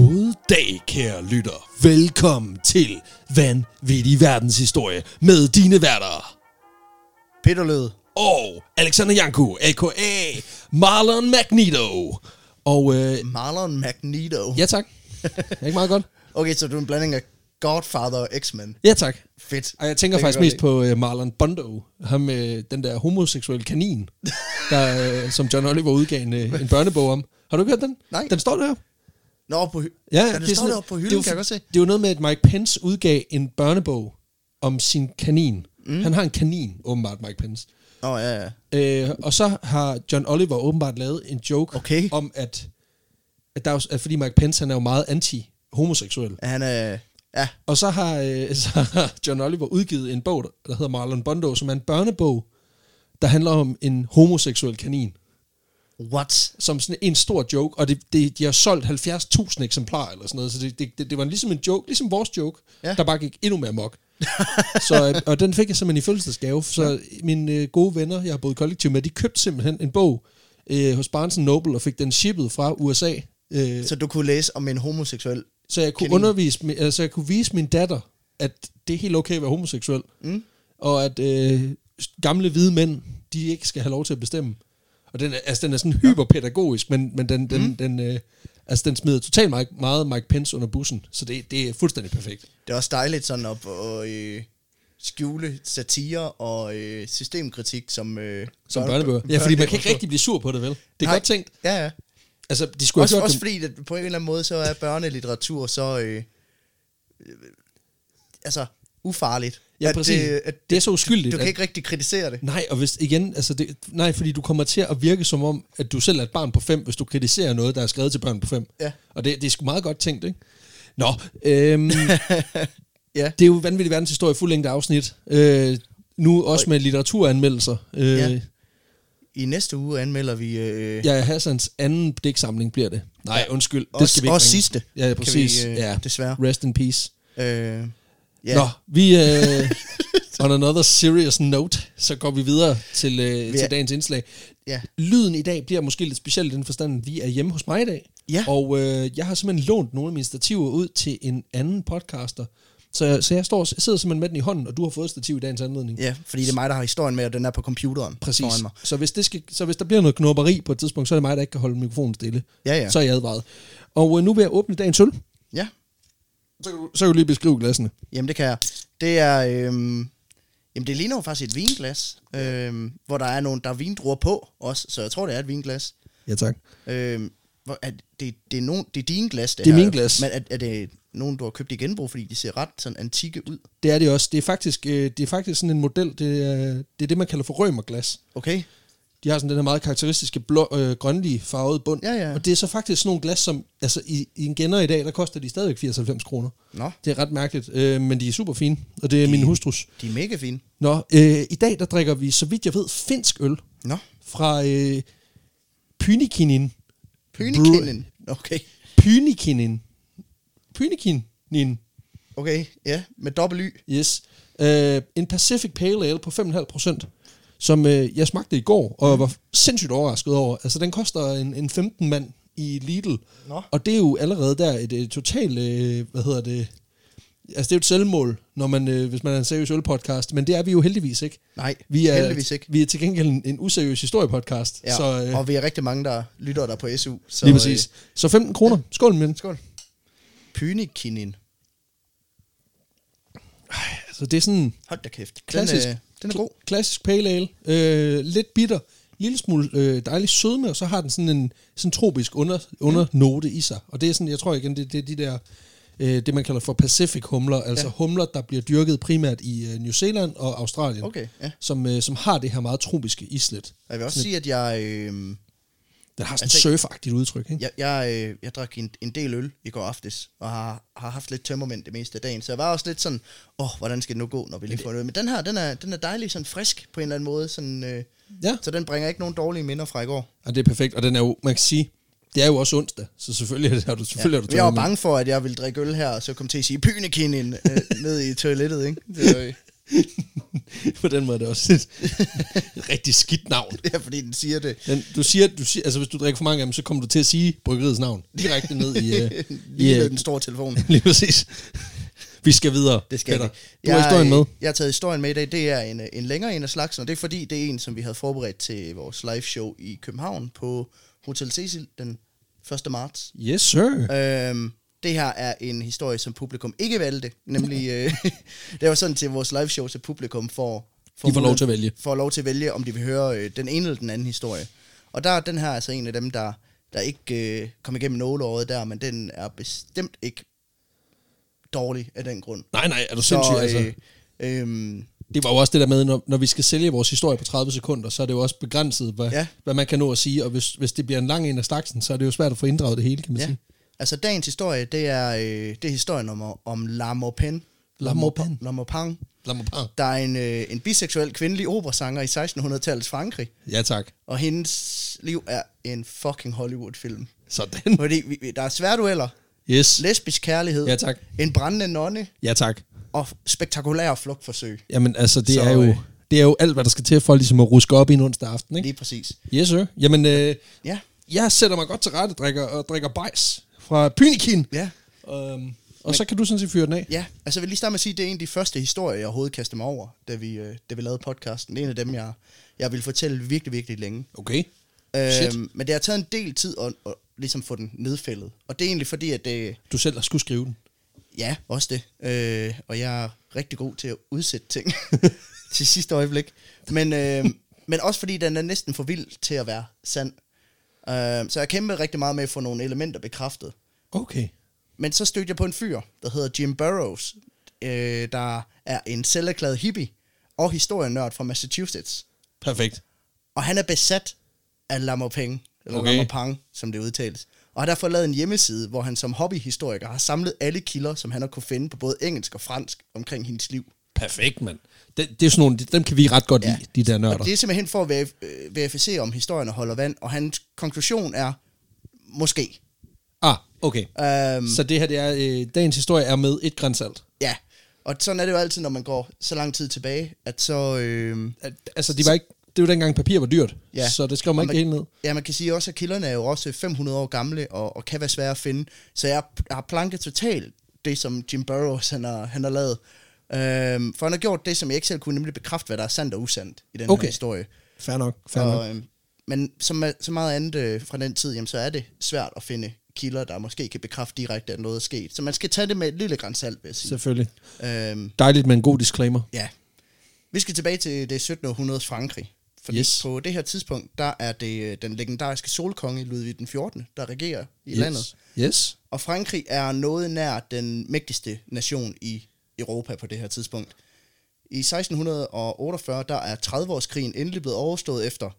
Goddag, kære lytter. Velkommen til Vanvittig Verdenshistorie med dine værter. Peter Lød. Og Alexander Janku, a.k.a. Marlon Magneto. Og øh, Marlon Magneto. ja tak. Er ikke meget godt? Okay, så du er en blanding af Godfather og X-Men. Ja tak. Fedt. Og jeg tænker Det kan faktisk jeg mest godt på øh, Marlon Bondo. Ham med øh, den der homoseksuelle kanin, der, øh, som John Oliver udgav en, øh, en børnebog om. Har du ikke hørt den? Nej. Den står der. lide. Nå, på hy- Ja, ja, det, det står sådan- deroppe på det er hylden, jo- kan jeg godt se. Det er jo noget med, at Mike Pence udgav en børnebog om sin kanin. Mm. Han har en kanin, åbenbart, Mike Pence. Nå, ja, ja. Øh, og så har John Oliver åbenbart lavet en joke Okay. om, at, at, der er, jo- at fordi Mike Pence han er jo meget anti-homoseksuel. Er Han er... Ja, Og så har, øh, så har John Oliver udgivet en bog, der hedder Marlon Bondo, som er en børnebog, der handler om en homoseksuel kanin. what? Som sådan en stor joke, og det, det, de har solgt 70.000 eksemplarer eller sådan noget, så det, det, det, det var ligesom en joke, ligesom vores joke, ja. Ja. der bare gik endnu mere mok. så, øh, og den fik jeg simpelthen i fødselsdagsgave, så ja. mine øh, gode venner, jeg har boet i kollektiv med, de købte simpelthen en bog øh, hos Barnes Noble og fik den shippet fra USA. Øh, Så du kunne læse om en homoseksuel. så jeg kunne Kanin. undervise, mi- altså jeg kunne vise min datter, at det er helt okay at være homoseksuel. Mm. Og at øh, gamle hvide mænd, de ikke skal have lov til at bestemme. Og den er, altså, den er sådan hyperpædagogisk, men, men den, den, mm. den, øh, altså, den smider totalt meget, meget Mike Pence under bussen. Så det, det er fuldstændig perfekt. Det er også dejligt sådan at og, øh, skjule satire og øh, systemkritik som... Øh, Som børne- børnebøger. Ja, fordi man kan ikke børnebøger. rigtig blive sur på det, vel? Det er Nej. godt tænkt. Ja, ja. Altså, de skulle også, have gjort også det. fordi, at på en eller anden måde, så er børnelitteratur så... Øh, øh, altså, ufarligt. Ja, At præcis. Det, at Det er så uskyldigt. Du kan at- ikke rigtig kritisere det. Nej, og hvis igen, altså det, nej, fordi du kommer til at virke som om, at du selv er et barn på fem, hvis du kritiserer noget, der er skrevet til børn på fem. Ja. Og det, det er sgu meget godt tænkt, ikke? Nå, øhm, Ja. det er jo vanvittig verdenshistorie, fuld længde afsnit. Øh, nu også med litteraturanmeldelser. Øh, ja. Ja. I næste uge anmelder vi... Øh, ja, Hassans anden digtsamling bliver det. Nej, ja. undskyld, det også, skal vi ikke også bringe. sidste. Ja, ja, kan præcis. Vi, øh, ja. Desværre. Rest in peace. Øh, ja. Ja. Nå, vi... Øh, on another serious note, så går vi videre til, øh, ja. Ja. til dagens indslag. Ja. Lyden i dag bliver måske lidt speciel i den forstand, at vi er hjemme hos mig i dag. Ja. Og øh, jeg har simpelthen lånt nogle af mine stativer ud til en anden podcaster. Så, så jeg står, sidder simpelthen med den i hånden, og du har fået et stativ i dagens anledning. ja, fordi det er mig, der har historien med, og den er på computeren Præcis. foran mig. Så hvis, det skal, så hvis der bliver noget knopperi på et tidspunkt, så er det mig, der ikke kan holde mikrofonen stille. Ja, ja. Så er jeg advaret. Og øh, nu vil jeg åbne dagens øl. Ja, Så kan du, så kan du lige beskrive glassene. jamen det kan jeg. Det er... Øh, Jamen, det ligner jo faktisk et vinglas, øh, hvor der er nogle, der er vindruer på også, så jeg tror, det er et vinglas. Ja, tak. Øh, hvor er det, det, er nogen, det er dine glas, det, Det er her. mine glas. Men er, er, det nogen, du har købt i genbrug, fordi de ser ret sådan antikke ud? Det er det også. Det er faktisk, øh, det er faktisk sådan en model, det er, det er det, man kalder for rømerglas. Okay. De har sådan den her meget karakteristiske blå, øh, grønlige farvede bund. Ja, ja. Og det er så faktisk sådan nogle glas, som altså, i, i en genner i dag, der koster de stadigvæk 80-90 kroner. Nå, Det er ret mærkeligt, øh, men de er super fine, og det er min hustrus. de er mega fine. Nå, øh, i dag der drikker vi, så vidt jeg ved, finsk øl Nå, fra øh, Pynikinin. pynekenden. Okay. Pynikinin. Pynikinin. Okay, ja, med dobbelt y. Yes. Øh, en Pacific Pale Ale på 5,5 procent, som øh, jeg smagte i går, og Mm. var sindssygt overrasket over. Altså, den koster en, en 15 mand i Lidl. Nå. Og det er jo allerede der et, et totalt, øh, hvad hedder det, altså det er jo et selvmål, når man, øh, hvis man er en seriøs ølpodcast, men det er vi jo heldigvis ikke. Nej, Vi er, heldigvis ikke. Vi er til gengæld en, en useriøs historiepodcast. Ja, så, øh, og vi er rigtig mange, der lytter der på SU. Så, lige præcis. Så 15 kroner. Skål med den. Øh, skål. Pynekinin. altså, Så det er sådan, Hold da kæft. Klassisk. Den, øh, den er god. Klassisk pale ale. Øh, lidt bitter. Lille smule øh, dejlig sødme, og så har den sådan en sådan tropisk under, undernote i sig. Og det er sådan, jeg tror igen, det, det er de der, øh, det man kalder for Pacific humler, altså ja. humler, der bliver dyrket primært i øh, New Zealand og Australien, Okay, ja. som, øh, som har det her meget tropiske islet. Og Jeg vil også sige, at jeg, øh, Den har sådan et Altså- surfagtigt udtryk, ikke? jeg, jeg, øh, jeg drak en, en del øl i går aftes, og har, har haft lidt tømmermænd det meste af dagen. Så jeg var også lidt sådan, åh, oh, hvordan skal det nu gå, når vi lige får noget. Men den her, den er, den er dejlig, sådan frisk på en eller anden måde. Sådan, øh, Ja. Så den bringer ikke nogen dårlige minder fra i går. Og det er perfekt, og den er jo, man kan sige, det er jo også onsdag, så selvfølgelig er det- har du, selvfølgelig har du Men jeg var tømmermænd. bange for, at jeg ville drikke øl her, og så kom til at sige pynekinin øh, ned i toilettet, ikke? Det var, øh, På den måde er det også et rigtig skidt navn. Det er, fordi den siger det. Den, du siger, du siger, altså hvis du drikker for mange af dem, så kommer du til at sige bryggeriets navn. Direkte ned i... Uh, Lige yeah. den store telefon. Lige præcis. Vi skal videre, Det skal Peter. jeg ikke. Du har Jeg- øh, historien med. Jeg har taget historien med i dag. Det er en, øh, en længere en af slagsen, og det er fordi, det er en, som vi havde forberedt til vores live show i København på Hotel Cecil den 1. marts. Yes, sir. Øhm, det her er en historie, som publikum ikke valgte. Nemlig, øh, det var sådan til vores live show, så publikum får... De får lov til at vælge. Får lov til at vælge, om de vil høre øh, den ene eller den anden historie. Og der er den her altså en af dem, der, der ikke øh, kom igennem nåleåret der, men den er bestemt ikke dårlig af den grund. Nej, nej, er du sindssyg, øh, altså. øhm, Det var jo også det der med, når, når vi skal sælge vores historie på 30 sekunder, så er det jo også begrænset, hvad, ja. Ja. hvad man kan nå at sige. Og hvis, hvis det bliver en lang en af slagsen, så er det jo svært at få inddraget det hele, kan man ja. ja. sige. Altså dagens historie, det er, øh, det er historien om, om La Maupin. La Maupin. La Maupin. Lad mig bare. Der er en, øh, en biseksuel kvindelig operasanger i 1600-tallets Frankrig, Ja, tak. og hendes liv er en fucking Hollywood-film. Sådan. Fordi vi- vi, der er sværdueller, Yes. lesbisk kærlighed, Ja, tak. en brændende nonne Ja, tak. og spektakulære flugtforsøg. Jamen, altså, det, Så, så, er jo, øh, det er jo alt, hvad der skal til for ligesom at ruske op i en onsdag aften, ikke? Lige præcis. Yes, sir. Jamen, øh, Ja, jeg sætter mig godt til rette drikker, og drikker bajs fra Pynikin. ja. Øhm, og så kan du sådan set fyre den af. Ja, altså jeg vil lige starte med at sige, at det er en af de første historier, jeg overhovedet kastede mig over, da vi, øh, da vi lavede podcasten. Det er en af dem, jeg, jeg ville fortælle virkelig, virkelig længe. Okay. Shit. Øhm, men det har taget en del tid at, at ligesom få den nedfældet. Og det er egentlig fordi, at det, Du selv har skulle skrive den. ja, også det. Øh, og jeg er rigtig god til at udsætte ting til sidste øjeblik. Men, øh, men også fordi, den er næsten for vild til at være sand. Øh, så jeg kæmpede rigtig meget med at få nogle elementer bekræftet. Okay. Men så stødte jeg på en fyr, der hedder Jim Burrows, øh, der er en selverklæret hippie og historienørd fra Massachusetts. Perfekt. Og han er besat af Lamopeng, eller Okay. okay. Lamopang, som det udtales. Og har derfor lavet en hjemmeside, hvor han som hobbyhistoriker har samlet alle kilder, som han har kunne finde på både engelsk og fransk omkring hendes liv. Perfekt, mand. Det, det er sådan nogle, dem kan vi ret godt ja. lide, de der nørder. Og det er simpelthen for at verif- øh, verificere, om historien holder vand, og hans konklusion er, måske. Ah, okay. Um, Så det her, det er, øh, dagens historie er med et grænsalt. ja, og sådan er det jo altid, når man går så lang tid tilbage, at så... Øh, Altså, de var ikke, det var dengang papir var dyrt, Ja. så det skrev man Og ikke helt ned. Ja, man kan sige også, at kilderne er jo også 500 år gamle og, og kan være svære at finde. Så jeg, jeg har planket totalt det, som Jim Burrows han har, han har lavet. Øhm, for han har gjort det, som jeg ikke selv kunne nemlig bekræfte, hvad der er sandt og usandt i den Okay. her historie. Fair nok, fair nok. Og, øhm, men som er, så meget andet øh, fra den tid, jamen, så er det svært at finde kilder, der måske kan bekræfte direkte, at noget er sket. Så man skal tage det med et lille grænsalt, vil jeg sige. Selvfølgelig. Øhm, Dejligt med en god disclaimer. Ja. Vi skal tilbage til det 17. århundredes Frankrig. Fordi Yes. yes. på det her tidspunkt, der er det øh, den legendariske solkonge Ludvig den 14., der regerer i yes. landet. Yes. Og Frankrig er noget nær den mægtigste nation i Europa på det her tidspunkt. I 1648, der er 30-årskrigen endelig blevet overstået efter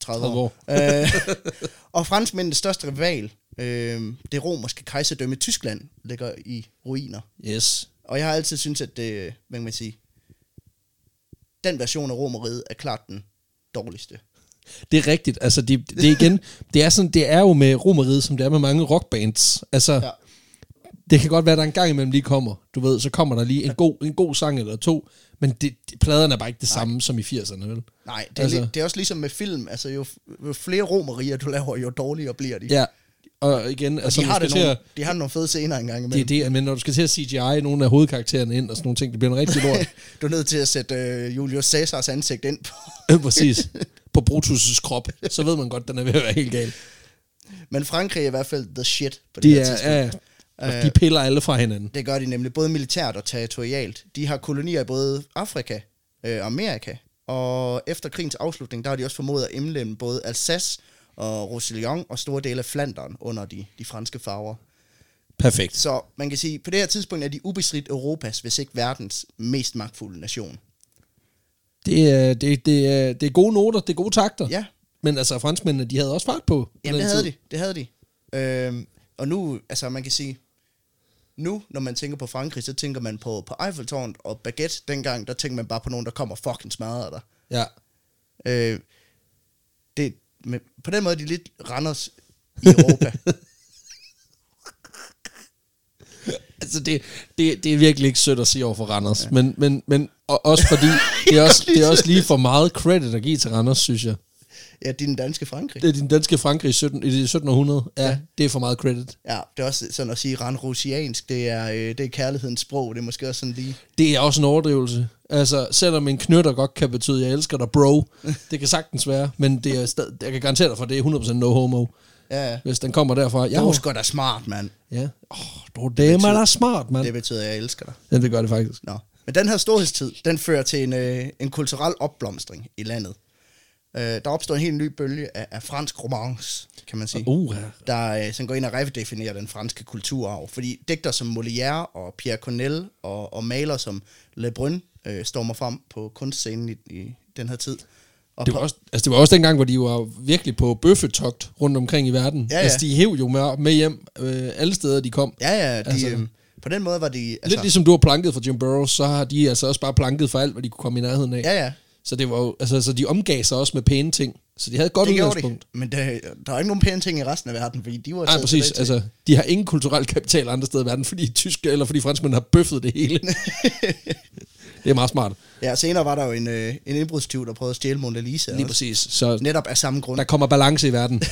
30, 30 år. Øh, og franskmændenes største rival, øh, det romerske kejserdømme Tyskland, ligger i ruiner. Yes. Og jeg har altid syntes, at det, hvad kan man sige, den version af Romeriet er klart den dårligste. Det er rigtigt. Altså, det, det, er igen, det, er sådan, det er jo med romeriet, som det er med mange rockbands. Altså, ja. Ja. det kan godt være, at der en gang imellem lige kommer. Du ved, så kommer der lige en god, en god sang eller to, men det, det, pladerne er bare ikke det samme som i 80'erne, vel? Nej, det er, Altså. altså. det er også ligesom med film. Altså, jo, f- jo flere romerier du laver, jo dårligere bliver de. Ja, og igen, altså, de, når har du det skal til nogle, at, de har nogle fede scener engang det er imellem. Det, det, men når du skal til at CGI nogle af hovedkaraktererne ind og sådan nogle ting, det bliver en rigtig lort. det. Du er nødt til at sætte øh, Julius Caesars ansigt ind på. Øh, Præcis. På Brutus' krop, så ved man godt, den er ved at være helt gal. Men Frankrig er i hvert fald the shit på det De, her er, tidspunkt. Øh. ja, ja. de piller alle fra hinanden. Det gør de nemlig både militært og territorialt. De har kolonier i både Afrika øh, og Amerika. Og efter krigens afslutning, der har de også formået at indlemme både Alsace og Roussillon og store dele af Flandern under de, de franske farver. Perfekt. Så man kan sige, at på det her tidspunkt er de ubestridt Europas, hvis ikke verdens, mest magtfulde nation. Det er, det, det, er, det er gode noter, det er gode takter. Ja, Men altså, franskmændene, de havde også fart på. på Jamen, den det havde tid. de. Det havde de. Øhm, og nu, altså man kan sige, nu, når man tænker på Frankrig, så tænker man på, på Eiffeltårnet og Baguette. Dengang, der tænker man bare på nogen, der kommer og fucking smadrer dig. Ja. Øh, det, men på den måde er de lidt Randers i Europa. altså, det, det, det er virkelig ikke sødt at sige over for Randers. Ja. Men, men, men og også fordi, det er også, det er også lige for meget credit at give til Randers, synes jeg. Ja, det er den danske Frankrig. Det er din danske Frankrig i, 17, i det 1700. Ja, ja, det er for meget credit. Ja, det er også sådan at sige randrusiansk, det er, øh, det er kærlighedens sprog, det er måske også sådan lige... Det er også en overdrivelse. Altså, selvom en knytter godt kan betyde, jeg elsker dig, bro, det kan sagtens være, men det er stadig, jeg kan garantere dig for, det er 100% no homo, Ja, ja. hvis den kommer derfra. Jeg Jeg har- er sgu da smart, mand. Ja. Åh, oh, det er mig, der er smart, mand. Det betyder, at jeg elsker dig. Ja, det gør det faktisk. Nå. Men den her storhedstid, den fører til en, øh, en kulturel opblomstring i landet. Øh, der opstår en helt ny bølge af, af fransk romance, kan man sige. Uh, ja. der øh, sådan går ind og redefinerer den franske kulturarv. Fordi digter som Molière og Pierre Cornell og, og maler som Le Brun øh, stormer frem på kunstscenen i, i den her tid. Og Det var, også, altså det var også dengang, hvor de var virkelig på bøffetogt rundt omkring i verden. Ja, Ja, ja. ja. Altså, de hæv jo med, med hjem øh, alle steder, de kom. ja, ja, de, altså, Altså- øh, på den måde var de... Altså. Lidt ligesom du har planket for Jim Burrows, så har de altså også bare planket for alt, hvad de kunne komme i nærheden af. Ja. Ja, ja, Så, det var jo, altså, så de omgav sig også med pæne ting. Så de havde et godt det gjorde de. udgangspunkt. Men der, der er ikke nogen pæne ting i resten af verden, fordi de var... Nej, taget præcis. tilbage til- Altså, de har ingen kulturel kapital andre steder i verden, fordi tyske eller fordi franskmænd har bøffet det hele. det er meget smart. Ja, senere var der jo en, øh, en indbrudstyv, der prøvede at stjæle Mona Lisa. Lige også. præcis. Så Netop af samme grund. der kommer balance i verden.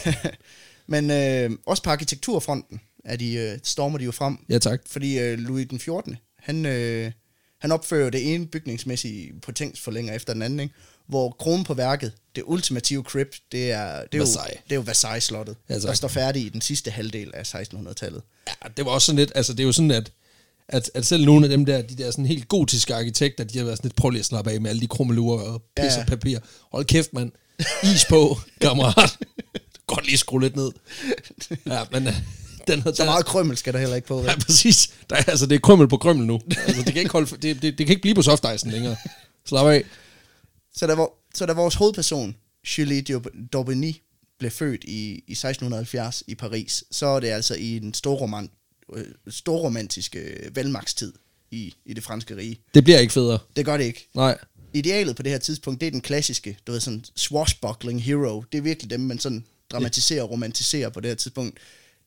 Men øh, også på arkitekturfronten er de, øh, stormer de jo frem Ja, tak. Fordi øh, Louis den 14. Han, øh, han opfører jo det ene bygningsmæssige potensforlænger efter den anden, ikke? hvor kronen på værket, det ultimative crypt, det er, det er, jo, Versailles. det er jo Versailles-slottet, Ja, tak. der står færdig i den sidste halvdel af 1600-tallet. Ja, det var også sådan lidt, altså det er jo sådan, at, at, at selv nogle af dem der, de der sådan helt gotiske arkitekter, de har været sådan lidt, prøv lige at slappe af med alle de krummelurer og pisse Ja. ja. papir. Hold kæft, mand. Is på, kammerat. Du kan godt lige skrue lidt ned. Ja, men øh, den havde... Så meget krømmel skal der heller ikke på. Ja, vel? præcis. Der, er- altså, det er krymmel på krymmel nu. Altså, det kan ikke, holde, det, det, det kan ikke blive på softicen længere. Slap af. Så da, vor- så da vores hovedperson, Julie Diop- Daubigny, blev født i, i 1670 i Paris, så er det altså i en storroman, øh, storromantiske øh, velmagtstid i, i det franske rige. Det bliver ikke federe. Det gør det ikke. Nej. idealet på det her tidspunkt, det er den klassiske, du ved, sådan swashbuckling hero. Det er virkelig dem, man sådan dramatiserer og romantiserer på det her tidspunkt.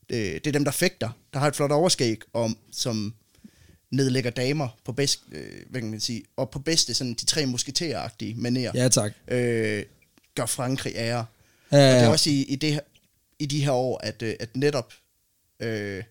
Øh, Det er dem, der fægter, der har et flot overskæg, om, som nedlægger damer på bedst, øh, hvad kan man sige, og på bedste sådan de tre musketeragtige manerer. Ja, tak. Øh, gør Frankrig ære. Ja, Og det ja, er ja. også i, i, det her, i de her år, at, øh, at netop, øh,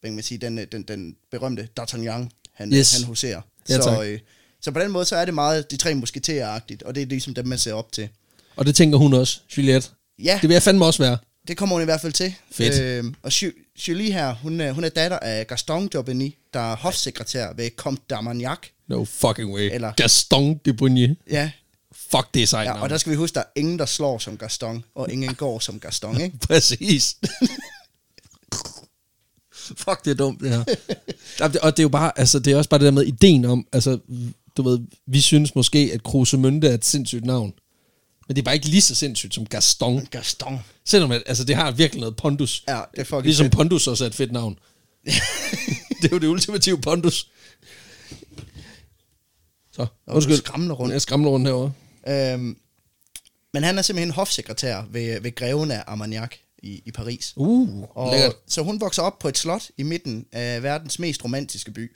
hvad kan man sige, den, øh, den, den berømte D'Artagnan, han, yes. Yes. han huserer. Ja, så, tak. øh, så på den måde, så er det meget de tre musketeragtigt, og det er ligesom dem, man ser op til. Og det tænker hun også, Juliette. Ja, Det vil jeg fandme også være. det kommer hun i hvert fald til. Fedt. Øh, og Ju- Julie her, hun, er- hun er datter af Gaston d'Aubigny, der er hofsekretær ved Comte d'Armagnac. No fucking way. Eller- Eller... Gaston de Bonnier. Ja, Fuck, det er sejt ja, navn. og der skal vi huske, der er ingen, der slår som Gaston, og ingen går som Gaston, ikke? Præcis. Fuck, det er dumt, det her. Jamen, det- og det er jo bare, altså, det er også bare det der med ideen om, altså, du ved, vi synes måske, at Krusemønte er et sindssygt navn. Men det er bare ikke lige så sindssygt som Gaston. Gaston. Selvom at, altså, det har virkelig noget pondus. Ja, det er fucking Ligesom fedt. pondus også er et fedt navn. det er jo det ultimative pondus. Så, du undskyld. skramler rundt. Jeg skramler rundt herovre. Øhm, men han er simpelthen hofsekretær ved, ved greven af Armagnac i, i Paris. Uh, Og, lækkert. så hun vokser op på et slot i midten af verdens mest romantiske by.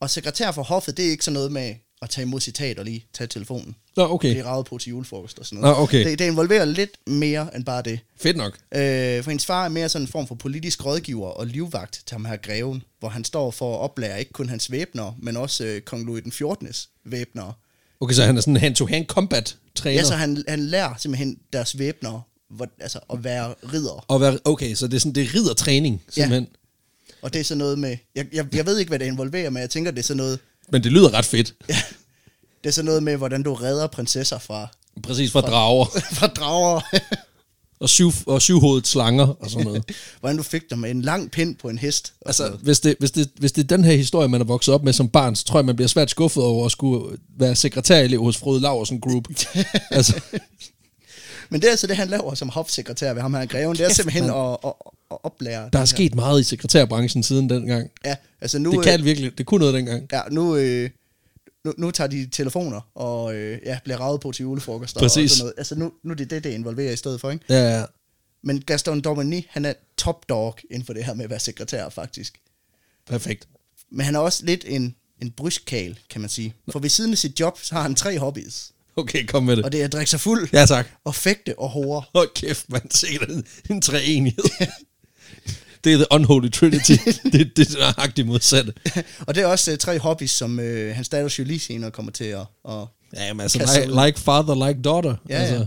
Og sekretær for hoffet, det er ikke sådan noget med at tage imod citat og lige tage telefonen. Nå, okay. Det er ravet på til julefrokost og sådan noget. Nå, okay. det, det involverer lidt mere end bare det. Fedt nok. Øh, for hendes far er mere sådan en form for politisk rådgiver og livvagt til ham her greven, hvor han står for at oplære ikke kun hans væbner, men også øh, kong Louis den 14's væbnere. Okay, så han er sådan en hand-to-hand combat træner. Ja, så Altså, han, han lærer simpelthen deres væbner hvor, altså, at være ridder. Og være, okay, så det er sådan, det rider træning, simpelthen. Ja. Og det er sådan noget med... Jeg, jeg, jeg ved ikke, hvad det involverer, men jeg tænker, det er sådan noget... Men det lyder ret fedt. Det er sådan noget med, hvordan du redder prinsesser fra, Præcis, fra drager fra drager. og, syv, og syvhovedet slanger og sådan noget. hvordan du fik dem med en lang pind på en hest. Og Altså, sådan noget. hvis det, hvis, det, hvis det er den her historie, man er vokset op med som barn, så tror jeg, man bliver svært skuffet over at skulle være sekretærelev hos Frode Laversen Group. altså, Men det er altså det, han laver som hofsekretær ved ham her greven. Det er Kæft, simpelthen mand. at, at, at oplære... der er sket meget i sekretærbranchen siden dengang. Ja, altså nu... Det øh, kan virkelig, det kunne noget dengang. Ja, nu... Øh, nu, nu tager de telefoner og øh, ja, bliver ravet på til julefrokoster og Præcis. sådan noget. Altså nu, nu er det det, det involverer i stedet for, ikke? Ja, ja. Men Gaston Domini, han er top dog inden for det her med at være sekretær, faktisk. Perfekt. Men han er også lidt en, en brystkal, kan man sige. For ved siden af sit job, så har han tre hobbies. Okay, kom med det. Og det er at drikke sig fuld, Ja, tak. og fægte og håre. Hold kæft, man. Sikkert en, en treenighed. det er The Unholy Trinity. det, det er nøjagtigt modsatte. og det er også uh, tre hobbies, som uh, hans status jo lige senere kommer til at... at Ja, jamen altså, Kaster like, ud. like father, like daughter. ja, altså, ja.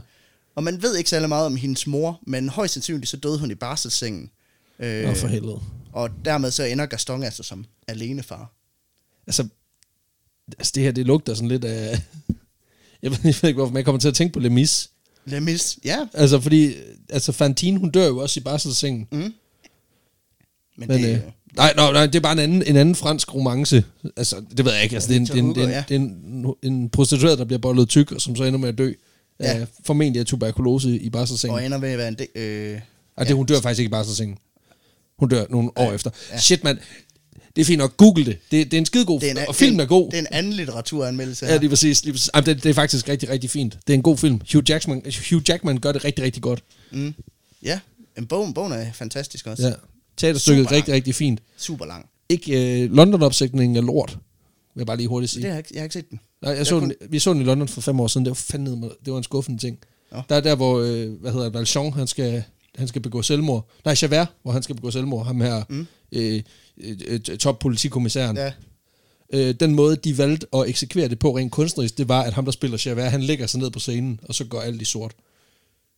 Og man ved ikke særlig meget om hendes mor, men højst sandsynligt så døde hun i barselssengen. Øh, Nå, for helvede. og dermed så ender Gaston altså som alenefar. Altså, altså, det her, det lugter sådan lidt af... Jeg ved, jeg ved ikke, hvorfor, men jeg kommer til at tænke på Lemis. Lemis, ja, Altså, fordi... Altså, Fantine, hun dør jo også i barselssengen. Mm, men, men, det, øh, nej, nej, nej, det er bare en anden, en anden fransk romance. Altså, det ved jeg ikke. Altså, det er en, det er en, det er en, Ja. det er en, en prostitueret, der bliver bollet tyk, og som så ender med at dø. Ja. Ja. Af, formentlig af tuberkulose i barselssengen. og ender ved at være en del, øh, Og det, hun dør faktisk ikke bare sådan sengen. Hun dør nogle år efter. Shit, mand. Det er fint nok. Google det. Det, det er en skide god film. Og filmen er god. Det er en anden litteraturanmeldelse ja, her. lige præcis. Lige præcis. Jamen, det, det er faktisk rigtig, rigtig fint. Det er en god film. Hugh Jackman, Hugh Jackman gør det rigtig, rigtig godt. Mm. Ja, en bogen, bogen er fantastisk også. Ja. Teaterstykket er Super rigtig, lang. rigtig fint. Super lang. Ikke øh, London-opsætningen er lort, vil jeg bare lige hurtigt sige. Det har jeg, ikke- jeg har ikke set den. Nej, jeg Jeg så kunne- den, vi så den i London for fem år siden. Det var fandme, ned- det var en skuffende ting. Nå. Der er der, hvor, øh, hvad hedder det, Valjean, han skal, han skal begå selvmord. Nej, Javert, hvor han skal begå selvmord. Ham her, mm. øh, øh, øh, top-politikommissæren. Ja. Øh, den måde, de valgte at eksekvere det på rent kunstnerisk, det var, at ham, der spiller Javert, han lægger sig ned på scenen, og så går alt i sort.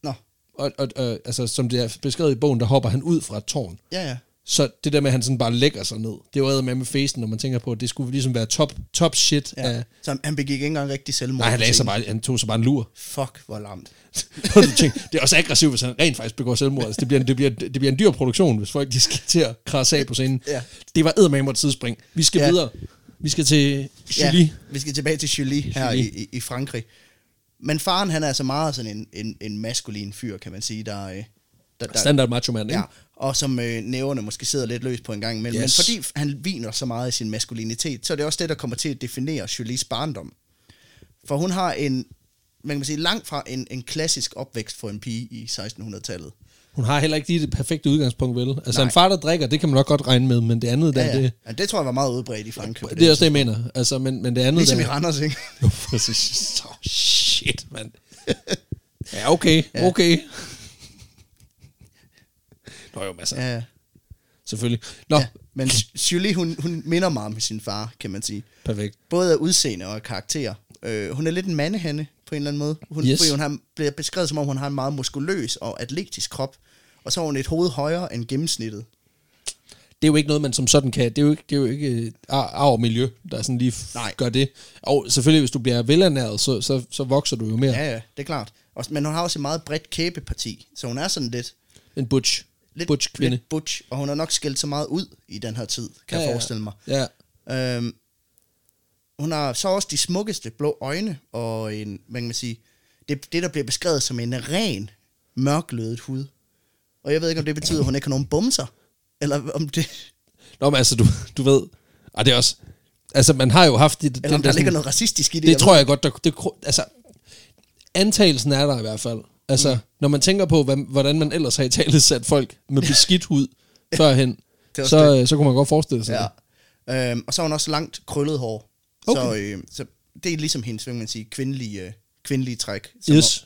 Nå, Og, og øh, altså, som det er beskrevet i bogen, der hopper han ud fra et tårn. ja, ja. Så det der med, at han sådan bare lægger sig ned, det var med med facen, når man tænker på, at det skulle ligesom være top, top shit. Ja. ja. Af, Så han, han begik ikke engang rigtig selvmord. nej, han, på lagde sig scenen. bare, han tog sig bare en lur. Fuck, hvor lamt. Hvor du tænker, det er også aggressivt, hvis han rent faktisk begår selvmord. Altså, det, bliver, det, bliver, det bliver en dyr produktion, hvis folk de skal til at krasse af på scenen. Ja. Det var eddermame et tidsspring. Vi skal Ja. ja. videre. Vi skal til Julie. Ja, vi skal tilbage til Julie her i, i, i Frankrig. Men faren, han er altså meget sådan en, en, en maskulin fyr, kan man sige, der... øh, der, Ja. der Standard macho mand, ikke? ja, og som øh, næverne måske sidder lidt løs på en gang imellem. Yes. Yes. Men fordi han viner så meget i sin maskulinitet, så er det også det, der kommer til at definere Julies barndom. For hun har en, man kan sige, langt fra en, en klassisk opvækst for en pige i 1600-tallet. Hun har heller ikke lige det perfekte udgangspunkt, vel? Altså Nej. en far, der drikker, det kan man nok godt regne med, men det andet der, Ja, ja. det, ja, det tror jeg var meget udbredt i Frankrig. på det er også tidspunkt. det, jeg mener. Altså, men, men det andet Ligesom i der... Randers, ikke? Jo, præcis. Så oh, shit, mand. Ja, okay, okay. Nå jo, masser. Ja. Ja, Selvfølgelig. Nå, ja. Men Julie, hun, hun minder meget om sin far, kan man sige. perfekt. både af udseende og af karakter. Øh, hun er lidt en mandehande på en eller anden måde. Hun, Yes. yes. fordi hun har, bliver beskrevet som om, hun har en meget muskuløs og atletisk krop. Og så har hun et hoved højere end gennemsnittet. det er jo ikke noget, man som sådan kan. Det er jo ikke, det er jo ikke øh, ar- arv og miljø, der sådan lige f- Nej. gør det. Og selvfølgelig, hvis du bliver velernæret, så, så, så vokser du jo mere. Ja. Ja, ja, det er klart. Og, men hun har også et meget bredt kæbeparti, så hun er sådan lidt... En butch. Lidt, butch kvinde. Lidt butch, og hun har nok skældt så meget ud i den her tid, kan ja, jeg forestille mig. Ja. Øhm, hun har så også de smukkeste blå øjne, og en, hvad kan man sige, det, det der bliver beskrevet som en ren, mørklødet hud. Og jeg ved ikke, om det betyder, at hun ikke har nogen bumser, eller om det, Nå, men altså, du, du ved... Og det er også... Altså, man har jo haft... Det, eller om der der ligger sådan- noget racistisk i det. Det jeg tror jeg godt, der, det, kro- altså, antagelsen er der i hvert fald. Altså, mm. når man tænker på, hvad, hvordan man ellers har i tale sat folk med beskidt hud førhen, er også så, øh, så kunne man godt forestille sig ved. ja. det. Ja. Øhm, og så har hun også langt krøllet hår. Så, Okay. øh, så det er ligesom hendes, hvad kan man sige, kvindelige, øh, kvindelige træk. Yes.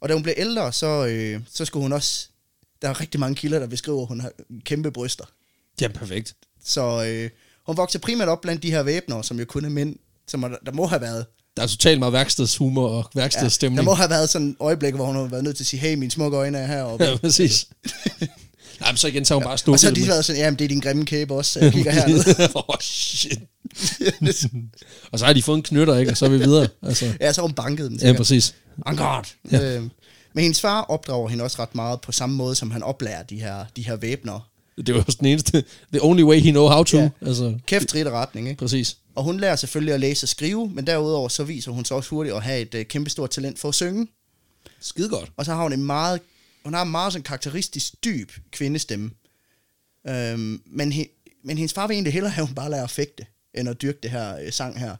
Og da hun blev ældre, så, øh, så skulle hun også... Der er rigtig mange kilder, der beskriver, at hun har kæmpe bryster. Ja, perfekt. Så øh, hun voksede primært op blandt de her væbnere, som jo kun er mænd, som er, der må have været. Der er totalt meget værkstedshumor og der værkstedsstemning. må have været sådan øjeblikke, hvor hun har været nødt til at sige, hey, mine smukke øjne er heroppe. Ja, præcis. Jamen, så igen, så er hun bare og stukket. så har de med- været sådan, ja, men det er din grimme kæbe også, så jeg kigger hernede. Åh, shit. og så har de fået en knytter, ikke? Og så er vi videre. Altså, ja, så har hun banket dem. ja, sikkert. præcis. En god. Ja. Øh, men hendes far opdrager hende også ret meget på samme måde, som han oplærer de her, de her væbnere. Det var også den eneste. The only way he know how to. Ja. Ja. Altså, Kæft ridte retning, ikke? præcis. Og hun lærer selvfølgelig at læse og skrive, men derudover så viser hun så også hurtigt at have et øh, kæmpestort talent for at synge. Skide godt. Og så har hun en meget, hun har en meget sådan karakteristisk dyb kvindestemme. Øhm, men, he, men hendes far vil egentlig hellere have, at hun bare lærer at fægte, end at dyrke det her øh, sang her.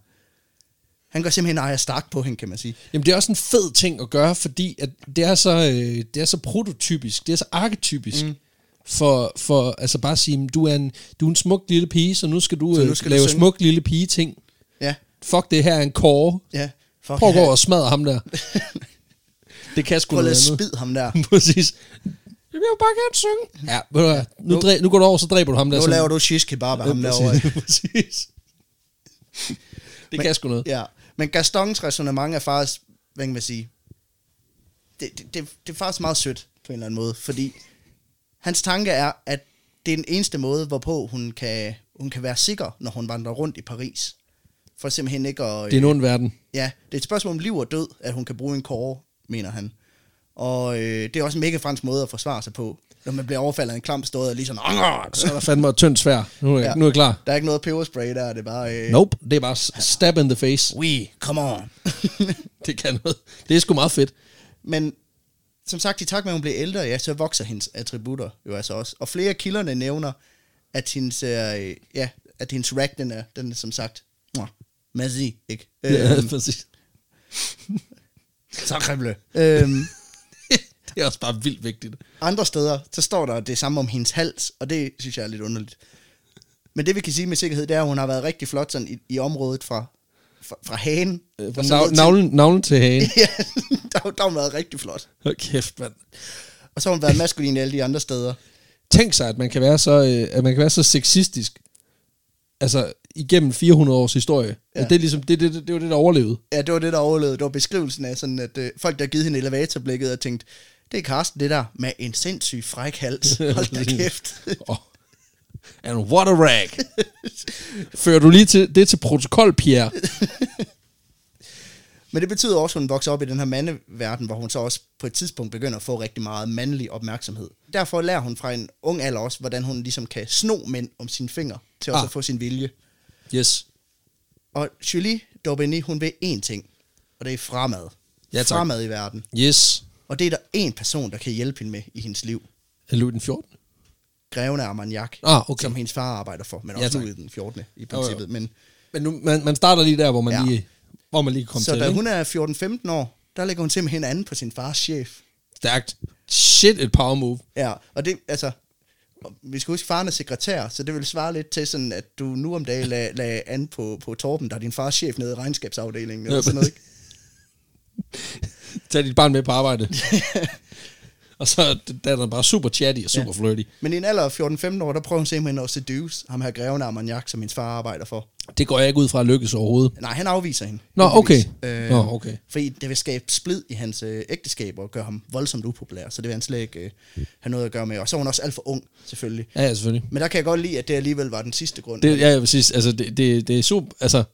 Han går simpelthen Arya Stark på hende, kan man sige. Jamen, det er også en fed ting at gøre, fordi at det, er så, øh, det er så prototypisk, det er så arketypisk mm. for, for altså bare at sige, du er, en, du er en smuk lille pige, så nu skal du, Så nu øh, skal du lave synge." smuk lille pige ting. Ja, Fuck det her er en kåre. ja. Fuck, Prøv at gå ja. over og smadre ham der. det kan sgu Prøv lige noget at andet. spid ham der. Præcis. Jeg vil jo bare gerne synge. Ja, ved du hvad, nu, Nu- dræ, nu går du over, så dræber du ham der. Nu som- laver du shish kebab af ham Ja, derovre. præcis. præcis. Det Men- kan sgu noget. Ja, men Gastons resonemang er faktisk, hvad kan man sige, det, det, det, det er faktisk meget sødt på en eller anden måde, fordi hans tanke er, at det er den eneste måde, hvorpå hun kan, hun kan være sikker, når hun vandrer rundt i Paris. For simpelthen ikke at... Det er en ond verden. Ja, det er et spørgsmål om liv og død, at hun kan bruge en kåre, mener han. Og øh, det er også en mega fransk måde at forsvare sig på, når man bliver overfaldet af en klam stået og lige sådan... ligesom, "Argh!" Så er der fandme et tyndt svær. Nu er, Ja. ja. nu er jeg klar. Der er ikke noget peberspray der, det er bare... Øh, Nope, det er bare s- stab in the face. We, come on. Det kan noget. Det er sgu meget fedt. Men som sagt, i takt med, at hun bliver ældre, ja, så vokser hendes attributter jo altså også. Og flere af kilderne nævner, at hendes, øh, ja, at hendes rack, den er, den er som sagt, mwah, mazi, ikke? Øhm, Ja, præcis. sacrebleu. øhm, Det er også bare vildt vigtigt. andre steder, så står der det samme om hendes hals, og det synes jeg er lidt underligt. Men det vi kan sige med sikkerhed, det er, at hun har været rigtig flot sådan i, i området fra, fra, fra hagen. Øh, Og Fra så ned nav- til- navlen, navlen til hagen. Ja, der, har- der har hun været rigtig flot. Hold kæft, mand. Og så har hun været maskulin alle de andre steder. Tænk sig, at man kan være så, øh, at man kan være så sexistisk. Altså, igennem 400 års historie. Ja. Ja. Det, er ligesom, det, det, det, det var det, der overlevede. Ja, det var det, der overlevede. Det var beskrivelsen af sådan, at øh, folk, der havde givet hende elevatorblikket, og tænkt, det er Karsten, det der, med en sindssyg fræk hals. Hold da kæft. Oh. And what a rag. Fører du lige til, det til protokol, Pierre? Men det betyder også, at hun vokser op i den her mandeverden, hvor hun så også på et tidspunkt begynder at få rigtig meget mandlig opmærksomhed. Derfor lærer hun fra en ung alder også, hvordan hun ligesom kan sno mænd om sine fingre, til også Ah. at få sin vilje. Yes. Og Julie Daubigny, hun vil én ting, og det er fremad. Ja, tak. Fremad i verden. Yes. Og det er der én person, der kan hjælpe hende med i hendes liv. Er Louis den 14? Greven af Armagnac, Ah, okay. som hendes far arbejder for, men Ja, også tak. ud den 14. i Jo, jo. princippet. Men, Men nu, man, man starter lige der, hvor man Ja. ja. lige hvor man lige kom så til. da ikke? hun er 14-15 år, der ligger hun simpelthen anden på sin fars chef. Stærkt. Shit, et power move. Ja, og det, altså, og vi skal huske, faren er sekretær, så det vil svare lidt til sådan, at du nu om dagen lag, lag an på, på Torben, der er din fars chef nede i regnskabsafdelingen, eller Ja, sådan noget, ikke? Tag dit barn med på arbejde. og så er det- der er den bare super chatty og super ja. flirty. Men i en alder af 14-15 år, der prøver hun simpelthen at seduce ham her greven af Armagnac, som hendes far arbejder for. Det går jeg ikke ud fra at lykkes overhovedet. Nej, han afviser hende. Nå, okay. heldigvis. Øh, Nå, okay. Fordi det vil skabe splid i hans øh, ægteskab og gøre ham voldsomt upopulær, så det vil han slet ikke øh, have noget at gøre med. Og så er hun også alt for ung, selvfølgelig. Ja, ja selvfølgelig. Men der kan jeg godt lide, at det alligevel var den sidste grund. Det, ja, ja, præcis. Altså, det, det, det er super... Altså,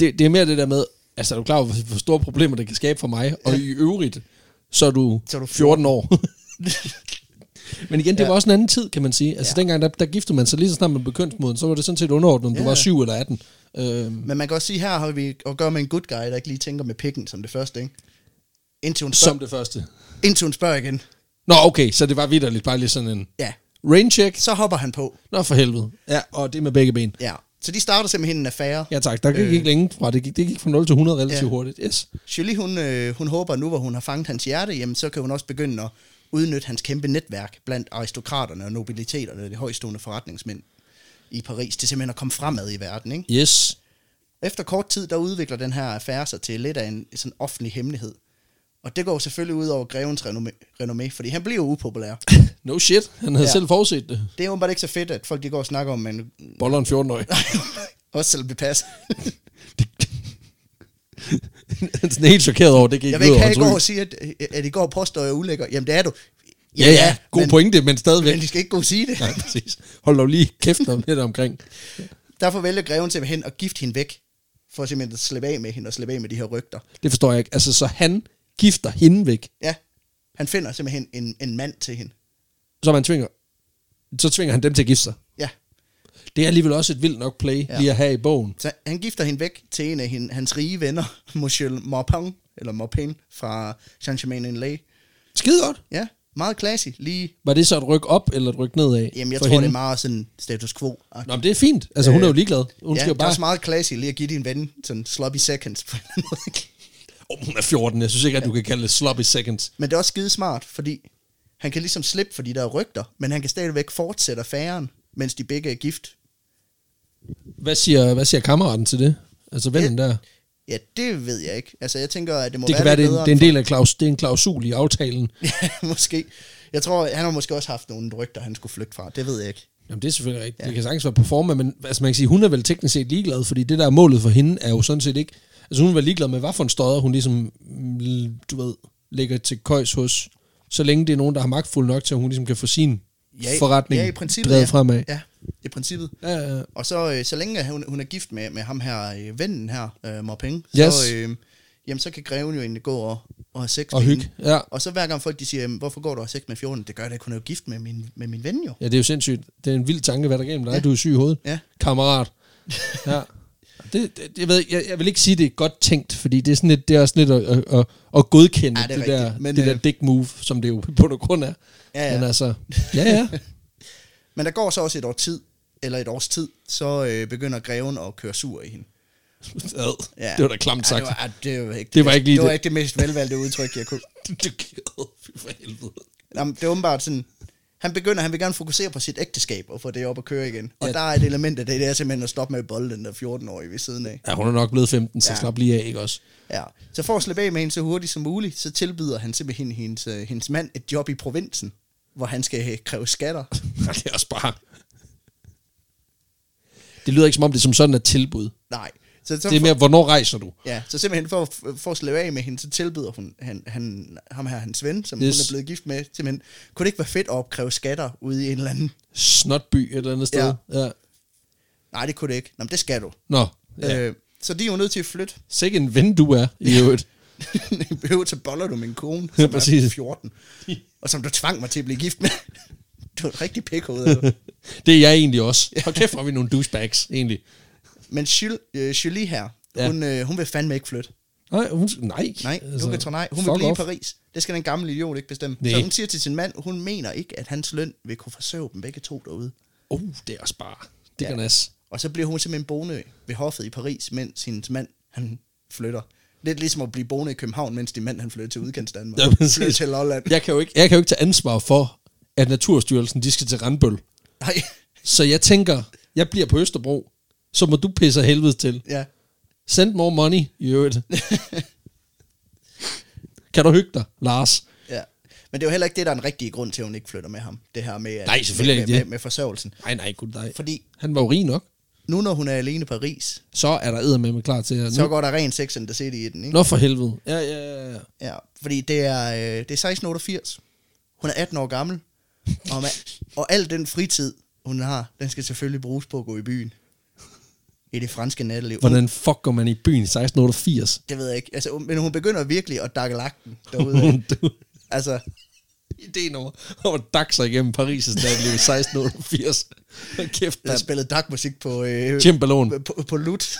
det, det er mere det der med... Altså, er du klar over, hvor- hvor store problemer det kan skabe for mig? Og i øvrigt, så er du, Så er du 14 år. Men igen, det Ja. var også en anden tid, kan man sige. Altså, Ja. ja. dengang, der, der giftede man sig lige så snart man blev kønsmoden, så var det sådan set underordnet, om Ja. du var 7 eller 18. Øhm, Men man kan også sige, her har vi at gøre med en good guy, der ikke lige tænker med pikken som det første, ikke? Indtil hun, spørger, som det første. indtil hun spørger igen. Nå, okay, så det var vidderligt bare lige sådan en Ja, raincheck. så hopper han på. Nå, for helvede. Ja, og det med begge ben. Ja. Så de starter simpelthen en affære. Ja. Ja tak, der gik øh. ikke længe fra. Det gik, det gik fra 0 til 100 relativt Ja. ja. hurtigt. Yes. Julie, hun, øh, hun håber nu, hvor hun har fanget hans hjerte, jamen så kan hun også begynde at udnytte hans kæmpe netværk blandt aristokraterne og nobiliteterne, de højstående forretningsmænd i Paris, til simpelthen at komme fremad i verden, ikke? Yes. Efter kort tid, der udvikler den her affære sig til lidt af en sådan offentlig hemmelighed. Og det går jo selvfølgelig ud over grevens renommé, renommé fordi han bliver jo upopulær. No shit, han havde Ja. ja. selv forudset det. Det er åbenbart ikke så fedt, at folk de går og snakker om, men Boller en 14-årig. også selvom det passer. han er sådan helt chokeret over, det gik Jeg ikke vil ud ikke over have, at hans I går ryg. og sige, at, at I går og påstår, at jeg er ulækker. Jamen, det er du. Ja, ja, god men, pointe, men stadigvæk. Men de skal ikke gå og sige det. Nej, præcis. Hold dog lige kæft om lidt omkring. Derfor vælger greven simpelthen at gifte hende væk, for simpelthen at slippe af med hende og slippe af med de her rygter. Det forstår jeg ikke. Altså, så han gifter hende væk, Ja, han finder simpelthen en, en mand til hende. så man tvinger, så tvinger han dem til at gifte sig. Ja, Det er alligevel også et vildt nok play, Ja. ja. lige at have i bogen. Så han gifter hende væk til en af hende, hans rige venner, Michel Maupin, eller Maupin fra Saint-Germain-en-Laye. Skide godt. Ja, meget classy. Lige, Var det så et ryk op eller et ryk nedad? jamen jeg for tror, hende? det er meget sådan status quo. Nå, men det er fint. Altså, hun er jo ligeglad. Hun ja, skal jo det er bare... også meget classy lige at give din ven sådan sloppy seconds på en eller anden måde. Oh, hun er 14. Jeg synes ikke, at du kan kalde det sloppy seconds. Men det er også skide smart, fordi Han kan ligesom slippe for de der rygter, men han kan stadigvæk fortsætte affæren, mens de begge er gift. Hvad siger, hvad siger kammeraten til det? Altså vennen der. Ja, det ved jeg ikke. Altså, jeg tænker, at det må Det være kan være, det lidt er, en- bedre det er en del af klaus, det er en klausul i aftalen. Ja, måske. Jeg tror, han har måske også haft nogle rygter, han skulle flygte fra. Det ved jeg ikke. Jamen det er selvfølgelig rigtigt. Ja. Det kan sagtens være på forma, men altså, man kan sige, hun er vel teknisk set ligeglad, fordi det der er målet for hende er jo sådan set ikke... Altså hun var ligeglad med, hvad for en stodder hun ligesom, mm, du ved, lægger til køjs hos, så længe det er nogen, der har magtfuld nok til, at hun ligesom kan få sin ja, forretning ja, i princippet, drevet ja. fremad. Ja, i princippet. Ja, ja, ja. Og så, øh, så længe hun, hun er gift med, med ham her, øh, vennen her, øh, Morpeng, Yes. så, øh, jamen, så kan greven jo egentlig gå og, og have sex Og med hygge. hende. Ja. Og så hver gang folk de siger, jamen, hvorfor går du og har sex med fjorden? Det gør jeg da ikke, hun er jo gift med min, med min ven jo. ja, det er jo sindssygt. Det er en vild tanke, hvad der er gennem dig. Ja. Du er syg i hovedet. Ja. Kammerat. Ja. Det, det, jeg, ved, ikke, jeg, jeg vil ikke sige, det er godt tænkt, fordi det er, sådan lidt, det er også lidt at, at, at, at godkende Ja, det det, er det, rigtigt, der, men, men, det der øh, dick move, som det jo på grund af. Ja, ja. Men altså, ja, ja. Men der går så også et år tid, eller et års tid, så øh, begynder greven at køre sur i hende. Ad. Det var da klamt sagt. Ja, det, var, ja, det, var ikke Det var ikke lige det. var det. ikke det mest velvalgte udtryk, jeg kunne. Fy for helvede. Jamen, det er åbenbart sådan, han begynder, han vil gerne fokusere på sit ægteskab og få det op at køre igen. Ja. Og ja. der er et element af det, det er simpelthen at stoppe med at bolde den der 14-årige ved siden af. Ja, hun er nok blevet 15, så Ja. slap lige af, ikke også? Ja. Så for at slippe af med hende så hurtigt som muligt, så tilbyder han simpelthen hendes, øh, hendes mand et job i provinsen, hvor han skal øh, kræve skatter. det er også bare... Det lyder ikke som om, det er som sådan et tilbud. Nej. Så, så Det er mere, hvornår rejser du? Ja, så simpelthen for, at- for at slippe af med hende, så tilbyder hun han, han, ham her, hans ven, som yes. Yes. hun er blevet gift med, simpelthen, kunne det ikke være fedt at opkræve skatter ude i en eller anden? Snotby et eller andet sted. Ja. ja. Nej, det kunne det ikke. Nå, men det skal du. Nå. Ja. Ja. Øh, så de er jo nødt til at flytte. Sikke en ven, du er, i øvrigt. I behøver til boller du min kone, Ja, som er præcis. 14, og som du tvang mig til at blive gift med. du er et rigtig pik ud af det. Det er jeg egentlig også. Hold kæft, hvor er vi nogle douchebags, egentlig. Men Julie, øh, Julie her, Ja. ja. hun, øh, hun vil fandme ikke flytte. Nej, hun, nej. Nej, altså, du kan tro nej. Hun vil fuck blive off. i Paris. Det skal den gamle idiot ikke bestemme. Nej. Så hun siger til sin mand, hun mener ikke, at hans løn vil kunne forsøge dem begge to derude. Uh, det er også bare... Det Ja. kan nas. Og så bliver hun simpelthen boende ved hoffet i Paris, mens hendes mand han flytter. Lidt ligesom at blive boende i København, mens din mand han flytter til udkants Danmark. Ja, præcis. flytter til Lolland. Jeg kan, jo ikke, jeg kan jo ikke tage ansvar for, at Naturstyrelsen de skal til Randbøl. Nej, Så jeg tænker, jeg bliver på Østerbro, så må du pisse af helvede til. ja. Send more money, i øvrigt. kan du hygge dig, Lars? Ja. Men det er jo heller ikke det, der er en rigtig grund til, at hun ikke flytter med ham. Det her med, at- Nej, selvfølgelig med, ikke med, det. med, med forsørgelsen. Nej, nej, gud nej. Fordi Han var jo rig nok. nu, når hun er alene i Paris, Så er der æder med mig klar til at... så Nu. går der rent sex and the city i den, ikke? Nå for helvede. Ja, ja, ja, ja. Ja, fordi det er, øh, det er 1688. Hun er 18 år gammel. Og, ma- og al den fritid, hun har, den skal selvfølgelig bruges på at gå i byen. I det franske natteliv. Hvordan fuck går man i byen i 1688? Det ved jeg ikke. Altså, men hun begynder virkelig at dakke lagten derude. af. Du- altså, Ideen om, om at dakke sig igennem Paris' natteliv i 1688. Hold Kæft, der man. spillede dakmusik på, øh, Cembaloen. på, på lut.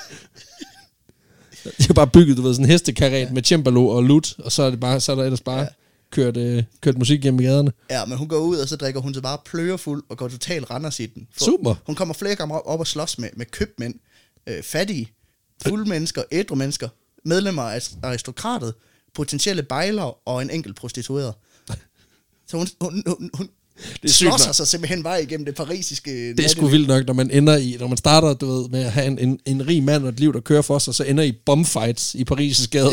De har bare bygget, du ved, sådan en hestekaret ja. med cembalo og lut, og så er, det bare, så er der ellers bare ja. Ja. kørt, øh, kørt musik gennem gaderne. Ja, men hun går ud, og så drikker hun så bare plørefuld og går totalt renders i den. For Super. Hun kommer flere gange op, op og slås med, med købmænd, øh, fattige, fulde mennesker, ædru mennesker, medlemmer af arist- aristokratet, potentielle bejlere og en enkelt prostitueret. Så hun, hun, hun, hun Det er det sygt slåsser nok. sig simpelthen vej igennem det parisiske Det er sgu vildt nok, når man ender i, når man starter, du ved, med at have en, en, en rig mand og et liv, der kører for sig, så ender i bombfights i Paris' gader.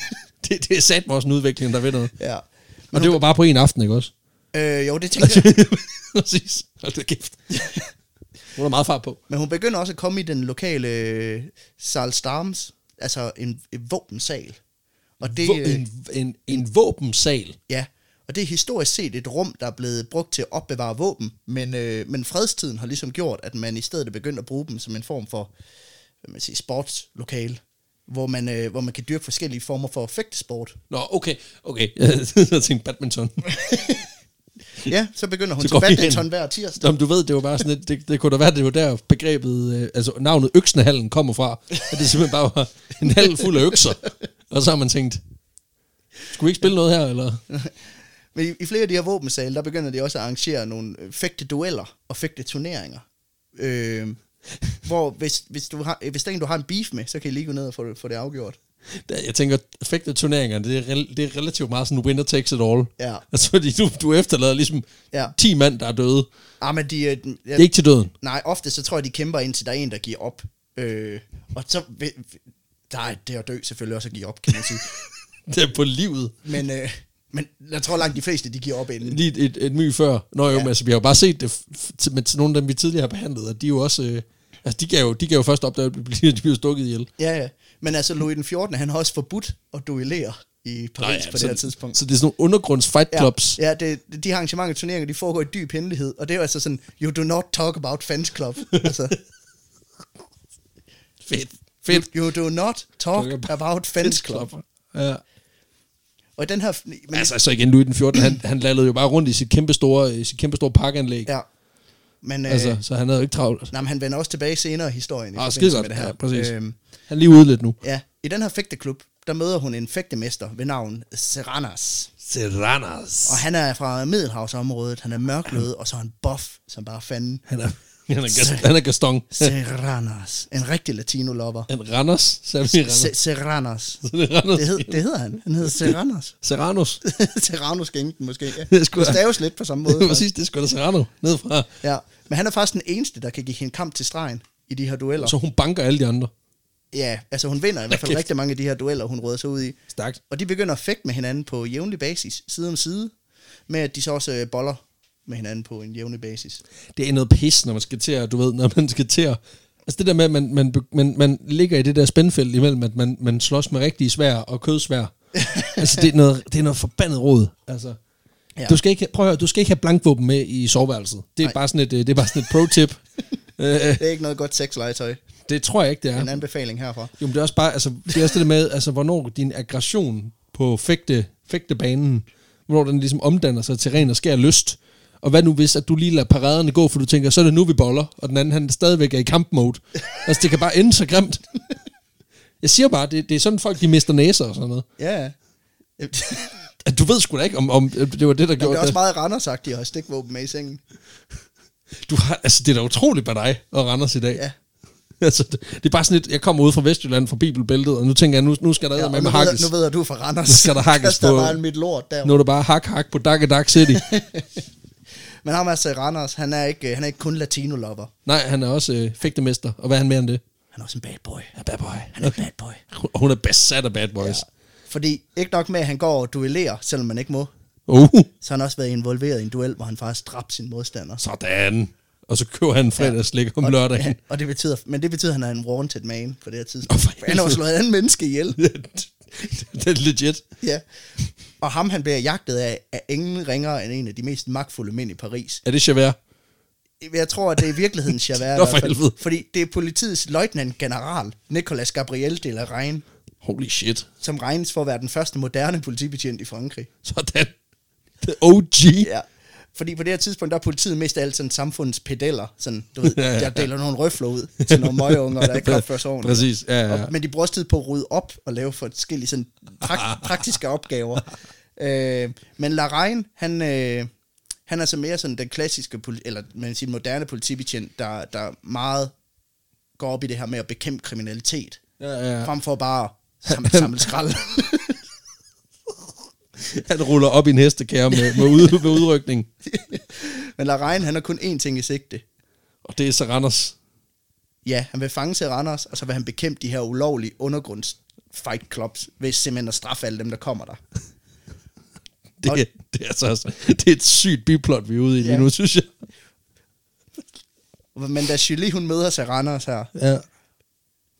det, det er sat vores en udvikling, der ved noget. Ja. Og det var bare på en aften, ikke også? Øh, jo, det tænker jeg. Præcis. Hold da kæft. Hun er meget far på. Men hun begynder også at komme i den lokale øh, Salstarms, altså en, en våbensal. Og det, Vå- øh, en, en, en våbensal. Ja, og det er historisk set et rum, der er blevet brugt til at opbevare våben, men, øh, men fredstiden har ligesom gjort, at man i stedet er begyndt at bruge dem som en form for hvad man siger, sportslokale, hvor man, øh, hvor man kan dyrke forskellige former for fægtesport. Nå, okay, okay. Jeg tænkte badminton. Ja, så begynder hun Så så går til vi hen. badminton hver tirsdag. Nå, men du ved, det var bare sådan lidt, det, det kunne da være, det var der begrebet, øh, altså navnet Øksnehallen kommer fra, at det simpelthen bare var en hal fuld af økser. Og så har man tænkt, skulle vi ikke spille noget her, eller? Men i, i flere af de her våbensale, der begynder de også at arrangere nogle øh, fægtedueller og fægteturneringer. Øh, hvor hvis, hvis, du har, øh, hvis der er en, du har en beef med, så kan I lige gå ned og få det, få det afgjort. Der- Jeg tænker, effektet turneringerne, det er, rel- det er relativt meget sådan winner takes it all. Ja. Altså, fordi du, du efterlader ligesom Ja. 10 mand, der er døde. Ah, men de, øh, den- Det er ikke til døden. Nej, ofte så tror jeg, de kæmper indtil der er en, der giver op. Øh, og så... vil- vil- Der er det at dø selvfølgelig også at give op, kan man sige. Det er på livet. men, øh, men jeg tror langt de fleste, de giver op inden. Lige et, et, et my før. Nå jo, ja. men altså, vi har jo bare set det f- f- til- med til nogle af dem, vi tidligere har behandlet, at de jo også... Øh, altså, de gav jo, de gav jo først op, da de blev- de blev stukket ihjel. Ja, ja. Men altså, Louis den 14. han har også forbudt at duellere i Paris Nå, ja, på så, det her tidspunkt. altså, Så det er sådan nogle undergrunds fight Ja, clubs. Ja. ja det, de her arrangementer og turneringer, de foregår i dyb hemmelighed, og det er jo altså sådan, you do not talk about fans club. altså, Fedt. Fedt. You do not talk Talk about about fans club. Ja. Og i den her... Men, Altså, så igen, Louis den 14, han, han lallede jo bare rundt i sit kæmpe store, øh, sit kæmpe store parkanlæg. Ja. ja. Men, Altså, øh, så han havde jo ikke travlt. Altså. nej, men han vender også tilbage senere i historien. i Ah, forbindelse skide godt. med det her. Ja, præcis. Øhm, Han er lige ude lidt nu. ja, i den her fægteklub, der møder hun en fægtemester ved navn Serranas. Serranas. Og han er fra Middelhavsområdet, han er mørklød, og så er han buff, som bare fanden. Han er, han er, Gas- han er Gaston. Serranas. En rigtig latino-lopper. Han Randers. Sagde vi Randers. Se- Serranas. Så det er Randers. Det, hed, det hedder han. Han hedder Serranas. Serranos. Serranos gængen måske. Ja. Det er sgu- Det staves lidt på samme måde. faktisk. Præcis, det er sgu da Serrano. Ned fra. Ja, men han er faktisk den eneste, der kan give hende kamp til stregen i de her dueller. Så Så. hun banker alle de andre. Ja, altså hun vinder i hvert fald Kæft. rigtig mange af de her dueller, hun råder sig ud i. Stærkt. Og de begynder at fægte med hinanden på jævnlig basis, side om side, med at de så også øh, boller med hinanden på en jævnlig basis. Det er noget pis, når man skal til at, du ved, når man skal til at, Altså det der med, at man, man, be- man, man ligger i det der spændfelt imellem, at man, man slås med rigtige svær og kødsvær. altså det er, noget, det er noget forbandet råd. Altså, Ja. ja. du skal ikke, prøv at høre, du skal ikke have blankvåben med i soveværelset. Det er, Nej. bare sådan, et, øh, det er bare sådan et pro-tip. øh, Det er ikke noget godt sexlegetøj. det tror jeg ikke, det er. En anbefaling herfra. Jo, men det er også bare, altså, det er også det der med, altså, hvornår din aggression på fægte, fægtebanen, hvornår den ligesom omdanner sig til ren og skær lyst. Og hvad nu hvis, at du lige lader paraderne gå, for du tænker, så er det nu, vi boller, og den anden, han stadigvæk er i kampmode. Altså, det kan bare ende så grimt. Jeg siger bare, det, det er sådan folk, de mister næser og sådan noget. Ja, ja. Jamen, At du ved sgu da ikke, om, om det var det, der det gjorde er også det. meget Randers sagt, de har stikvåben med i sengen. Du har, altså, det er da utroligt med dig og Randers i dag. Ja. Altså, det, det, er bare sådan lidt, jeg kommer ud fra Vestjylland, fra Bibelbæltet, og nu tænker jeg, nu, nu skal der ja ja, og med nu, med ved, jeg- hakkes. nu ved jeg, du er fra Randers. Nu skal der hakkes Kaster på- bare mit lort der. Nu er det bare hak, hak på Dak Dak City. Men ham altså Randers, han er ikke, han er ikke kun latino-lopper. Nej, han er også øh, fægtemester. Og hvad er han mere end det? Han er også en bad boy. Han er bad boy. Han er en bad boy. Hun- Hun er besat af bad boys. Ja. Fordi ikke nok med, at han går og duellerer, selvom man ikke må, Uh, så har han også været involveret i en duel, hvor han faktisk dræbte sin modstander. sådan. Og så køber han en fredagslik om lørdagen. Og det betyder, men det betyder, at han er en wanted man på det her Åh, tidspunkt. for Oh, han har jo helvede. slået et andet menneske ihjel. det er legit. Ja. Og ham, han bliver jagtet af, af ingen ringere end en af de mest magtfulde mænd i Paris. Er det Javert? Jeg tror, at det er i virkeligheden Javert. i Nå, hvert for fald. helvede. Fordi det er politiets løjtnant general, Nicolas Gabriel de la Reine, Holy shit. som regnes for at være den første moderne politibetjent i Frankrig. Sådan. The OG. Ja. Ja. Fordi på det her tidspunkt, der er politiet mest af alt sådan samfundets pedeller. Sådan, du ved, Ja, ja, ja. der deler nogle røfler ud til nogle møgeunger, der ikke opfører sig ordentligt. Præcis, ja, ja, ja. Og- Men de bruger også tid på at rydde op og lave forskellige sådan prak- praktiske opgaver. Øh, men Larein, han, øh, han er så mere sådan den klassiske, poli- eller man kan sige moderne politibetjent, der, der meget går op i det her med at bekæmpe kriminalitet. Ja, ja. Frem for bare at samle, samle skrald. Han ruller op i en hestekære med, med, ud, med udrykning. men Larein, han har kun én ting i sigte. Og det er så Randers. Ja, han vil fange til Randers, og så vil han bekæmpe de her ulovlige undergrunds fight clubs, ved simpelthen at straffe alle dem, der kommer der. Det, Og- er- det, er altså, også- det er et sygt biplot, vi er ude i lige Ja. nu, synes jeg. Men da Julie, hun møder sig Randers her, Ja.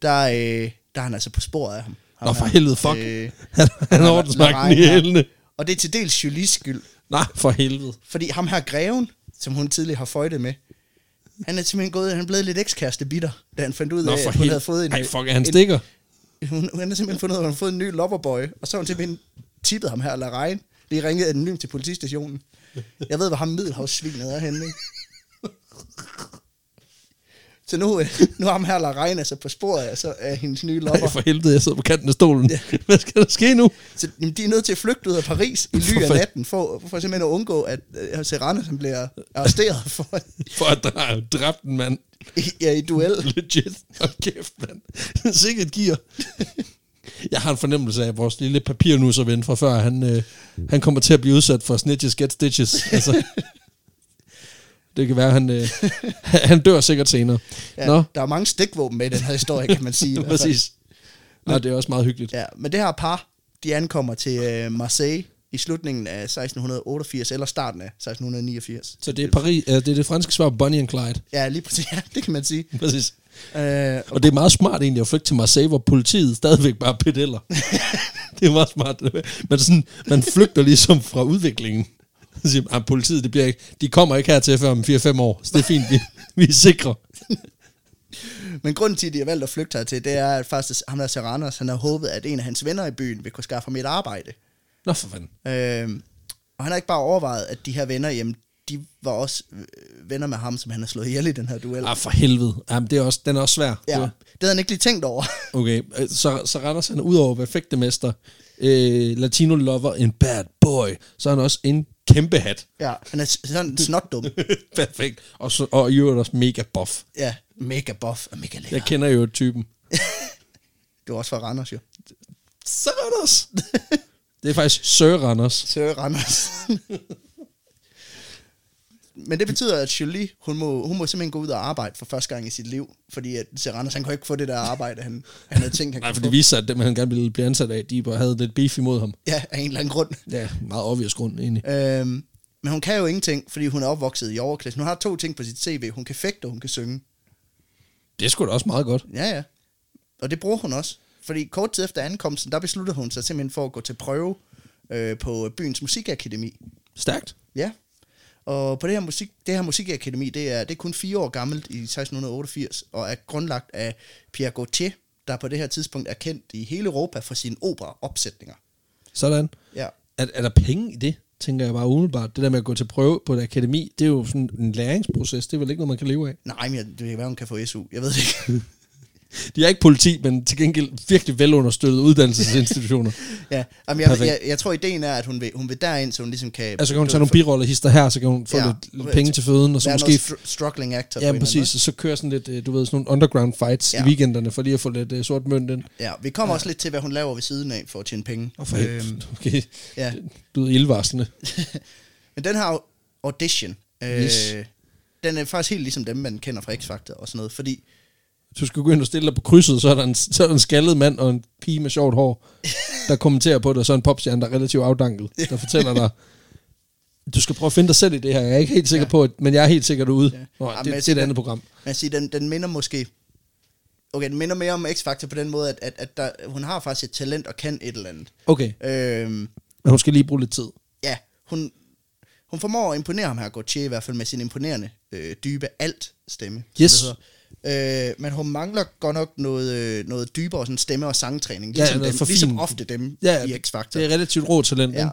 der, øh, der er han altså på sporet af ham. Ham Nå, for her. helvede, fuck. Øh, Han, han La- er ordensmagten i Lorraine her. hælene. Og det er til dels Julies skyld, Nej, for helvede. fordi ham her greven, som hun tidligere har føjtet med, han er simpelthen gået, han er blevet lidt ekskæreste bitter, da han fandt ud af, Nå, for at hun helvede. havde fået en... Ej, fuck, er han en- stikker? Hun, hun har simpelthen fundet ud af, at hun har fået en ny lopperbøje, og så har hun simpelthen tippet ham her, eller regn. Lige ringet anonymt til politistationen. Jeg ved, hvor ham middelhavssvinet er henne, ikke? Så nu, øh, nu har ham her, eller regn, altså på sporet af, så af hendes nye lopper. Nej, for helvede, jeg sidder på kanten af stolen. Hvad skal der ske nu? Så jamen, de er nødt til at flygte ud af Paris i ly af Hvorfor? natten, for, for simpelthen at undgå, at øh, Serrano som bliver arresteret for, For at der er dræbt en mand. i, ja, i duel. Legit. Hold kæft, mand. Sikkert gear. Jeg jeg har en fornemmelse af, at vores lille papirnusserven fra før, han, øh, han kommer til at blive udsat for snitches get stitches. Altså, det kan være, han, øh, han dør sikkert senere. Ja, Nå, Der er mange stikvåben med i den her historie, kan man sige. i hvert fald. præcis. Nå, det er også meget hyggeligt. Ja, men det her par, de ankommer til øh, Marseille i slutningen af 1688, eller starten af 1689. Så det er, Paris, øh, det, er det franske svar på Bonnie and Clyde. Ja, lige præcis. Ja, det kan man sige. Præcis. Øh, Og det er meget smart egentlig at flygte til Marseille, hvor politiet stadigvæk bare pedeller. det er meget smart. det der. Men sådan, man flygter ligesom fra udviklingen. Så siger man, "Ah, politiet, det bliver ikke, de kommer ikke hertil før om 4-5 år, så det er fint, vi, vi er sikre. men grunden til, at de har valgt at flygte hertil, det er, at faktisk ham der Serranos, han har håbet, at en af hans venner i byen vil kunne skaffe ham et arbejde. Nå for fanden. Øh, og han har ikke bare overvejet, at de her venner, jamen, de var også øh, venner med ham, som han har slået ihjel i den her duel. Ah, for helvede. Jamen, det er også, den er også svær. Ja, Det- det havde han ikke lige tænkt over. Okay, øh, så, så Randers han er udover at være fægtemester, øh, latino lover, en bad boy, så er han også en kæmpe hat. ja, han er s- sådan snotdum. Perfekt. Og, så, og i øvrigt også mega buff. Ja, mega buff og mega lækker. Jeg kender jo typen. Du er også fra Randers, jo. Så Randers! det er faktisk Sir Randers. Sir Randers. Men det betyder, at Julie, hun må, hun må simpelthen gå ud og arbejde for første gang i sit liv, fordi at Sir Randers, han kunne ikke få det der arbejde, han, han havde tænkt, han Nej, for kunne det få. viste sig, at dem, han gerne ville blive ansat af, de bare havde lidt beef imod ham. Ja, af en eller anden grund. Ja, meget obvious grund egentlig. Øhm, men hun kan jo ingenting, fordi hun er opvokset i overklassen. Hun har to ting på sit CV. Hun kan fægte, og hun kan synge. Det er sgu da også meget godt. Ja, ja. Og det bruger hun også. Fordi kort tid efter ankomsten, der besluttede hun sig simpelthen for at gå til prøve øh, på byens musikakademi. Stærkt. Ja. Og på det her, musik, det her musikakademi, det er, det er kun fire år gammelt i 1688, og er grundlagt af Pierre Gautier, der på det her tidspunkt er kendt i hele Europa for sine operaopsætninger. Sådan. Ja. Er, er der penge i det, tænker jeg bare umiddelbart. Det der med at gå til prøve på et akademi, det er jo sådan en læringsproces. Det er vel ikke noget, man kan leve af. Nej, men jeg, det kan være, hun kan få SU. Jeg ved det ikke. De er ikke politi, men til gengæld virkelig velunderstøttede uddannelsesinstitutioner. ja. Jamen, jeg, Perfekt. jeg, jeg, tror, ideen er, at hun vil, hun vil derind, så hun ligesom kan... altså kan hun tage nogle biroller hister her, så kan hun få Ja. ja. lidt, lidt penge til føden, og så være måske... noget str- struggling actor. på Ja, en eller anden præcis. Og så kører sådan lidt, øh, du ved, sådan nogle underground fights Ja. ja. i weekenderne, for lige at få lidt uh, sort mønt ind. måde. Ja, vi kommer også lidt til, hvad hun laver ved siden af for at tjene penge. Og for øhm, okay. ja. Ja. Du er ildvarslende. Men den her audition, øh, Yes. den er faktisk helt ligesom dem, man kender fra X-Factor og sådan noget, fordi Du skal gå ind og stille dig på krydset, så er der en, så er der en skaldet mand og en pige med sjovt hår, der kommenterer på det, og så en popstjerne, der er relativt afdanket, der fortæller dig, du skal prøve at finde dig selv i det her. Jeg er ikke helt sikker Ja. ja. på, at, men jeg er helt sikkert ude. Ja. Ja. Nå, Jamen, altså, det, det, jeg er tænker- et andet program. man siger, den, den minder måske... Okay, den minder mere om X-Factor på den måde, at, at, at der, hun har faktisk et talent og kan et eller andet. Okay, Øhm, men hun skal lige bruge lidt tid. ja, hun, hun formår at imponere ham her, Gauthier, i hvert fald med sin imponerende øh, dybe alt-stemme. som Yes. det hedder. Øh, men hun mangler godt nok noget, øh, noget dybere sådan stemme- og sangtræning, Ja, ligesom, noget dem, for ligesom fin. ofte dem Ja, i X-Factor. Det er relativt rå talent, ja.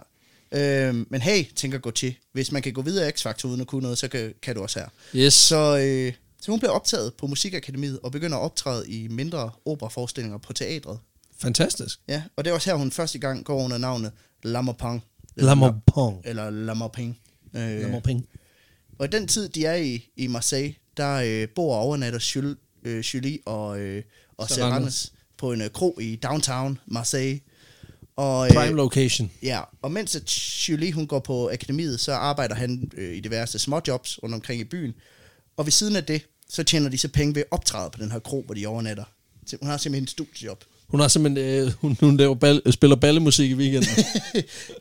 Ja. Øhm, men hey, tænker Gauthier, hvis man kan gå videre i X-Factor uden at kunne noget, så kan, kan du også her. Yes. Så, øh, så hun bliver optaget på Musikakademiet og begynder at optræde i mindre operaforestillinger på teatret. Fantastisk. Ja, og det er også her, hun første gang går under navnet Lammerpang. Lammerpong. Eller Lammerping. Øh, Lammerpong. og i den tid, de er i, i Marseille, der øh, bor og overnatter Jules, øh, Julie og, øh, og Serranos. Serranes på en øh, kro i downtown Marseille. Og, øh, Prime location. Ja, og mens at Julie hun går på akademiet, så arbejder han øh, i diverse småjobs rundt omkring i byen. Og ved siden af det, så tjener de så penge ved at optræde på den her kro, hvor de overnatter. Så Hun har simpelthen et studiejob. Hun har simpelthen, øh, hun, hun laver bal, spiller ballemusik i weekenden.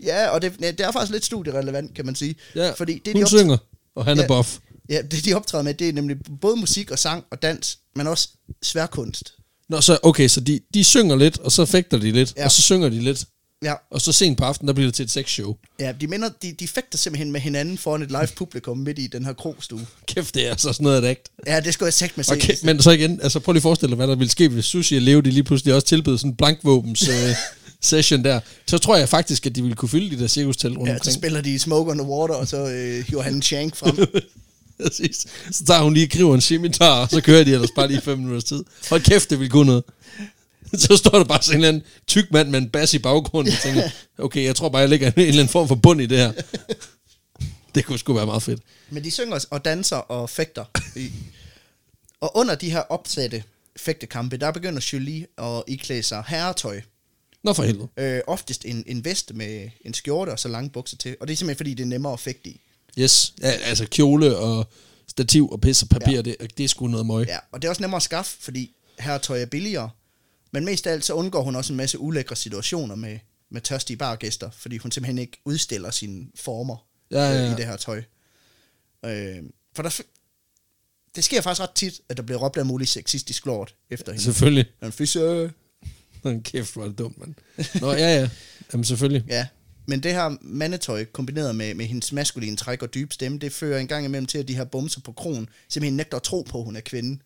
ja, og det, ja, det er faktisk lidt studierelevant, kan man sige. Ja, Fordi det, hun de de synger, og han Ja. ja. er buff. ja, det de optræder med, det er nemlig både musik og sang og dans, men også sværkunst. Nå, så, okay, så de, de synger lidt, og så fægter de lidt, Ja. ja. og så synger de lidt. Ja, Og så sent på aftenen, der bliver det til et sexshow. ja de, minder, de, de fægter simpelthen med hinanden foran et live publikum midt i den her krogstue. Kæft, det er altså sådan noget af ægt. Ja, det skulle jeg sagt med se. Okay, men så igen, altså prøv lige at forestille dig, hvad der ville ske, hvis Sushi og Leo de lige pludselig også tilbød sådan en blankvåbens øh, session der. Så tror jeg faktisk, at de ville kunne fylde de der cirkustelt rundt Ja, så omkring. spiller de Smoke on the Water, og så øh, hiver han en shank frem. Præcis. Så tager hun lige griber en scimitar, og så kører de ellers bare lige 5 minutters tid. Hold kæft, det vil kunne noget. Så står der bare sådan en eller anden tyk mand med en bas i baggrunden, og tænker, okay, jeg tror bare, jeg lægger en eller anden form for bund i det her. Det kunne sgu være meget fedt. Men de synger og danser og fægter. i- og under de her opsatte fægtekampe, der begynder Julie at iklæde sig herretøj. Nå for helvede. Øh, oftest en, en vest med en skjorte og så lange bukser til. Og det er simpelthen, fordi det er nemmere at fægte i. Yes, ja, altså kjole og stativ og pis og papir, ja. det, det er sgu noget møg. Ja. Ja, og det er også nemmere at skaffe, fordi her er tøj er billigere. Men mest af alt så undgår hun også en masse ulækre situationer med, med tørstige bargæster, fordi hun simpelthen ikke udstiller sine former Ja, ja, Øh, ja. i det her tøj. Øh, for der, f- det sker faktisk ret tit, at der bliver råbt af mulig sexistisk lort efter hende. Selvfølgelig. En fisse. Nå, kæft, hvor er det dumt, mand. Nå, ja, ja. Jamen, selvfølgelig. Ja, men det her mandetøj kombineret med, med hendes maskuline træk og dybe stemme, det fører en gang imellem til, at de her bumser på krogen simpelthen nægter at tro på, at hun er kvinde.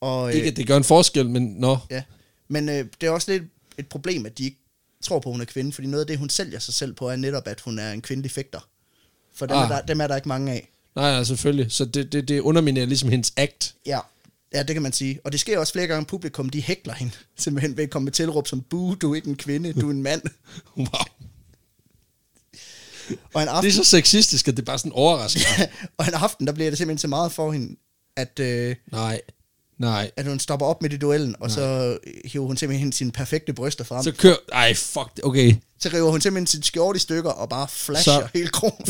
Og, Ikke, øh, at det gør en forskel, men nå. ja. Men øh, det er også lidt et problem, at de ikke tror på, at hun er kvinde, fordi noget af det, hun sælger sig selv på, er netop, at hun er en kvindelig fægter. For dem, ah. Ah. er, der, dem er der ikke mange af. Nej, nej, selvfølgelig. Så det, det, det underminerer ligesom hendes act. Ja. ja, det kan man sige. Og det sker også flere gange, at publikum de hækler hende, simpelthen ved at komme med tilråb som, bu, du er ikke en kvinde, du er en mand. Wow. Og en aften, Det er så sexistisk, at det er bare sådan overraskende. og en aften, der bliver det simpelthen så meget for hende, at, øh, Nej, nej. at hun stopper op midt i duellen, og så øh, hiver hun simpelthen sine perfekte bryster frem. Så Så, kør... Ej, fuck det. Okay. så river hun simpelthen sit skjort i stykker og bare flasher Så- så. hele krogen.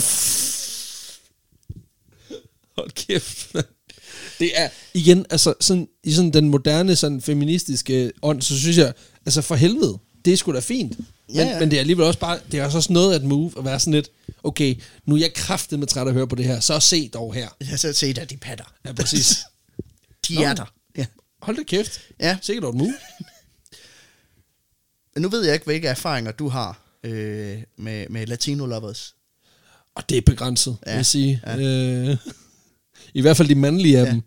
Hold kæft, mand. Det er, igen, altså sådan, i sådan den moderne sådan, feministiske ånd, så synes jeg, altså for helvede, det er sgu da fint. Men, Ja, ja. men det er alligevel også bare, det er også også noget at move, at være sådan lidt, okay, nu er jeg kraftet med træt at høre på det her, så se dog her. Ja, så se der, de patter. Ja, præcis. De Nå. er der. Ja. Hold da kæft. Ja. Sikkert et move. Nu ved jeg ikke, hvilke erfaringer du har øh, med, med Latino Lovers. Og det er begrænset, ja. Ja, vil jeg sige. Ja. Øh, I hvert fald de mandlige af ja. Ja. dem.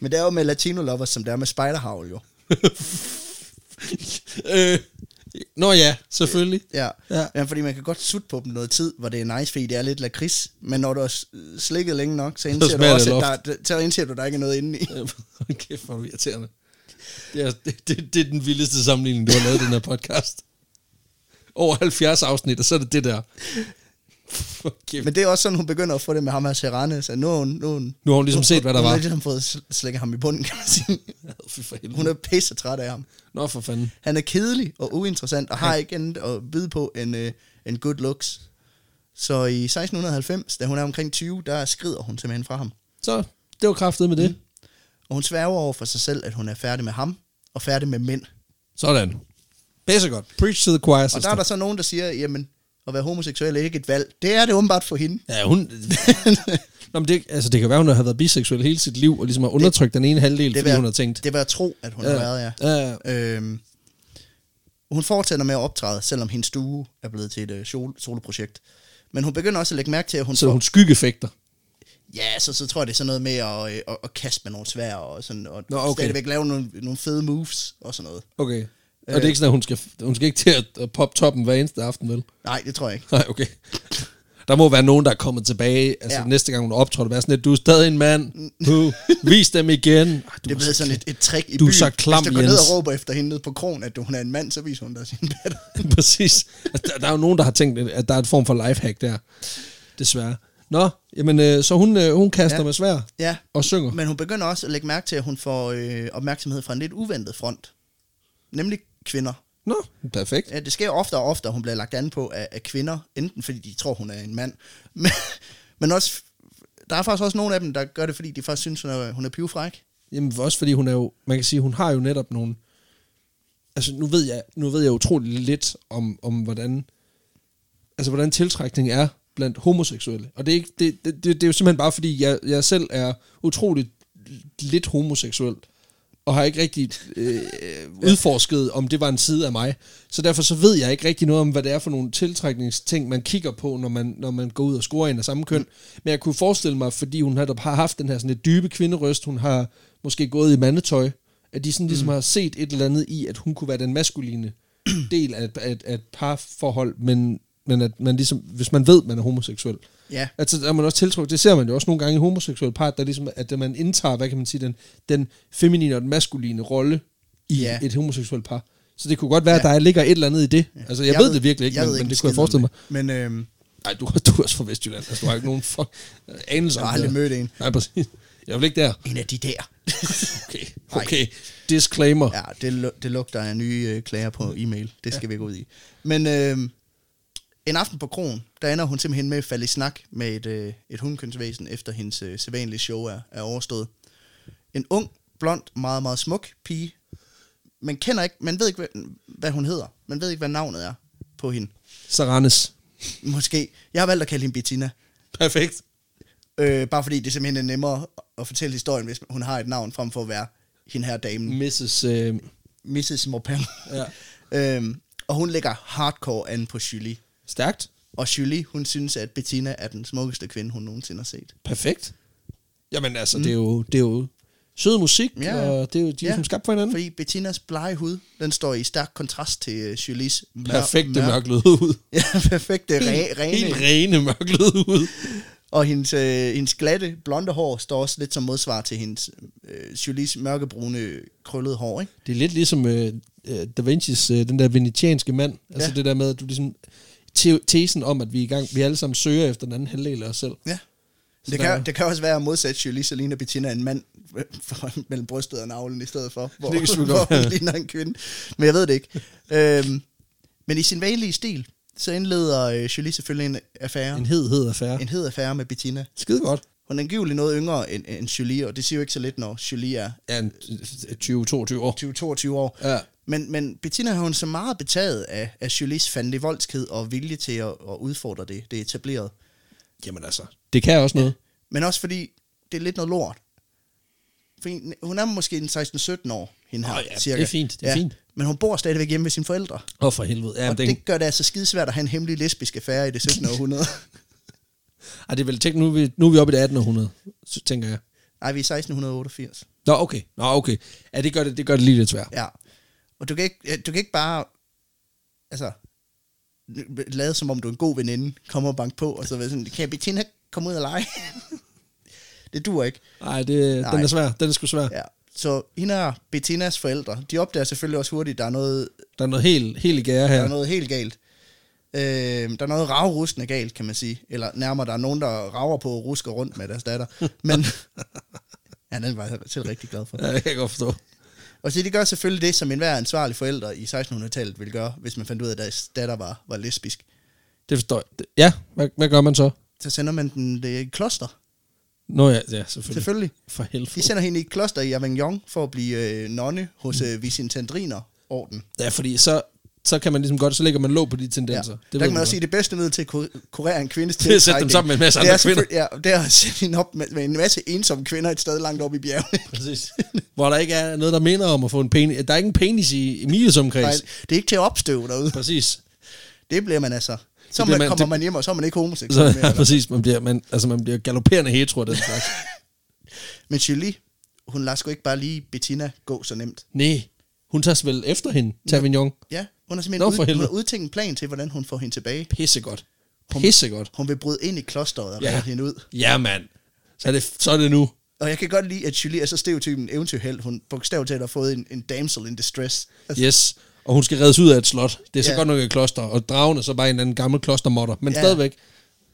Men det er jo med Latino Lovers, som det er med Spiderhavl jo. øh, nå ja, selvfølgelig. Ja. Ja. ja. ja. fordi man kan godt sutte på dem noget tid, hvor det er nice, fordi det er lidt lakrids. Men når du har s- slikket længe nok, så indser, du, smager det også, loft. at der, så indser du, at der ikke er noget inde i. Øh, Hold kæft, hvor er du irriterende. Det er, det, det, det er den vildeste sammenligning, du har lavet i den her podcast. Over 70 afsnit, og så er det det der. Hold kæft. Men det er også sådan, hun begynder at få det med ham her Serrane, så nu, er hun, nu, er hun, Nu har hun ligesom set, hvad der hun var. har ligesom fået sl- slikket ham i bunden, kan man sige. Ad, Fy for Hun helvede. er pisse træt af ham. Nå for fanden. Han er kedelig og uinteressant, og har ikke andet at byde på end, øh, end good looks. Så i 1690, da hun er omkring 20, der skrider hun simpelthen fra ham. Så det var kraftet med det. Mm. Og hun sværger over for sig selv, at hun er færdig med ham, og færdig med mænd. Sådan. Bedst godt. Preach to the choir, Og sister. der er der så nogen, der siger, jamen, at være homoseksuel er ikke et valg. Det er det åbenbart for hende. Ja, hun... Nå, men det, altså, det kan være, hun har været biseksuel hele sit liv, og ligesom har undertrykt det, den ene halvdel, det, Det fordi vil- hun har tænkt... "Øh, Det var at tro, at hun har været, ja. ja. ja. Øhm, hun fortsætter med at optræde, selvom hendes stue er blevet til et øh, sol- soloprojekt. Men hun begynder også at lægge mærke til, at hun... Så får- hun skyggefægter. Ja, så, så tror jeg, det er sådan noget med at, øh, at, at kaste med nogle svær og, sådan, og Nå, Nå, okay. okay. stadigvæk lave nogle, nogle fede moves og sådan noget. Okay. Og det er ikke sådan, at hun skal, hun skal ikke til at, at poppe toppen hver eneste aften, vel? Nej, det tror jeg ikke. Nej, okay. Der må være nogen, der er kommet tilbage, altså ja. Ja. næste gang hun optrådte, være sådan lidt, du er stadig en mand, du, vis dem igen. Ej, du Det er var blevet så sådan et, et trick i Du er byen. så klam, Hvis du går ned Jens. og råber efter hende nede på krogen, at hun er en mand, så viser hun dig sin patter. ked- Præcis. Altså, der, der er jo nogen, der har tænkt, at der er et form for lifehack der. Desværre. Nå, jamen, øh, så hun, øh, hun kaster ja. Ja. med svær Ja, og synger. men hun begynder også at lægge mærke til, at hun får øh, opmærksomhed fra en lidt uventet front. Nemlig kvinder. Nå, perfekt. Ja, det sker ofte og ofte, at hun bliver lagt an på af, af kvinder, enten fordi de tror, hun er en mand, men, men også, der er faktisk også nogle af dem, der gør det, fordi de faktisk synes, hun er, hun er pivfræk. Jamen også fordi hun er jo, man kan sige, hun har jo netop nogle, altså nu ved jeg, nu ved jeg utrolig lidt om, om hvordan, altså hvordan tiltrækning er blandt homoseksuelle. Og det er, ikke, det, det, det, det er jo simpelthen bare fordi, jeg, jeg selv er utroligt lidt homoseksuel, og har ikke rigtig øh, udforsket, om det var en side af mig. Så derfor så ved jeg ikke rigtig noget om, hvad det er for nogle tiltrækningsting, man kigger på, når man, når man går ud og scorer en af samme køn. Men jeg kunne forestille mig, fordi hun netop har haft den her sådan lidt dybe kvinderøst, hun har måske gået i mandetøj, at de sådan ligesom har set et eller andet i, at hun kunne være den maskuline del af et, af, et- af et parforhold, men, men at man ligesom, hvis man ved, man er homoseksuel, Ja, Altså, der er man også tiltrukket, det ser man jo også nogle gange i homoseksuelle par, der ligesom, at man indtager, hvad kan man sige, den, den feminine og den maskuline rolle i ja. Ja. et homoseksuelt par. Så det kunne godt være, at der ligger et eller andet i det. Altså, jeg, jeg ved, det virkelig ikke, men, men en det kunne jeg skid om forestille mig. Men øhm, Nej, du, du er også fra Vestjylland, altså, du har ikke nogen fuck, anelse jeg om har det aldrig der. mødt en. Nej, præcis. Jeg vil ikke der. En af de der. Okay, Nej. okay. Disclaimer. Ja. Ja, det, lu- det lugter af nye øh, klager Mm. på e-mail. Det skal ja. vi gå ud i. Men øh, en aften på krogen, der ender hun simpelthen med at falde i snak med et, øh, et hundkønsvæsen, efter hendes øh, sædvanlige show er, er overstået. En ung, blond, meget, meget smuk pige. Man kender ikke, man ved ikke, hvad, hvad hun hedder. Man ved ikke, hvad navnet er på hende. Saranes. Måske. Jeg har valgt at kalde hende Bettina. Perfekt. Øh, bare fordi det simpelthen er nemmere at fortælle historien, hvis hun har et navn, frem for at være hende her damen. Mrs. Øh, Mrs. Maupin. Ja. øhm, og hun lægger hardcore an på Julie. stærkt. Og Julie, hun synes, at Bettina er den smukkeste kvinde, hun nogensinde har set. Perfekt. Jamen altså, mm. det, er jo, det er jo sød musik, Ja. ja. og det er jo, de er ja. som skabt for hinanden. Fordi Bettinas blege hud, den står i stærk kontrast til øh, Julies mør- Perfekte mør- mørklede hud. Ja, perfekte, re- Helt, helt rene. rene mørklede hud. Og hendes, øh, hendes glatte, blonde hår står også lidt som modsvar til hendes, øh, Julies mørkebrune, krøllede hår, ikke? Det er lidt ligesom øh, øh, Da Vinci's, øh, den der venetianske mand. Altså Ja. det der med, at du ligesom... Te- tesen om, at vi er i gang, vi alle sammen søger efter den anden halvdel af os selv. Ja. Så Det der er- kan, det kan også være at modsat Julie, så ligner Bettina en mand øh, for- mellem brystet og navlen i stedet for, hvor, Det kan selvfølgelig godt hvor hun være. ligner en kvinde. Men jeg ved det ikke. Øhm, men i sin vanlige stil, så indleder øh, Julie selvfølgelig en affære. En En, hed hed affære. en hed affære med Bettina. Skide godt. Hun er angiveligt noget yngre end, end Julie, og det siger jo ikke så lidt, når Julie er Ja, en, øh, 20-22 år. 20-22 år. Ja. Men, men Bettina har hun så meget betaget af, af Julies fandelig voldsked og vilje til at, at udfordre det, det etablerede. Jamen altså. Det kan også noget. Men også fordi, det er lidt noget lort. Fordi hun er måske en 16-17 år, hende her, Nå ja, cirka. det er fint, det er fint. Men hun bor stadigvæk hjemme ved sine forældre. Åh, oh, for helvede. Ja, og men den, det gør det altså skidesvært at have en hemmelig lesbisk affære i det 17. århundrede. Ej, det er vel tænkt, nu er vi, nu er vi oppe i det 1800, så tænker jeg. Nej, vi er i 1688. Nå, okay. Nå, okay. Ja, det gør det, det, gør det lige lidt svært. Ja. Og du kan ikke, øh, du kan ikke bare... Altså, lade som om du er en god veninde, kommer og banke på, og så være sådan, kan Bettina komme ud og lege? det duer ikke. Ej, det, Nej. den er svær. Den er sgu svær. Ja. Ja. Så hende og Bettinas forældre, de opdager selvfølgelig også hurtigt, at der er noget Der er noget helt, helt i gære her. Der er noget helt galt. Øh, der er noget ravrustende galt, kan man sige. Eller nærmere, der er nogen, der raver på og rusker rundt med deres datter. Men ja, den var jeg selv rigtig glad for. Ja, det kan jeg godt forstå. Og så de gør selvfølgelig det, som enhver ansvarlig forælder i 1600-tallet ville gøre, hvis man fandt ud af, at deres datter var, var lesbisk. Det forstår jeg. Det- Ja, hvad, hvad gør man så? Så sender man den det, i et kloster, Nå ja, ja selvfølgelig. selvfølgelig. For helvede. De sender hende i et kloster i Avignon for at blive øh, nonne hos øh, Vicentandriner-orden. Ja, fordi så, så kan man ligesom godt, så lægger man låg på de Ja. tendenser. Det der ved kan man også godt. sige, at det bedste middel til at kur- kurere en kvindes Det er at sætte dem tiltrækning, sammen med en masse det er andre kvinder. selvfølgelig- Ja, det er at sætte hende op med, med en masse ensomme kvinder et sted langt oppe i bjergene. Præcis. Hvor der ikke er noget, der minder om at få en penis. Der er ikke en penis i Emilies Nej, omkreds. det er ikke til at opstøve derude. Præcis. Det bliver man altså. Så Det bliver man, man- kommer det- man hjem, og så er man ikke homoseksuel Så, mere. ja, eller? præcis. Man bliver, man, altså, man bliver galopperende hetero af den slags. Men Julie, hun lader sgu ikke bare lige Bettina gå så nemt. Nej, hun tager vel efter hende, Tavignon. Ja, hun har Nå, simpelthen for ud, hun helvede. har udtænkt en plan til, hvordan hun får hende tilbage. Pissegodt. Pissegodt. Hun vil bryde ind i klosteret og Ja. redde hende ud. Ja, mand. Så er det, så er det nu. Og jeg kan godt lide, at Julie er så stereotypen eventyrheld. Hun bogstaveligt talt har fået en, en damsel in distress. Altså, Yes. Og hun skal reddes ud af et slot. Det er så Ja. godt nok et kloster. Og dragen er så bare en eller anden gammel klostermotter. Men Ja. stadigvæk.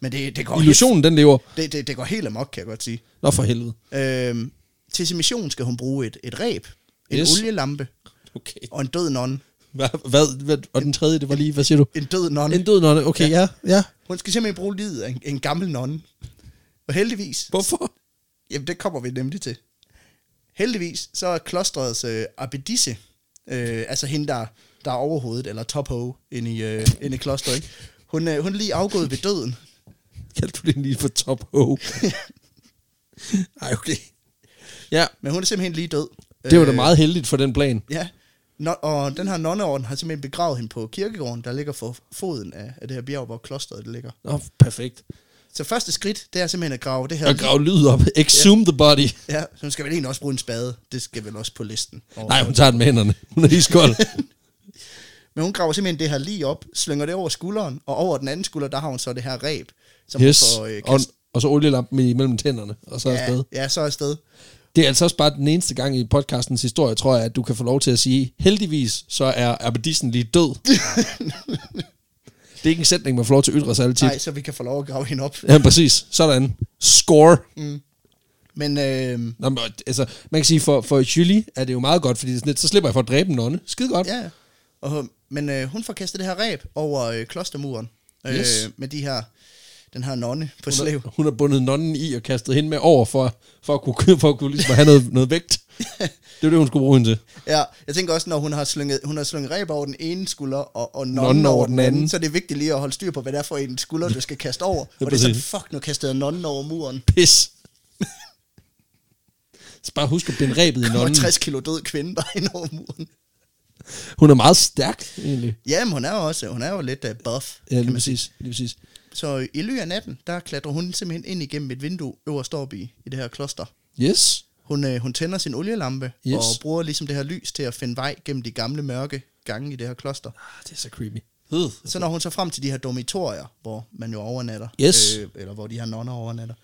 men det, det, går helt, Illusionen, den lever. det, det, det går helt amok, kan jeg godt sige. Nå for helvede. Øhm, til sin mission skal hun bruge et, et ræb, en Yes. olielampe Okay. og en død non. Hvad, hvad, hvad, og den tredje, det var lige, hvad siger du? En død non. En død nonne. Okay, ja. ja. Hun skal simpelthen bruge livet af en, en gammel non. Og heldigvis, Hvorfor? jamen det kommer vi nemlig til. Heldigvis, så er klostrets øh, abbedisse, øh, altså hende, der, der er overhovedet, eller topho, inde i, øh, inde i klosteret, ikke? Hun, øh, hun er lige afgået ved døden. Kaldte du det lige for top ho? Ej, okay. Ja, Men hun er simpelthen lige død. det var da Øh, meget heldigt for den plan. Ja, no, og den her nonneorden har simpelthen begravet hende på kirkegården, der ligger for foden af, af det her bjerg, hvor klosteret det ligger. Nå, perfekt. Så første skridt, det er simpelthen at grave det her. Og grave lyd op. Exhume the body. Ja, så hun skal vel egentlig også bruge en spade. Det skal vel også på listen. Og, Nej, hun tager den med hænderne. Hun er lige skold. Men hun graver simpelthen det her lige op, slynger det over skulderen, og over den anden skulder, der har hun så det her ræb, som yes. hun får øh, og, kastet. og så olielampen imellem tænderne. Og så ja. afsted. ja, ja, så afsted. Det er altså også bare den eneste gang i podcastens historie, tror jeg, at du kan få lov til at sige, heldigvis så er Abedissen lige død. det er ikke en sætning, man får lov til at ytre sig altid. Nej, så vi kan få lov at grave hende op. Ja, præcis. Sådan. Score. Mm. Men øh, Nå, men, altså, man kan sige, for, for Julie er det jo meget godt, fordi det er sådan lidt, så slipper jeg for at dræbe en nonne. Skide godt. ja, ja. og, men øh, hun får kastet det her ræb over øh, klostermuren. Øh, Yes. Med de her, den her nonne på Hun slæv. har, hun har bundet nonnen i og kastet hende med over for, for at kunne, for at kunne ligesom have noget, noget vægt. Det var det, hun skulle bruge hende til. Ja, jeg tænker også, når hun har slynget, hun har slynget ræb over den ene skulder, og, og nonnen, Nonnen over, den anden, anden, så er det vigtigt lige at holde styr på, hvad det er for en skulder, du skal kaste over. Ja, og det er sådan, præcis. fuck, nu kastede jeg nonnen over muren. Pis. Så bare husk at binde rebet i Og nonnen. 60 kilo død kvinde bare ind over muren. Hun er meget stærk, egentlig. Jamen, hun er jo også, hun er jo lidt uh, buff. Ja, lige præcis. Lige præcis. Så i ly af natten, der klatrer hun simpelthen ind igennem et vindue øverst oppe i, i det her kloster. Yes. Hun, øh, hun tænder sin olielampe Yes. yes. og bruger ligesom det her lys til at finde vej gennem de gamle mørke gange i det her kloster. Ah, det er så creepy. Hed. Så når hun så frem til de her dormitorier, hvor man jo overnatter, Yes. øh, eller hvor de her nonner overnatter,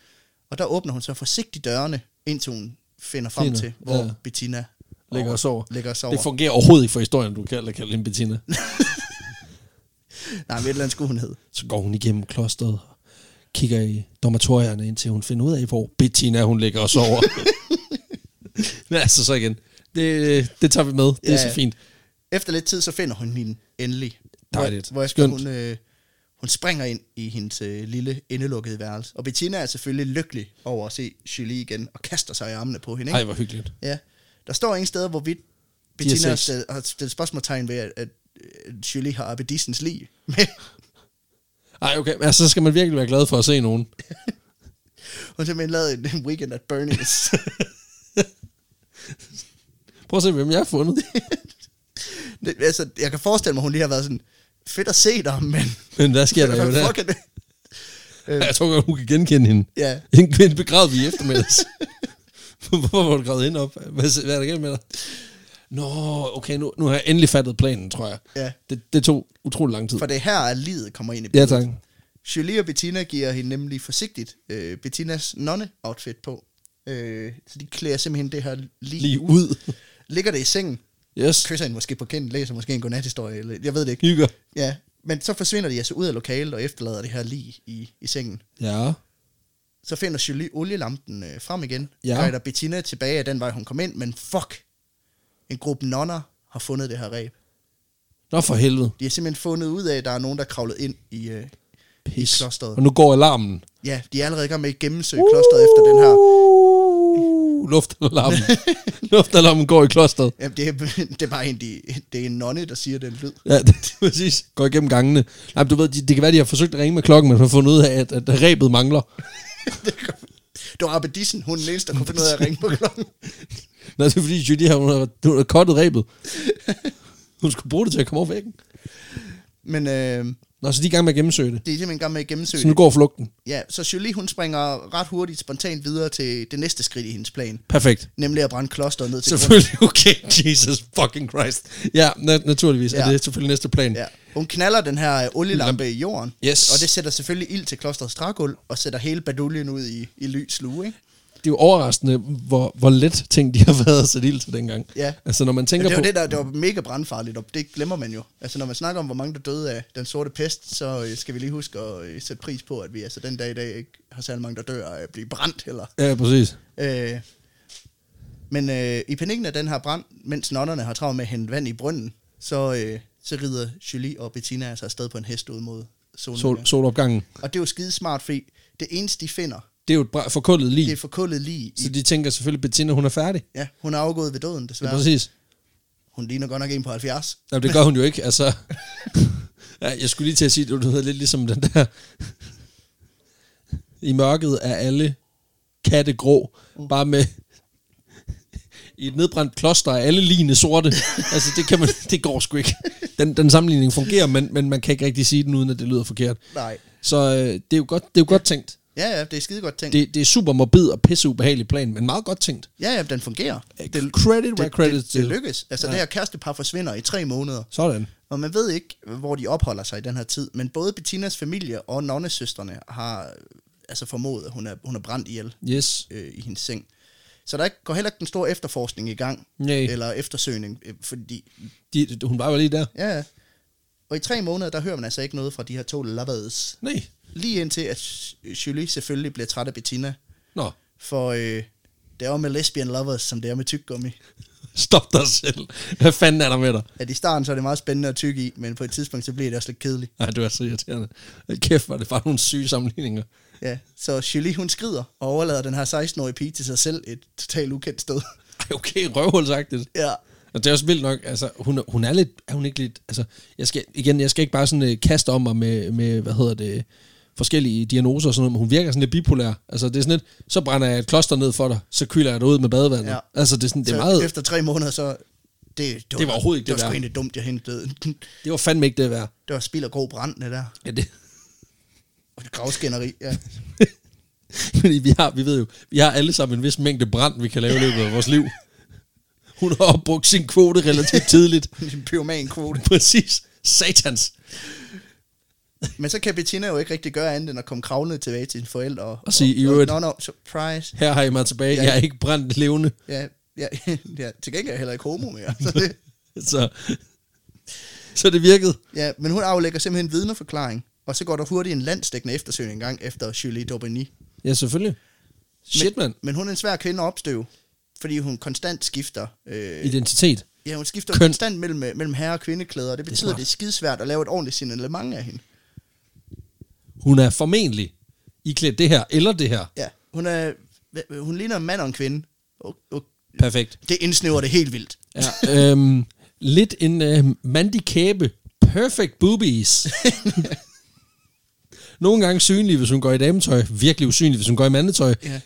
og der åbner hun så forsigtigt dørene, indtil hun finder frem Finder, til, hvor ja. ja. Bettina Lægger over- os over. Lægger os over. Det For... fungerer overhovedet ikke for historien, du kalder, kalder hende Bettina. Nej, men et eller andet skulle hun hed. Så går hun igennem klosteret og kigger i dormatorierne, indtil hun finder ud af, hvor Bettina hun ligger og sover. Men altså så igen, det, det tager vi med. Det er Ja. så fint. Efter lidt tid, så finder hun hende endelig. Dejligt. Hvor, hvor Skønt. hun, øh, hun springer ind i hendes øh, lille indelukkede værelse. Og Bettina er selvfølgelig lykkelig over at se Julie igen, og kaster sig i armene på hende. Ikke? Ej, hvor hyggeligt. Ja. Der står ingen steder, hvorvidt Bettina har sex. stillet, har stillet spørgsmålstegn ved, at, at øh, Julie har Abedissens lig. Men Ej, okay. Altså, så skal man virkelig være glad for at se nogen. hun har simpelthen lavet en- en weekend at Bernie's. Prøv at se, hvem jeg har fundet. Det- altså, jeg kan forestille mig, hun lige har været sådan, fedt at se dig, men... Men hvad sker der jo Hvad der? fuck er det? Jeg tror godt, hun kan genkende hende. Øh. Ja. En kvinde begravet i eftermiddags. Hvorfor var du gravet hende op? Hvad, hvad er der galt med dig? Nå, okay, nu, nu har jeg endelig fattet planen, tror jeg. Ja. Det, det tog utrolig lang tid. For det er her, at livet kommer ind i Ja, billedet. tak. Julie og Bettina giver hende nemlig forsigtigt øh, Bettinas nonne-outfit på. Øh, så de klæder simpelthen det her lige, Lige ud. Ligger det i sengen, Yes. kysser hende måske på kinden, læser måske en godnathistorie, eller jeg ved det ikke. Hygger. Ja, men så forsvinder de altså ud af lokalet og efterlader det her lige i, i sengen. Ja. Så finder Julie olielampen øh, frem igen, Ja. ja. guider Bettina tilbage af den vej, hun kom ind, men fuck, en gruppe nonner har fundet det her ræb. Nå for helvede. De har simpelthen fundet ud af, at der er nogen, der er kravlet ind i... Øh, Pis. I klosteret. Og nu går alarmen. ja, de er allerede i gang med at gennemsøge klosteret efter den her. Uh, Luftalarmen. Luftalarmen går i klosteret. Jamen, det, er, det er bare en, de, det er en nonne, der siger den lyd. Ja, det er præcis. Går igennem gangene. Nej, men du ved, de, det kan være, de har forsøgt at ringe med klokken, men har fundet ud af, at, at rebet mangler. Det var Abedissen, hun er den eneste, der kunne finde ud af at ringe på klokken. Nå, det er fordi, Judy har, hun har, hun har kottet rebet. Hun skulle bruge det til at komme over væggen. Men øh, Nå, så de er i gang med at gennemsøge det. det er simpelthen i gang med at gennemsøge Så nu går flugten. Ja, så Julie hun springer ret hurtigt spontant videre til det næste skridt i hendes plan, Perfekt. nemlig at brænde klosteret ned til grunden. Selvfølgelig, okay, Jesus fucking Christ. Ja, na- naturligvis ja. er Ja. det selvfølgelig næste plan. Ja. Hun knaller den her øh, olielampe i jorden, Yes. og det sætter selvfølgelig ild til klosterets trægulv, og sætter hele baduljen ud i, i lys lue, ikke? Det er jo overraskende, hvor, hvor let ting de har været at sætte ild til dengang. Ja. Altså, når man tænker Jamen, det var på... det, der det var mega brandfarligt, og det glemmer man jo. Altså, når man snakker om, hvor mange der døde af den sorte pest, så øh, skal vi lige huske at øh, sætte pris på, at vi altså den dag i dag ikke har særlig mange, der dør af at blive brændt. Eller, Ja, præcis. øh. Men øh, i panikken af den her brand, mens nonnerne har travlt med at hente vand i brønden, så, øh, så rider Julie og Bettina altså afsted på en hest ud mod solen. Sol, solopgangen. Og det er jo skidesmart, fordi det eneste, de finder, Det er jo et bra- forkullet det er lige. forkullet lige i... Så de tænker selvfølgelig, Bettina, hun er færdig. Ja, hun er afgået ved døden, Ja, desværre. præcis. Hun ligner godt nok en på 70. Jamen, det gør hun jo ikke, altså. Ja, jeg skulle lige til at sige, at du hedder lidt ligesom den der... I mørket er alle katte grå, bare med... I et nedbrændt kloster er alle lignende sorte. altså, det, kan man, det går sgu ikke. Den, den sammenligning fungerer, men, men man kan ikke rigtig sige den, uden at det lyder forkert. Nej. Så øh, det er jo godt, det er jo godt tænkt. Ja, ja, det er skide godt tænkt. Det, det er super morbid og pisse ubehagelig plan, men meget godt tænkt. Ja, ja, den fungerer. Det, credit where det, credit det, det due. lykkes. Altså, ja. det her kærestepar forsvinder i tre måneder. Sådan. Og man ved ikke, hvor de opholder sig i den her tid. Men både Bettinas familie og nonnesøstrene har øh, altså formået, at hun er, hun er brændt ihjel Yes. øh, i hendes seng. Så der ikke- går heller ikke den store efterforskning i gang. Nej. Eller eftersøgning. Øh, fordi, De, hun var jo lige der. ja, ja. Og i tre måneder, der hører man altså ikke noget fra de her to lovers. Nej. Lige indtil, at Julie selvfølgelig bliver træt af Bettina. Nå. For øh, Det er jo med lesbian lovers, som det er med tyggegummi. Stop dig selv. Hvad fanden er der med dig? At i starten så er det meget spændende at tykke i, men på et tidspunkt så bliver det også lidt kedeligt. Nej, du er så irriterende. Kæft, var det bare nogle syge sammenligninger. Ja, så Julie hun skrider og overlader den her 16-årige pige til sig selv et totalt ukendt sted. Ej, okay, røvhulsagtigt. ja, Og det er også vildt nok, altså, hun, er- hun er lidt, er hun ikke lidt, altså, jeg skal, igen, jeg skal ikke bare sådan øh, kaste om mig med, med, hvad hedder det, forskellige diagnoser og sådan noget, men hun virker sådan lidt bipolær. Altså, det er sådan lidt, så brænder jeg et kloster ned for dig, så kyler jeg dig ud med badevandet. Ja. Ja. Altså, det er sådan, det er så meget, efter tre måneder så... Det, Det var overhovedet ikke det det var sgu værd. egentlig dumt, jeg hentede. det var fandme ikke det værd. Det var spild og grå brand, det der. Ja, det, Og det gravskænderi, ja. Fordi vi har, vi ved jo, vi har alle sammen en vis mængde brand, vi kan lave i løbet af vores liv. Hun har opbrugt sin kvote relativt tidligt. En pyroman-kvote. Præcis. Satans. Men så kan Bettina jo ikke rigtig gøre andet end at komme kravlende tilbage til sine forældre. Og, Og sige, og- "I øvrigt." Nå, nå, surprise. Her har I mig tilbage. Jeg er ikke brændt levende. Ja, ja, ja, til gengæld er jeg heller ikke homo mere. Så det, Så, så det virkede. ja, men hun aflægger simpelthen vidneforklaring. Og så går der hurtigt en landstækkende eftersøgning en gang efter Julie Daubigny. Ja, selvfølgelig. Shit, mand. Men hun er en svær kvinde at opstøve, fordi hun konstant skifter. Øh, Identitet. ja, hun skifter Køn. Køn. konstant mellem, øh, mellem herre- og kvindeklæder, og det betyder, smart. det er skidesvært at lave et ordentligt signalement af hende. Hun er formentlig iklædt det her, eller det her. Ja, hun, er, hva- hun ligner en mand og en kvinde. Og, og, Perfekt. det indsnæver det helt vildt. Ja, øhm, lidt en øh, mandig kæbe. Perfect boobies. Nogle gange synlig, hvis hun går i dametøj. Virkelig usynlig, hvis hun går i mandetøj. Ja.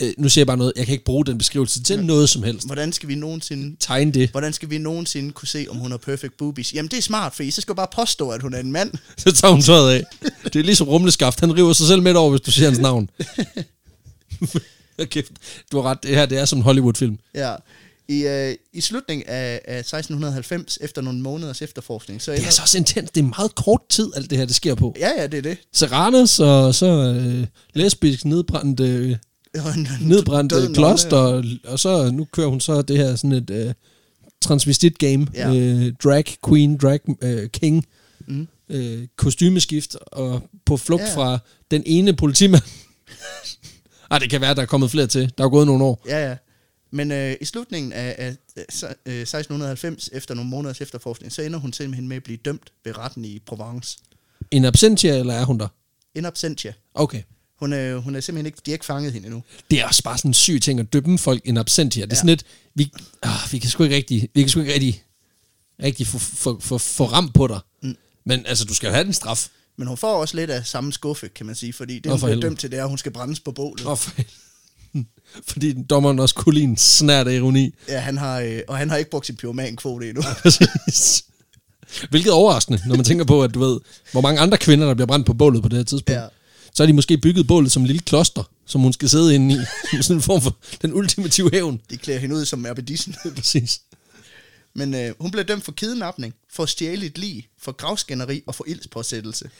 Øh, nu siger jeg bare noget. Jeg kan ikke bruge den beskrivelse til noget som helst. Hvordan skal vi nogensinde Tegn det. hvordan skal vi nogensinde kunne se, om hun har perfect boobies? Jamen, det er smart, for I så skal bare påstå, at hun er en mand. Så tager hun tøjet af. Det er ligesom rumleskaft. Han river sig selv midt over, hvis du siger hans navn. okay, du har ret. Det her det er som en Hollywood-film. Ja. I, øh, i slutningen af, af 1690, efter nogle måneders efterforskning, så Det er altså også intens. Det er meget kort tid, alt det her, det sker på. Ja, ja, det er det. Serranes og så øh, lesbisk nedbrændt, øh, nedbrændt Død øh, nonne. kloster, og, og så nu kører hun så det her sådan et øh, transvestit game, Ja. ja. øh, drag queen, drag øh, king, Mm. mm. øh, kostymeskift og på flugt Ja. ja. fra den ene politimand. Ej, det kan være, der er kommet flere til. Der er gået nogle år. Ja, ja. Men øh, i slutningen af, af øh, se- øh, 1690, efter nogle måneders efterforskning, så ender hun simpelthen med at blive dømt ved retten i Provence. En absentia, eller er hun der? In absentia. Okay. Hun, øh, hun er simpelthen ikke, de har ikke fanget hende endnu. Det er også bare sådan en syg ting at døbe folk en absentia. Det er sådan lidt, vi, ah, vi kan sgu ikke rigtig, vi kan sgu ikke rigtig, rigtig få, få, få, få ramt på dig. Mm. Men altså, du skal jo have den straf. Men hun får også lidt af samme skuffe, kan man sige, fordi det, Nå, hun for bliver helvede. dømt til, det er, at hun skal brændes på bålet. Åh, for helvede. Fordi dommeren også kunne lide en snært af ironi. Ja, han har, øh, og han har ikke brugt sin pyroman-kvote endnu. Præcis. Hvilket er overraskende, når man tænker på, at du ved, hvor mange andre kvinder, der bliver brændt på bålet på det her tidspunkt. Ja. Ja. Så har de måske bygget bålet som et lille kloster, som hun skal sidde inde i. Som sådan en form for den ultimative hævn. De klæder hende ud som Abedissen. Præcis. Men øh, hun blev dømt for kidnapning, for at stjæle et lig, for gravskænderi og for ildspåsættelse.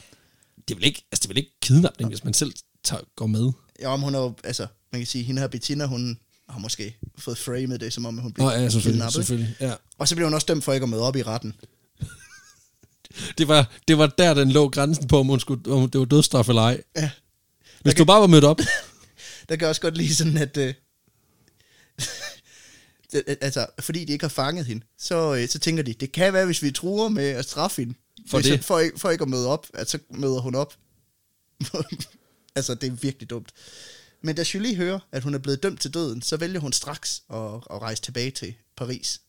det er vel ikke, altså det er vel ikke kidnapning, hvis man selv tager, går med. Ja, om hun er jo, altså, man kan sige, hende her Bettina, hun har måske fået framet det, som om hun blev Nå ja, selvfølgelig. kidnappet, ikke? selvfølgelig ja. Og så blev hun også dømt for ikke at møde op i retten. Det, var, det var der, den lå grænsen på, om, hun skulle, om det var dødsstraf eller ej. Ja. Hvis okay. du bare var mødt op. Der kan jeg også godt lide sådan, at... Øh, det- altså, fordi de ikke har fanget hende, så, øh, så tænker de, det kan være, hvis vi truer med at straffe hende. For hvis det. hun- For, ikke- for ikke at møde op, at så møder hun op. altså, det er virkelig dumt. Men da Julie hører, at hun er blevet dømt til døden, så vælger hun straks at, at rejse tilbage til Paris.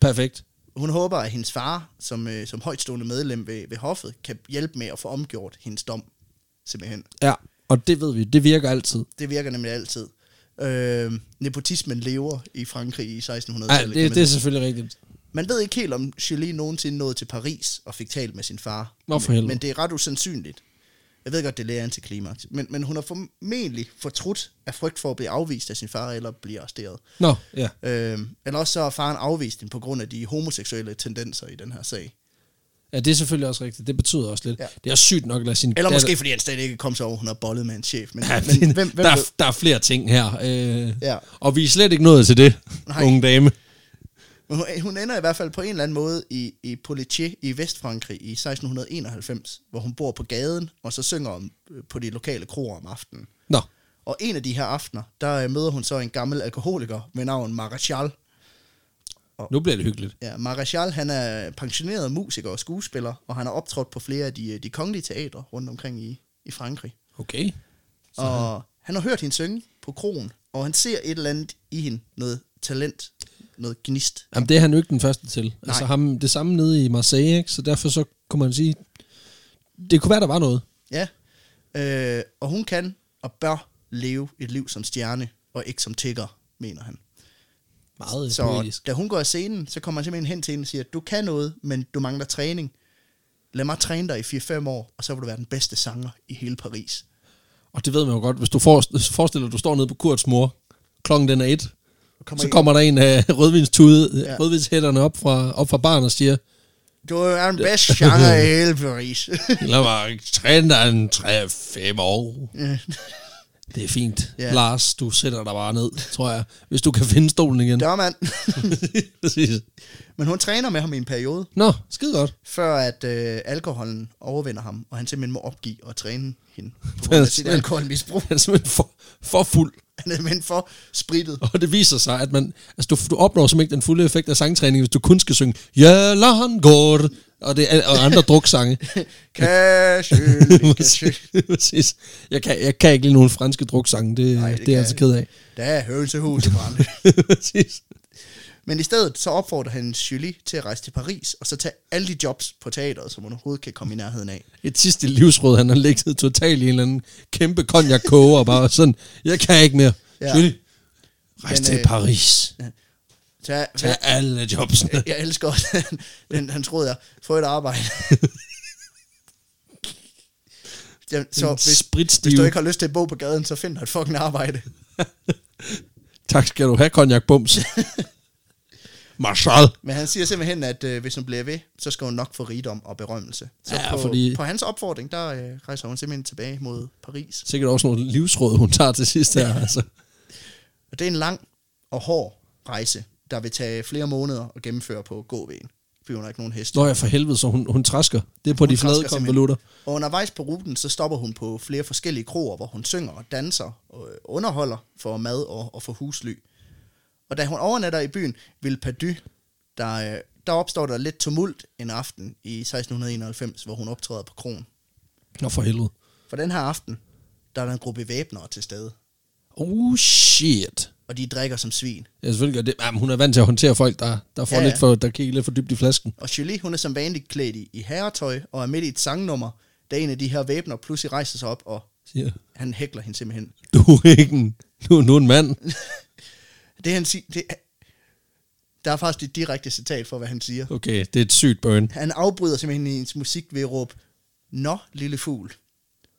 Perfekt. Hun håber, at hendes far, som, øh, som højtstående medlem ved, ved hoffet, kan hjælpe med at få omgjort hendes dom, simpelthen. Ja, og det ved vi, det virker altid. Det virker nemlig altid. Øh, nepotismen lever i Frankrig i 1600-tallet. Ej, kan man det, det sige. er selvfølgelig rigtigt. Man ved ikke helt, om Julie nogensinde nåede til Paris og fik talt med sin far. Nå, for men, helvede. men det er ret usandsynligt. Jeg ved godt, det lærer til klimaks. Men, men hun har formentlig fortrudt af frygt for at blive afvist af sin far eller blive arresteret. Nå, ja. Øh, eller også så har faren afvist hende på grund af de homoseksuelle tendenser i den her sag. Ja, det er selvfølgelig også rigtigt. Det betyder også lidt. Ja. Ja. Det er også sygt nok at lade sin... Eller datter- måske fordi han slet ikke kom så over, hun har bollet med en chef. Men, Ja, men hvem, det- hvem der, ved? er, der er flere ting her. Øh, Ja. Og vi er slet ikke nået til det, Nej. Nej. unge dame. Men hun, hun ender i hvert fald på en eller anden måde i, i Politier i Vestfrankrig i øh, 1691, hvor hun bor på gaden, og så synger om, på de lokale kroer om aftenen. Nå, Og en af de her aftener, der øh, møder hun så en gammel alkoholiker ved navn Marachal. Nu bliver det hyggeligt. Ja, Marachal, han er pensioneret musiker og skuespiller, og han har optrådt på flere af de, øh, de kongelige teatre rundt omkring i, i Frankrig. Okay. Og han har hørt hende synge på krogen, og han ser et eller andet i hende, noget talent, noget gnist. Jamen, det er han jo ikke den første til. Nej. Altså ham, det samme nede i Marseille, ikke? så derfor så kunne man sige, det kunne være, der var noget. Ja, øh, og hun kan og bør leve et liv som stjerne, og ikke som tigger, mener han. Meget så... Så poetisk. da hun går af scenen, så kommer han simpelthen hen til hende og siger, du kan noget, men du mangler træning. Lad mig træne dig i 4-5 år, og så vil du være den bedste sanger i hele Paris. Og det ved man jo godt. Hvis du for, hvis du forestiller dig, at du står nede på Kurts mor, klokken den er et, Kommer så I- kommer der en af rødvinstude, Ja. ja. rødvinshætterne op fra, op fra barn og siger, Du er den bedste sanger i hele Paris. lad mig træne dig en 3-5 år. Ja. Det er fint. Ja. Ja. Lars, du sætter dig bare ned, tror jeg. Hvis du kan finde stolen igen. Dørmand. Præcis. Men hun træner med ham i en periode, Nå, skide godt. før at øh, alkoholen overvinder ham, og han simpelthen må opgive at træne hende på grund Han er af sit simpelthen- alkoholmisbrug. Han er simpelthen for, for fuld. Han er simpelthen for sprittet. Og det viser sig, at man, altså du, du opnår simpelthen ikke den fulde effekt af sangtræning, hvis du kun skal synge Jørgen Gård og, det, er- og andre druksange. Casual, casual. Præcis. Jeg kan, jeg kan ikke lide nogen franske druksange, det, Nej, Nej, det det, det er jeg altså kan ked af. Der er hønsehus i brand. Præcis. Men i stedet så opfordrer han Julie til at rejse til Paris, og så tage alle de jobs på teateret, som hun overhovedet kan komme i nærheden af. Et sidste livsråd, han har ligget totalt i en eller anden kæmpe konjakkoge og bare sådan, jeg kan ikke mere. Ja. Ja. Julie, rejs Men, til øh, Paris. Tag, Tag alle jobsene. jeg elsker også, den, den, han troede jeg, få et arbejde. Jamen, så En hvis, spritstiv. hvis du ikke har lyst til at bo på gaden, så find dig et fucking arbejde. Tak skal du have, konjakbums. Marshal. Men han siger simpelthen, at øh, hvis hun bliver ved, så skal hun nok få rigdom og berømmelse. Så Ja, på, fordi- på hans opfordring, der øh, rejser hun simpelthen tilbage mod Paris. Sikkert også nogle livsråd, hun tager til sidst her. Altså. Og det er en lang og hård rejse, der vil tage flere måneder at gennemføre på gåvejen. Fordi hun har ikke nogen heste. Nå ja, for helvede, så hun, hun træsker. Det er på hun de flade trasker konvolutter. Og undervejs på ruten, så stopper hun på flere forskellige kroer, hvor hun synger og danser og øh, underholder for mad og, og for husly. Og da hun overnatter i byen Villepadu, der, øh, der opstår der lidt tumult en aften i 1691, hvor hun optræder på kronen. Nå for helvede. For den her aften, der er der en gruppe væbnere til stede, Oh shit. og de drikker som svin. Ja, selvfølgelig gør det. Jamen, hun er vant til at håndtere folk, der, der, får ja, Ja, ja. ja. Lidt for, der kigger lidt for dybt i flasken. Og Julie, hun er som vanligt klædt i, i herretøj og er midt i et sangnummer, da en af de her væbnere pludselig rejser sig op, og Siger, han hækler hende simpelthen. du er ikke en, du er nu en mand. Det han siger, det er, der er faktisk et direkte citat for, hvad han siger. Okay, det er et sygt burn. Han afbryder simpelthen hendes musik ved at råbe, Nå, lille fugl,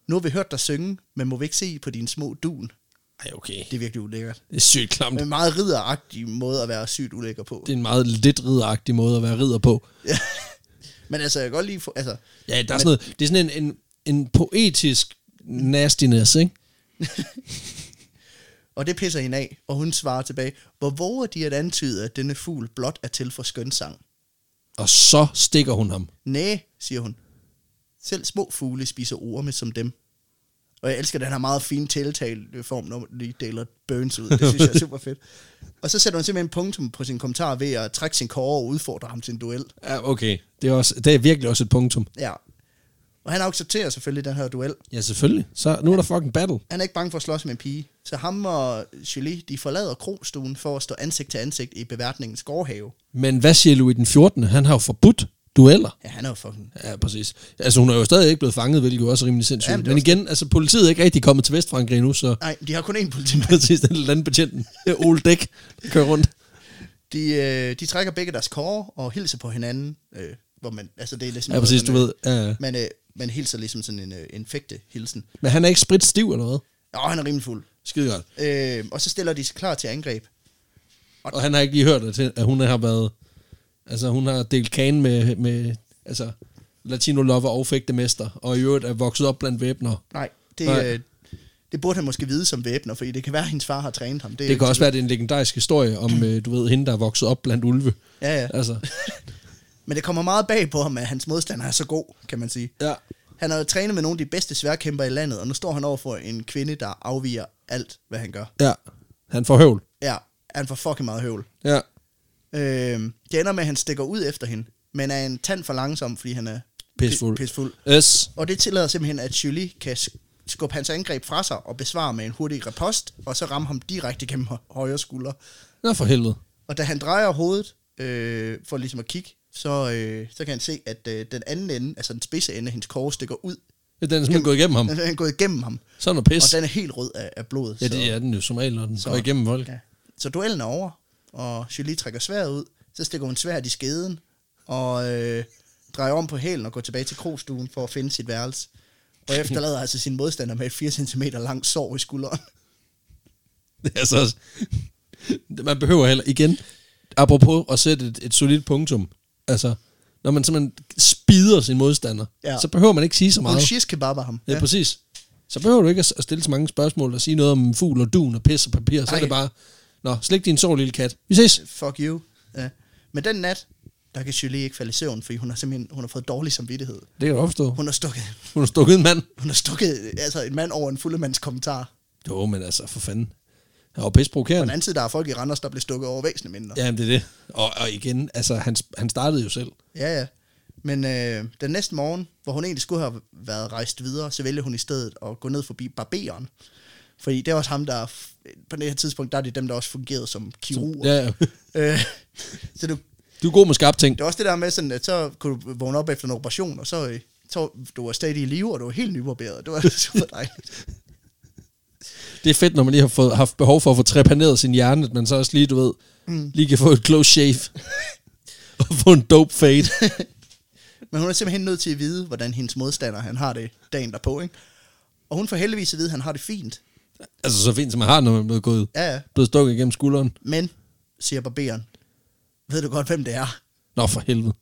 nu har vi hørt dig synge, men må vi ikke se på dine små dun? Ej, okay. Det er virkelig ulækkert. Det er sygt klamt. Men en meget ridderagtig måde at være sygt ulækker på. Det er en meget lidt ridderagtig måde at være ridder på. Ja. men altså, jeg kan godt lige få, altså, Ja, der er sådan noget, det er sådan en, en, en poetisk nastiness, ikke? og det pisser hende af, og hun svarer tilbage, hvor våger de at antyde, at denne fugl blot er til for skønsang? Og så stikker hun ham. Næh, siger hun. Selv små fugle spiser orme som dem. Og jeg elsker den her meget fine tiltaleform, når man lige deler burns ud. Det synes jeg er super fedt. Og så sætter hun simpelthen punktum på sin kommentar ved at trække sin kåre og udfordre ham til en duel. Ja, okay. Det er, også, det er virkelig også et punktum. Ja. Og han accepterer selvfølgelig den her duel. Ja, selvfølgelig. Så nu er der fucking battle. Han er ikke bange for at slås med en pige. Så ham og Julie, de forlader krogstuen for at stå ansigt til ansigt i beværtningens gårdhave. Men hvad siger Louis den 14. Han har jo forbudt dueller. Ja, han er jo fucking... Ja, præcis. Altså, hun er jo stadig ikke blevet fanget, hvilket jo også er rimelig sindssygt. Jamen, Jamen, det er Men igen, altså, politiet er ikke rigtig kommet til Vestfrankrig nu, så Nej, de har kun én politimand. præcis den landbetjenten, Ole Dæk, der kører rundt. De, øh, de trækker begge deres kåre og hilser på hinanden. Øh, hvor man, altså det er ligesom Ja, præcis, du sådan, øh, ved. Ja. Man, øh, man hilser ligesom sådan en, øh, en fægte hilsen. Men han er ikke spritstiv eller hvad? Åh, han er rimelig fuld. Skide godt. Øh, og så stiller de sig klar til angreb. Og han har ikke lige hørt, at at hun har været... Altså, hun har delt kagen med, med altså, Latino Lover og fægtemester, og i øvrigt er vokset op blandt væbner. Nej, det, Nej. Øh, det burde han måske vide som væbner, fordi det kan være, at hendes far har trænet ham. er Det ikke kan også sikkert. være, at det er en legendarisk historie om, øh, du ved, hende, der er vokset op blandt ulve. Ja, ja. Altså, Men det kommer meget bag på ham, at hans modstander er så god, kan man sige. ja. Han har jo trænet med nogle af de bedste sværkæmper i landet, og nu står han over for en kvinde, der afviger alt, hvad han gør. Ja. Han får høvl. Ja, han får fucking meget høvl. Ja. Øhm, det ender med, at han stikker ud efter hende, men er en tand for langsom, fordi han er pi- Pissfuld. pissfuld. Yes. Og det tillader simpelthen, at Julie kan sk- skubbe hans angreb fra sig og besvare med en hurtig repost, og så ramme ham direkte gennem hø- højre skulder. Nå for helvede. Og da han drejer hovedet øh, for ligesom at kigge, så, øh, så kan han se, at øh, den anden ende, altså den spidse ende af hendes kors, stikker ud. Ja, Den er simpelthen gået igennem ham. Den er gået igennem ham, Sådan noget pis. og den er helt rød af, af blod. Ja, det er den jo som regel, når den går igennem folk. Ja. Så duellen er over, og Julie trækker sværet ud, så stikker hun sværet i skeden, og øh, drejer om på hælen og går tilbage til krogstuen for at finde sit værelse. Og efterlader altså sin modstander med et 4 cm langt sår i skulderen. Altså, man behøver heller, igen, apropos at sætte et, et solidt punktum, altså, når man simpelthen spider sin modstander, Ja. ja. så behøver man ikke sige så Hun meget. shish kebabber ham. Ja, præcis. Så behøver du ikke at s- at stille så mange spørgsmål og sige noget om fugl og dun og pis og papir, så Ej. er det bare, nå, slik din sår, lille kat. Vi ses. Fuck you. Ja. Men den nat, der kan Julie ikke falde i søvn, fordi hun har simpelthen hun har fået dårlig samvittighed. Det kan du opstå. Hun har stukket, Hun har stukket en mand. hun har stukket altså en mand over en fuldemands kommentar. Jo, men altså, for fanden. Han var pisse På den provokerende. anden side, der er folk i Randers, der blev stukket over væsentligt mindre. Jamen, det er det. Og, og igen, altså, han, s- han startede jo selv. Ja, ja. Men øh, den næste morgen, hvor hun egentlig skulle have været rejst videre, så vælger hun i stedet at gå ned forbi barberen. Fordi det er også ham, der... f- På det her tidspunkt, der er det dem, der også fungerede som kirurger. Ja, ja. Øh, så du, du er god med skarpe ting. det er også det der med, sådan, at så kunne du vågne op efter en operation, og så øh, så du var stadig i live, og du var helt nybarberet. Det var super dejligt. Det er fedt, når man lige har fået, haft behov for at få trepaneret sin hjerne, at man så også lige, du ved, mm. lige kan få et close shave. og få en dope fade. Men hun er simpelthen nødt til at vide, hvordan hendes modstander han har det dagen derpå. Ikke? Og hun får heldigvis at vide, at han har det fint. altså, så fint som man har, når man er blevet gået. Ja, ja. Blevet stukket igennem skulderen. Men, siger barberen, ved du godt, hvem det er? Nå, for helvede.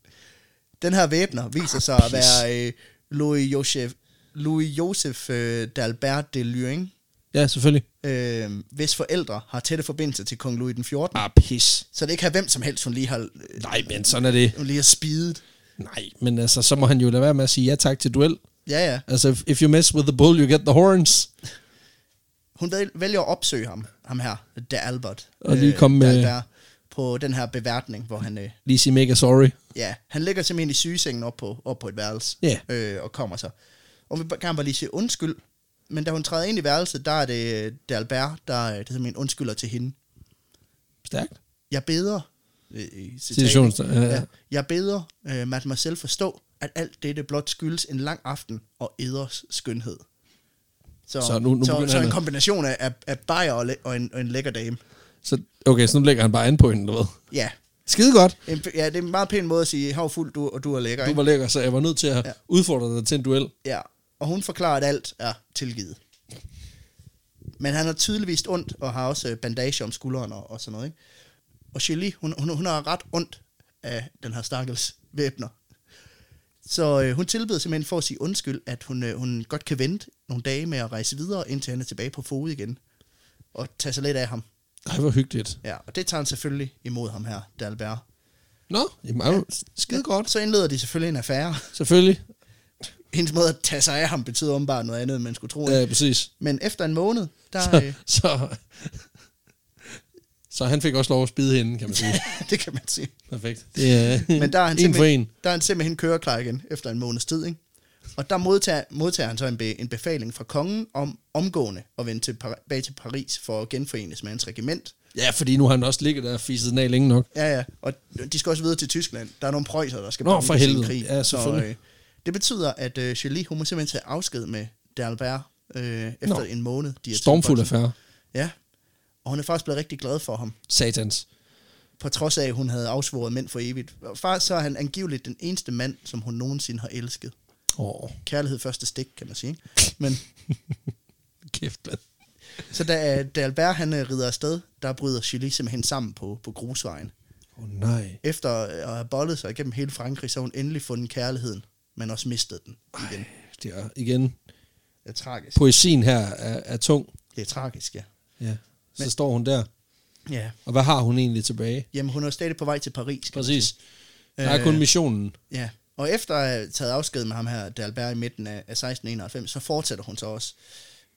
Den her væbner viser Ah, sig at være øh, Louis Joseph, Louis Joseph øh, d'Albert de Lyring, Ja, selvfølgelig. øh, hvis forældre har tætte forbindelser til kong Louis den 14. Ah, pis. Så det ikke er hvem som helst, hun lige har, øh, Nej, men sådan er det. hun lige har spidet. Nej, men altså, så må han jo lade være med at sige ja tak til duel. Ja, ja. Altså, if, if you mess with the bull, you get the horns. Hun væl- vælger at opsøge ham, ham her, d'Albert. øh, Og lige komme med- D'Albert, på den her beværtning, hvor han... Øh, Lige sige mega sorry. Ja, han ligger simpelthen i sygesengen op på, op på et værelse Ja. øh, og kommer så. Og vi kan bare lige sige undskyld, men da hun træder ind i værelset, der er det, øh, det er Albert, der, øh, der simpelthen undskylder til hende. Stærkt. Jeg beder, øh, i citatet. Situations- ja, ja. jeg beder øh, mademoiselle forstå, at alt dette blot skyldes en lang aften og eders skønhed. Så, Så nu- nu så, begynder så han en at- kombination af, af, af bajer og, læ- og, en, og en lækker dame. Så, okay, så nu lægger han bare an på hende, du ved. Ja, Skide godt. en, ja det er en meget pæn måde at sige, hav fuld du, og du er lækker. Du ikke? var lækker, så jeg var nødt til at Ja. ja. udfordre dig til en duel. Ja, og hun forklarer, at alt er tilgivet. Men han har tydeligvis ondt, og har også øh, bandage om skulderen og, og sådan noget. Ikke? Og Shelley, hun, hun, hun har ret ondt af den her stakkels væbner. Så øh, hun tilbyder simpelthen for at sige undskyld, at hun, øh, hun godt kan vente nogle dage med at rejse videre, indtil han er tilbage på fod igen. Og tage sig lidt af ham. Ej, hvor hyggeligt. Ja, og det tager han selvfølgelig imod ham her, Dalbert. Nå, jamen, ja. skide godt. Så indleder de selvfølgelig en affære. Selvfølgelig. Hendes måde at tage sig af ham betyder åbenbart noget andet, end man skulle tro. Ja, præcis. Men efter en måned, der... Så, Øh, så, så han fik også lov at spide hende, kan man sige. det kan man sige. Perfekt. Det er, Men der er han en for simpelthen, en. Der er han simpelthen køreklar igen efter en måneds tid, ikke? Og der modtager, modtager han så en, be, en befaling fra kongen om omgående at vende til Par- tilbage til Paris for at genforenes med hans regiment. Ja, fordi nu har han også ligget der og fisset den af længe nok. Ja, ja. Og de skal også videre til Tyskland. Der er nogle prøjser, der skal Nå, banke for sin helvede. Ja, selvfølgelig. Så, øh, det betyder, at øh, Julie, hun må simpelthen tage afsked med D'Albert øh, efter Nå. Nå. en måned. De er Stormfuld tilbage. affære. Ja. Og hun er faktisk blevet rigtig glad for ham. Satans. på trods af, at hun havde afsvoret mænd for evigt. Og Faktisk så er han angiveligt den eneste mand, som hun nogensinde har elsket. Åh, oh, Kærlighed første stik, kan man sige. ikke? Men, kæft, mand. så da, da Albert han øh, rider afsted, der bryder Julie simpelthen sammen på, på grusvejen. Åh, oh, nej. Efter øh, at have bollet sig igennem hele Frankrig, så har hun endelig fundet kærligheden, men også mistet den igen. Det er igen, Det er tragisk. poesien her er, er tung. Det er tragisk, ja. Ja. Så står hun der. ja. Og hvad har hun egentlig tilbage? Jamen, hun er jo stadig på vej til Paris. kan man Præcis. sige. Der er kun missionen. Ja, Og efter at have taget afsked med ham her, Dalbert i midten af, af 1691, så fortsætter hun så også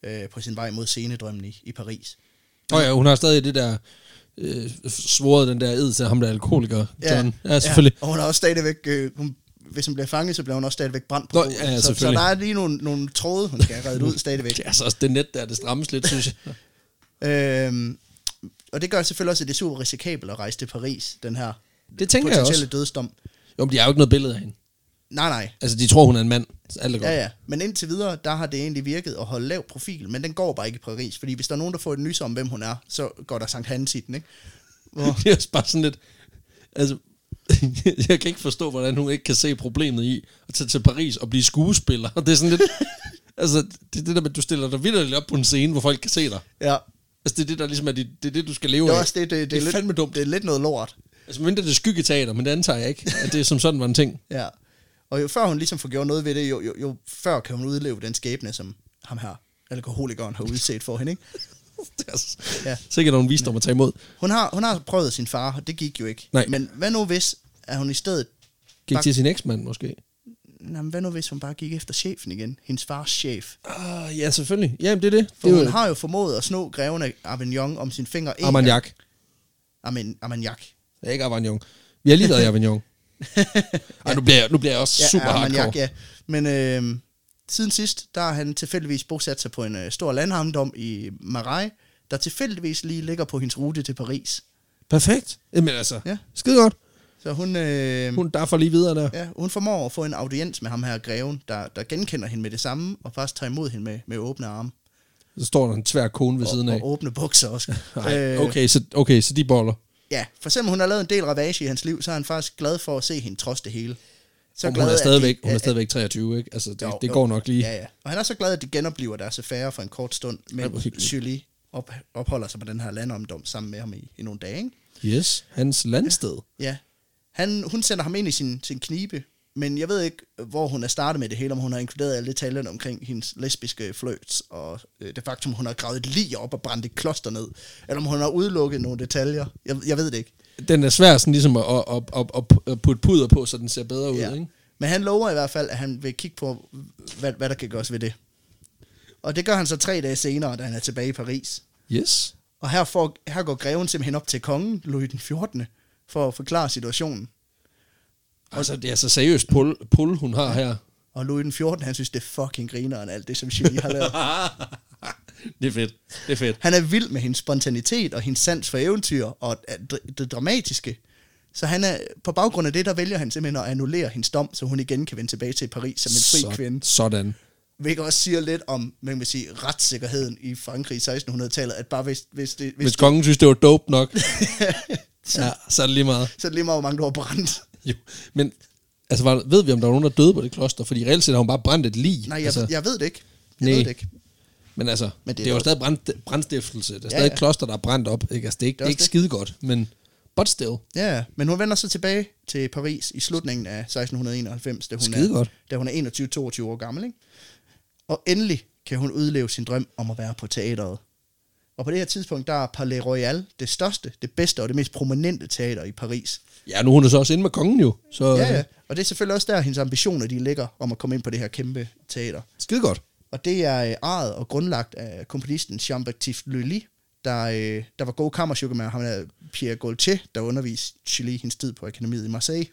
øh, på sin vej mod scenedrømmen i, i Paris. Og ja, hun har stadig det der, øh, svoret den der ed til ham, der er alkoholiker, John. Ja, selvfølgelig. Og hun er også stadigvæk, øh, hun, hvis hun bliver fanget, så bliver hun også stadigvæk brændt på Nå, bålet. ja, ja, så, så selvfølgelig. der er lige nogle, nogle tråde, hun skal have reddet ud stadigvæk. Det er altså også det net, der er det strammes lidt, synes jeg. Øhm, og det gør selvfølgelig også, at det er super risikabelt at rejse til Paris, den her Det tænker jeg potentielle også. dødsdom. Jo, men de har jo ikke noget billede af hende. Nej, nej. Altså, de tror, hun er en mand. Så Alt er godt. Ja, ja. Men indtil videre, der har det egentlig virket at holde lav profil, men den går bare ikke i Paris, fordi hvis der er nogen, der får et nys om, hvem hun er, så går der Sankt Hans i den, ikke? Hvor, Det er også bare sådan lidt... Altså, jeg kan ikke forstå, hvordan hun ikke kan se problemet i at tage til Paris og blive skuespiller. Det er sådan lidt... altså, det er det der med, at du stiller dig vildt op på en scene, hvor folk kan se dig. ja. Altså, det er det, der ligesom er dit, det, er det du skal leve Det er af. også det, det, det, det er lidt, fandme dumt. Det er lidt noget lort. Altså, mindre det er skyggeteater, men det antager jeg ikke, at det er som sådan var en ting. Ja. Og jo før hun ligesom får gjort noget ved det, jo, jo, jo før kan hun udleve den skæbne, som ham her, alkoholikeren, har udset for hende, ikke? Det er altså, Ja. ja. Sikkert nogen visdom at tage imod. Hun har, hun har prøvet sin far, og det gik jo ikke. Nej. Men hvad nu hvis, at hun i stedet... Gik Bak- til sin eksmand måske. Jamen, hvad nu hvis hun bare gik efter chefen igen? Hendes fars chef. Uh, ja, selvfølgelig. Jamen, det er det. For det er hun har jo formået at snå greven af Avignon om sin finger en gang. Armagnac. Amen, Armagnac. Det er ikke Avignon. Vi har lige været i Avignon. Ej, nu bliver jeg, nu bliver jeg også Ja, super Armagnac, hardcore. ja. Men øh, siden sidst, der har han tilfældigvis bosat sig på en øh, stor landhavndom i Marais, der tilfældigvis lige ligger på hendes rute til Paris. Perfekt. Jamen altså, Ja. ja. skide godt. Så hun, øh, hun. Hun derfor lige videre der. Ja. Ja, hun formår at få en audiens med ham her greven, der, der genkender hende med det samme, og faktisk tager imod hende med, med åbne arme. Så står der en tvær kone ved siden og, Øh, af. og åbne bukser også. Nej, okay, så, okay, så de boller. Ja, for selvom hun har lavet en del ravage i hans liv, så er han faktisk glad for at se hende trods det hele. Så Så hun, er at stadigvæk, de- hun er at- stadigvæk 23, ikke? Altså, det, Jo, det jo. går nok lige. Ja, ja. Og han er så glad, at de genopliver deres affære for en kort stund, Ej, hvor men hyggeligt. Julie op, opholder sig på den her landomdom sammen med ham i, i nogle dage. Ikke? Yes, hans landsted. Ja. Han, hun sender ham ind i sin, sin knibe, men jeg ved ikke, hvor hun er startet med det hele, om hun har inkluderet alle detaljerne omkring hendes lesbiske fløjts, og øh, det faktum, hun har gravet et lig op og brændt et kloster ned, eller om hun har udelukket nogle detaljer. Jeg, jeg ved det ikke. Den er svær sådan ligesom at, at, at, at, at putte puder på, så den ser bedre ud, Ja. ikke? Men han lover i hvert fald, at han vil kigge på, hvad, hvad der kan gøres ved det. Og det gør han så tre dage senere, da han er tilbage i Paris. Yes. Og her, får, her går greven simpelthen op til kongen, Louis den 14., for at forklare situationen. Altså, det er så seriøst pull, pull hun har her. Og Louis den 14., han synes, det er fucking grineren, alt det, som Julie har lavet. det er fedt. Det er fedt. Han er vild med hendes spontanitet og hendes sans for eventyr og det, det dramatiske. Så han er, på baggrund af det, der vælger han simpelthen at annullere hendes dom, så hun igen kan vende tilbage til Paris som en fri Så- kvinde. Sådan. Hvilket også siger lidt om, man kan sige, retssikkerheden i Frankrig i 1600-tallet, at bare hvis, hvis det... Hvis, Hvis kongen synes, det var dope nok, så, ja, så er det lige meget. så er det lige meget, hvor mange du har brændt. Jo. Men altså, var, ved vi, om der var nogen, der døde på det kloster? Fordi reelt set har hun bare brændt et lig. Nej, jeg, altså, altså, jeg ved det ikke. Jeg nej. ved det ikke. Men altså, Men men det det, er det er jo dog- stadig brand, brandstiftelse. Der er Ja, ja, stadig ja. et kloster, der er brændt op. Ikke? Altså, det er ikke, Det er det er ikke også skide godt, men but still. Ja, ja. men hun vender så tilbage til Paris i slutningen af 1691, da hun, er, Skidegodt. da hun er 21-22 år gammel. Ikke? Og endelig kan hun udleve sin drøm om at være på teateret. Og på det her tidspunkt, der er Palais Royal det største, det bedste og det mest prominente teater i Paris. Ja, nu er hun jo så også inde med kongen jo. Så øh, Ja, ja. Og det er selvfølgelig også der, hendes ambitioner de ligger om at komme ind på det her kæmpe teater. skide godt. Og det er øh, ejet og grundlagt af komponisten Jean-Baptiste Lully, der, øh, der var god kammerchukker med ham, der Pierre Gaultier, der underviste Chili hendes tid på akademiet i Marseille.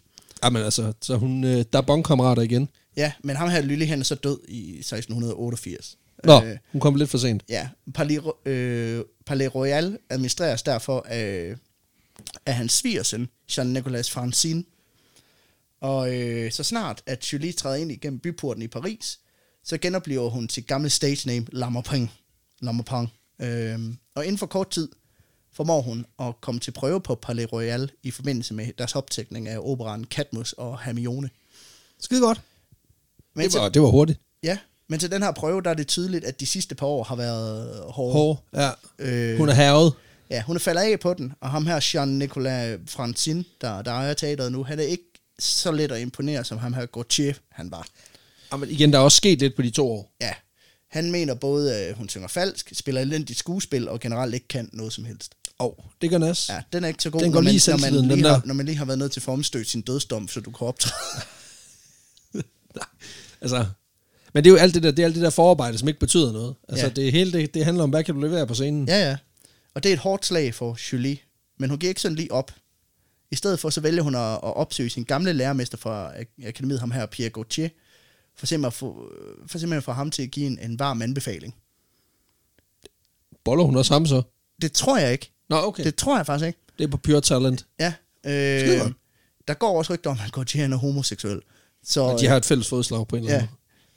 Jamen altså, så hun, øh, der er bonkammerater igen. Ja, men ham her Lully, han er så død i 1688. Nå, Øh, hun kom lidt for sent. ja, Palais, Ro- øh, Palais Royal administreres derfor af, af hans svigersøn, Jean-Nicolas Francine. Og øh, så snart, at Julie træder ind igennem byporten i Paris, så genoplever hun sit gamle stage name, Lamarpang. Lamarpang. Øh, og inden for kort tid formår hun at komme til prøve på Palais Royal i forbindelse med deres optækning af operaen Katmus og Hermione. Skide godt. Men Det var, det var hurtigt. Ja, men til den her prøve, der er det tydeligt, at de sidste par år har været hårde. Hår. Hår, ja. Øh, Hun er hervet. Ja, hun er faldet af på den, og ham her, Jean-Nicolas Francin, der, der ejer teateret nu, han er ikke så let at imponere, som ham her Gautier, han var. Jamen igen, der er også sket lidt på de to år. Ja, han mener både, at hun synger falsk, spiller elendigt skuespil, og generelt ikke kan noget som helst. Og oh, det gør Nas. Ja, den er ikke så god, Den når, går man, lige i når, selvtilliden, man lige den har, der. når man lige har været nødt til formstød sin dødsdom, så du kan optræde. altså, men det er jo alt det der, det er alt det der forarbejde, som ikke betyder noget. Altså, Ja. ja. det hele det, det handler om, hvad kan du levere på scenen? Ja, ja. Og det er et hårdt slag for Julie, men hun giver ikke sådan lige op. I stedet for, så vælger hun at, at opsøge sin gamle lærermester fra ak- akademiet, ham her, Pierre Gauthier, for simpelthen at få, for simpelthen at få ham til at give en, en varm anbefaling. Boller hun også ham så? Det tror jeg ikke. Nå, okay. Okay. Det Det, tror jeg faktisk ikke. det er på Pure Talent. Ja. Skide Øh, godt. der går også rygter om, at Gauthier han er homoseksuel. Så, Og de har et fælles fodslag på en eller ja.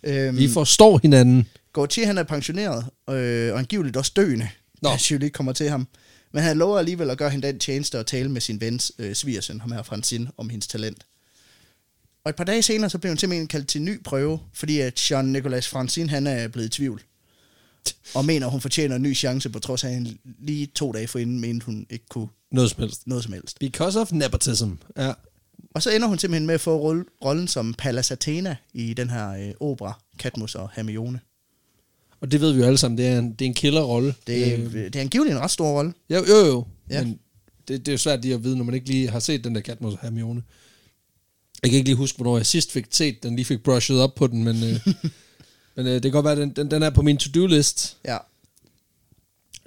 anden måde. Øhm, Vi forstår hinanden. Gauthier han er pensioneret, øh, og angiveligt også døende, Nå. Nå. da Julie kommer til ham. Men han lover alligevel at gøre hende den tjeneste og tale med sin vens øh, svigersøn, ham her Francine, om hendes talent. Og et par dage senere, så blev hun simpelthen kaldt til en ny prøve, fordi at Jean-Nicolas Francine, han er blevet i tvivl. Og mener, hun fortjener en ny chance, på trods af, at han lige to dage forinden mente, hun ikke kunne Noget som helst. noget som helst. Because of nepotism. Ja. Og så ender hun simpelthen med at få rolle- rollen som Pallas Athena i den her øh, opera, Katmus og Hermione. Og det ved vi jo alle sammen, det er en, det er en killerrolle. Det, øh. det er angiveligt en ret stor rolle. Jo, jo, jo. Ja. Ja. Men det, det er jo svært lige at vide, når man ikke lige har set den der Katmos og Hermione. Jeg kan ikke lige huske, hvornår jeg sidst fik set den, lige fik brushed op på den, men, øh, men øh, det kan godt være, at den, den, den er på min to-do-list. Ja,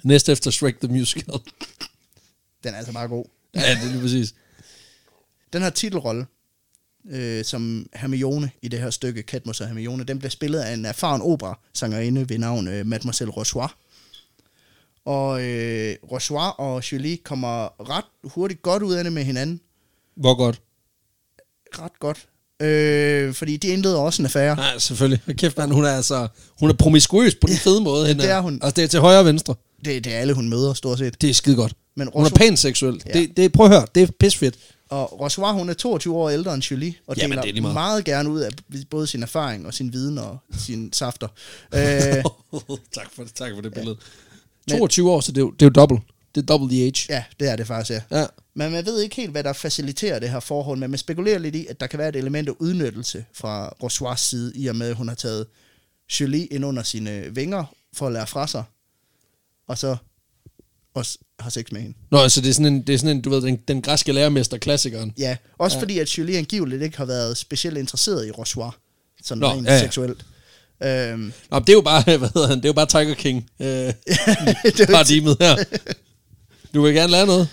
Næst efter Shrek the Musical. den er altså meget god. ja, det er lige præcis. Den her titelrolle, øh, som Hermione i det her stykke, Katmus og Hermione, den bliver spillet af en erfaren opera-sangerinde ved navn øh, Mademoiselle Rochoir. Og øh, Rochoir og Julie kommer ret hurtigt godt ud af det med hinanden. Hvor godt. Ret godt. Øh, fordi de indleder også en affære. Nej, selvfølgelig. Hold Kæft, man, hun er altså... Hun er promiskuøs på den fede måde. Hende det her. er hun. Altså, det er til højre og venstre. Det, det er alle, hun møder stort set. Det er skide godt. Men Hun er Rochoir, pænt seksuel. Ja. Ja. Det, det, prøv at høre, det er pisfedt. og Rochoir, hun er 22 år ældre end Julie, og Jamen, deler det er det lige meget. meget. meget gerne ud af både sin erfaring og sin viden og sin safter. Øh, tak, for det, tak for det billede. Men- 22 år, så det er jo, det er jo dobbelt. Det er double the age. ja, det er det faktisk, ja. Ja. Men man ved ikke helt, hvad der faciliterer det her forhold, men man spekulerer lidt i, at der kan være et element af udnyttelse fra Rosoirs side, i og med, at hun har taget Julie ind under sine vinger for at lære fra sig, og så også har sex med hende. Nå, altså det er sådan en, det er sådan en du ved, den, den græske lærermester, klassikeren. Ja, også ja. Ja. fordi, at Julie angiveligt ikke har været specielt interesseret i Rosoir, sådan Nå, Nå, rent ja, ja, ja. ja. seksuelt. Øhm, Nå, men det er jo bare, hvad hedder han, det er jo bare Tiger King øh, det er jo ikke, paradigmet her. Du vil gerne lære noget.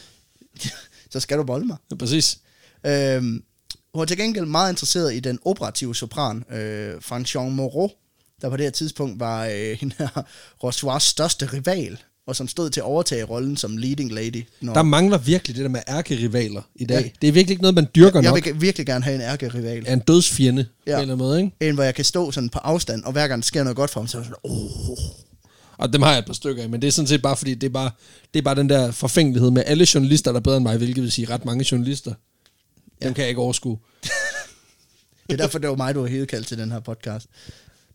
så skal du bolde mig. Ja, præcis. Øhm, hun er til gengæld meget interesseret i den operative sopran, øh, Francian Moreau, der på det her tidspunkt var øh, hende her Rosoirs største rival, og som stod til at overtage rollen som leading lady. Når Der mangler virkelig det der med ærkerivaler i dag. Ja. Ja. Det er virkelig ikke noget, man dyrker jeg nok. vil ge- virkelig gerne have en ærkerival. Er en dødsfjende ja. Ja. på en eller anden måde, ikke? En, hvor jeg kan stå sådan på afstand, og hver gang der sker noget godt for ham, så er jeg sådan, oh, Og dem har jeg et par stykker af, men det er sådan set bare fordi, det er bare, det er bare den der forfængelighed med alle journalister, der er bedre end mig, hvilket vil sige ret mange journalister. Ja. Dem kan jeg ikke overskue. det er derfor, det var mig, du har hedekaldt til den her podcast.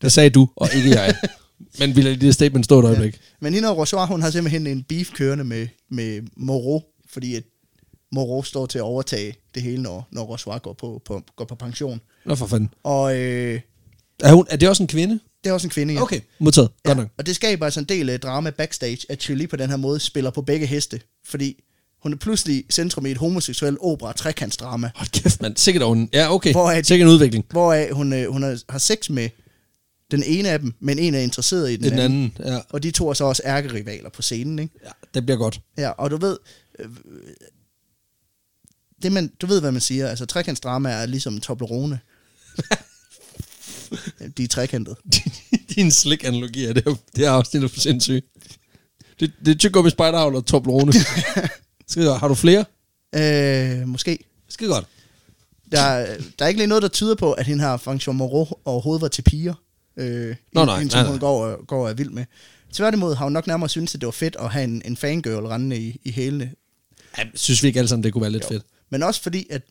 Det sagde du, og ikke jeg. men vi lader lige det statement stå et øjeblik. Ja. Men hende og Rosoir, hun har simpelthen en beef kørende med, med Moreau, fordi at Moreau står til at overtage det hele, når, når Rosoir går på, på, går på pension. Nå for fanden. Og øh, Er, hun, er det også en kvinde? Det er også en kvinde, ja. Okay, modtaget. Godt ja. nok. Og det skaber altså en del uh, drama backstage, at Julie på den her måde spiller på begge heste, fordi hun er pludselig centrum i et homoseksuel opera trekantsdrama, Hold kæft, mand. Sikkert oven. Ja, okay. Hvor er de- Sikkert en udvikling. hvoraf hun, uh, hun har, har sex med den ene af dem, men en er interesseret i den, Den anden. anden, ja. Og de to er så også ærkerivaler på scenen, ikke? ja. Det bliver godt. Ja, og du ved... øh, Det man, du ved, hvad man siger. Altså, trekantsdrama er ligesom Toblerone. de er trekantede. Din slik analogi er det, her- det her afsnit er for sindssygt. Det, det er tyggegummi spejderhavl og Toblerone. Skide godt. Har du flere? Øh, måske. Skide godt. der, der er ikke lige noget, der tyder på, at hende her, Francian Moreau, overhovedet var til piger. Øh, Nå, nej, hende, nej, som hun nej. går, og- går og er vild med. Tværtimod har hun nok nærmere syntes, at det var fedt at have en, en fangirl rendende i, i hælene. Ja, synes vi ikke alle sammen, det kunne være lidt jo. fedt. Men også fordi, at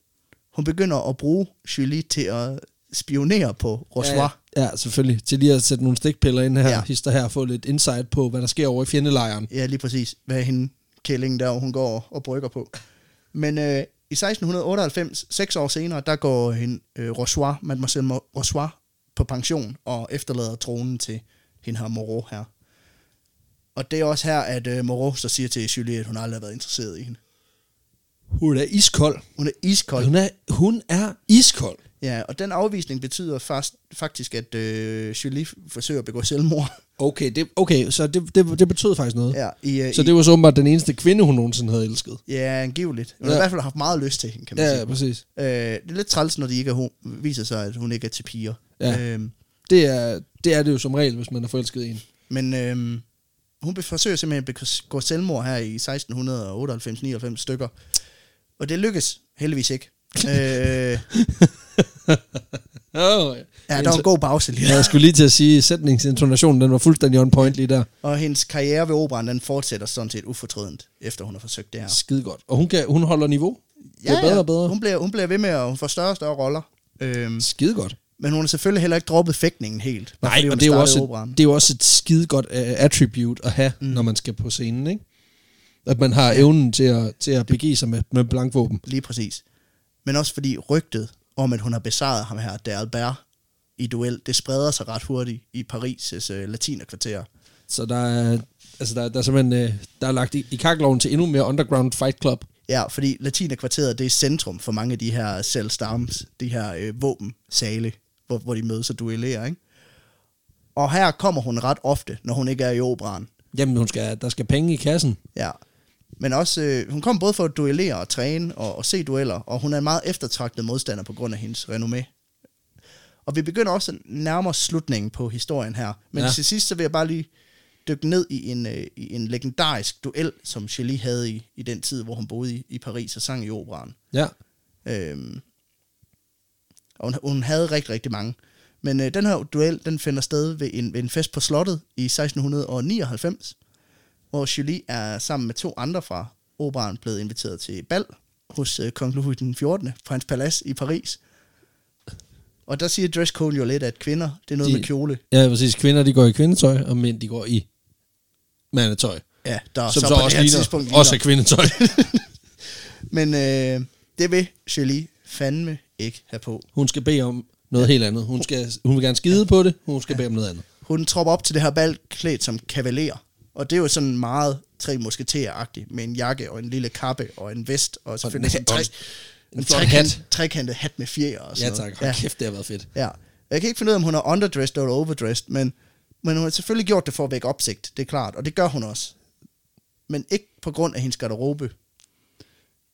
hun begynder at bruge Julie til at spionere på Rosoir. Ja, ja, selvfølgelig. Til lige at sætte nogle stikpiller ind her, Ja. ja. hister her, og få lidt insight på, hvad der sker over i fjendelejren. Ja, lige præcis. Hvad hende kællingen der, hun går og, og brygger på. Men øh, i 1698, seks år senere, der går hende, øh, Rosoir, mademoiselle Mo- Rosoir, på pension og efterlader tronen til hende her Moreau her. Og det er også her, at øh, Moreau så siger til Julie, at hun aldrig har været interesseret i hende. Hun er iskold. Hun er iskold. Hun er, hun er iskold. Ja, og den afvisning betyder fast, faktisk, at øh, Julie forsøger at begå selvmord. Okay, det, okay så det, det, det betød faktisk noget. Ja. Ja, i, øh, Så det var så åbenbart den eneste kvinde, hun nogensinde havde elsket. i, ja angiveligt. Hun ja. har Ja. i hvert fald haft meget lyst til hende, kan man Ja, sige. ja, præcis. Øh, det er lidt træls, når de ikke er ho- viser sig, at hun ikke er til piger. Ja. Øhm, Det er, det er det jo som regel, hvis man er forelsket i en. men øhm, hun be- forsøger simpelthen at begå selvmord her i 1698-99 stykker. Og det lykkes heldigvis ikke. øh, ja, Oh, der var en god pause lige Jeg der. skulle lige til at sige, at sætningsintonationen den var fuldstændig on point lige der. Og hendes karriere ved operan, den fortsætter sådan set ufortrødent, efter hun har forsøgt det her. Skide godt. Og hun, kan, hun holder niveau. Det er bedre og bedre. Hun, bliver, hun bliver ved med, og hun får større og større roller. Øhm, Skide godt. men hun har selvfølgelig heller ikke droppet fægtningen helt. bare Nej, fordi hun og det er, jo startede også operaen. et, det er jo også et skide godt uh, attribute at have, mm. når man skal på scenen, ikke? At man har evnen til at, til at begive sig med, med blankvåben. Lige præcis. Men også fordi rygtet om, at hun har besejret ham her, der Albert, i duel, det spreder sig ret hurtigt i Paris' øh, latinerkvarter. Så der er, altså der, er- der er simpelthen øh, der er lagt i, i kakkeloven til endnu mere underground fight club. Ja, fordi latinerkvarteret, det er centrum for mange af de her selvstarms, de her øh, våbensale, hvor, hvor de mødes og duellerer, ikke? Og her kommer hun ret ofte, når hun ikke er i operan. Jamen, hun skal, der skal penge i kassen. Ja. Men også, øh, hun kom både for at duellere og træne og, og se dueller, og hun er en meget eftertragtet modstander på grund af hendes renommé. Og vi begynder også nærmere slutningen på historien her. Men ja. Ja. til sidst, så vil jeg bare lige dykke ned i en, øh, i en legendarisk duel, som Shelley havde i, i den tid, hvor hun boede i, i Paris og sang i operan. Ja. Øhm, og hun, hun havde rigtig, rigtig mange. Men øh, den her duel, den finder sted ved en, ved en fest på slottet i 1699, hvor Julie er sammen med to andre fra operan blevet inviteret til bal hos øh, kong Louis den 14. på hans palads i Paris. Og der siger dresscode jo lidt, at kvinder, det er noget De- De... med kjole. Ja, præcis. Kvinder, de går i kvindetøj, og mænd, de går i mandetøj. Ja, der Som så, på så det også her ligner, tidspunkt også er kvindetøj. Men øh, det vil Julie fandme ikke have på. hun skal bede om noget helt andet. Hun, skal, hun vil gerne skide på det, hun skal bede om noget andet. hun tropper op til det her bal klædt som kavaler. Og det er jo sådan meget tre musketerer med en jakke og en lille kappe og en vest og selvfølgelig en- en, tre, og en, en flot trekant, hat. trekantet hat med fjer og Ja sådan tak, hold noget. kæft, det har været fedt. Ja, ja. Jeg kan ikke finde ud af, om hun er underdressed eller overdressed, men, men hun har selvfølgelig gjort det for at vække opsigt, det er klart, og det gør hun også. Men ikke på grund af hendes garderobe.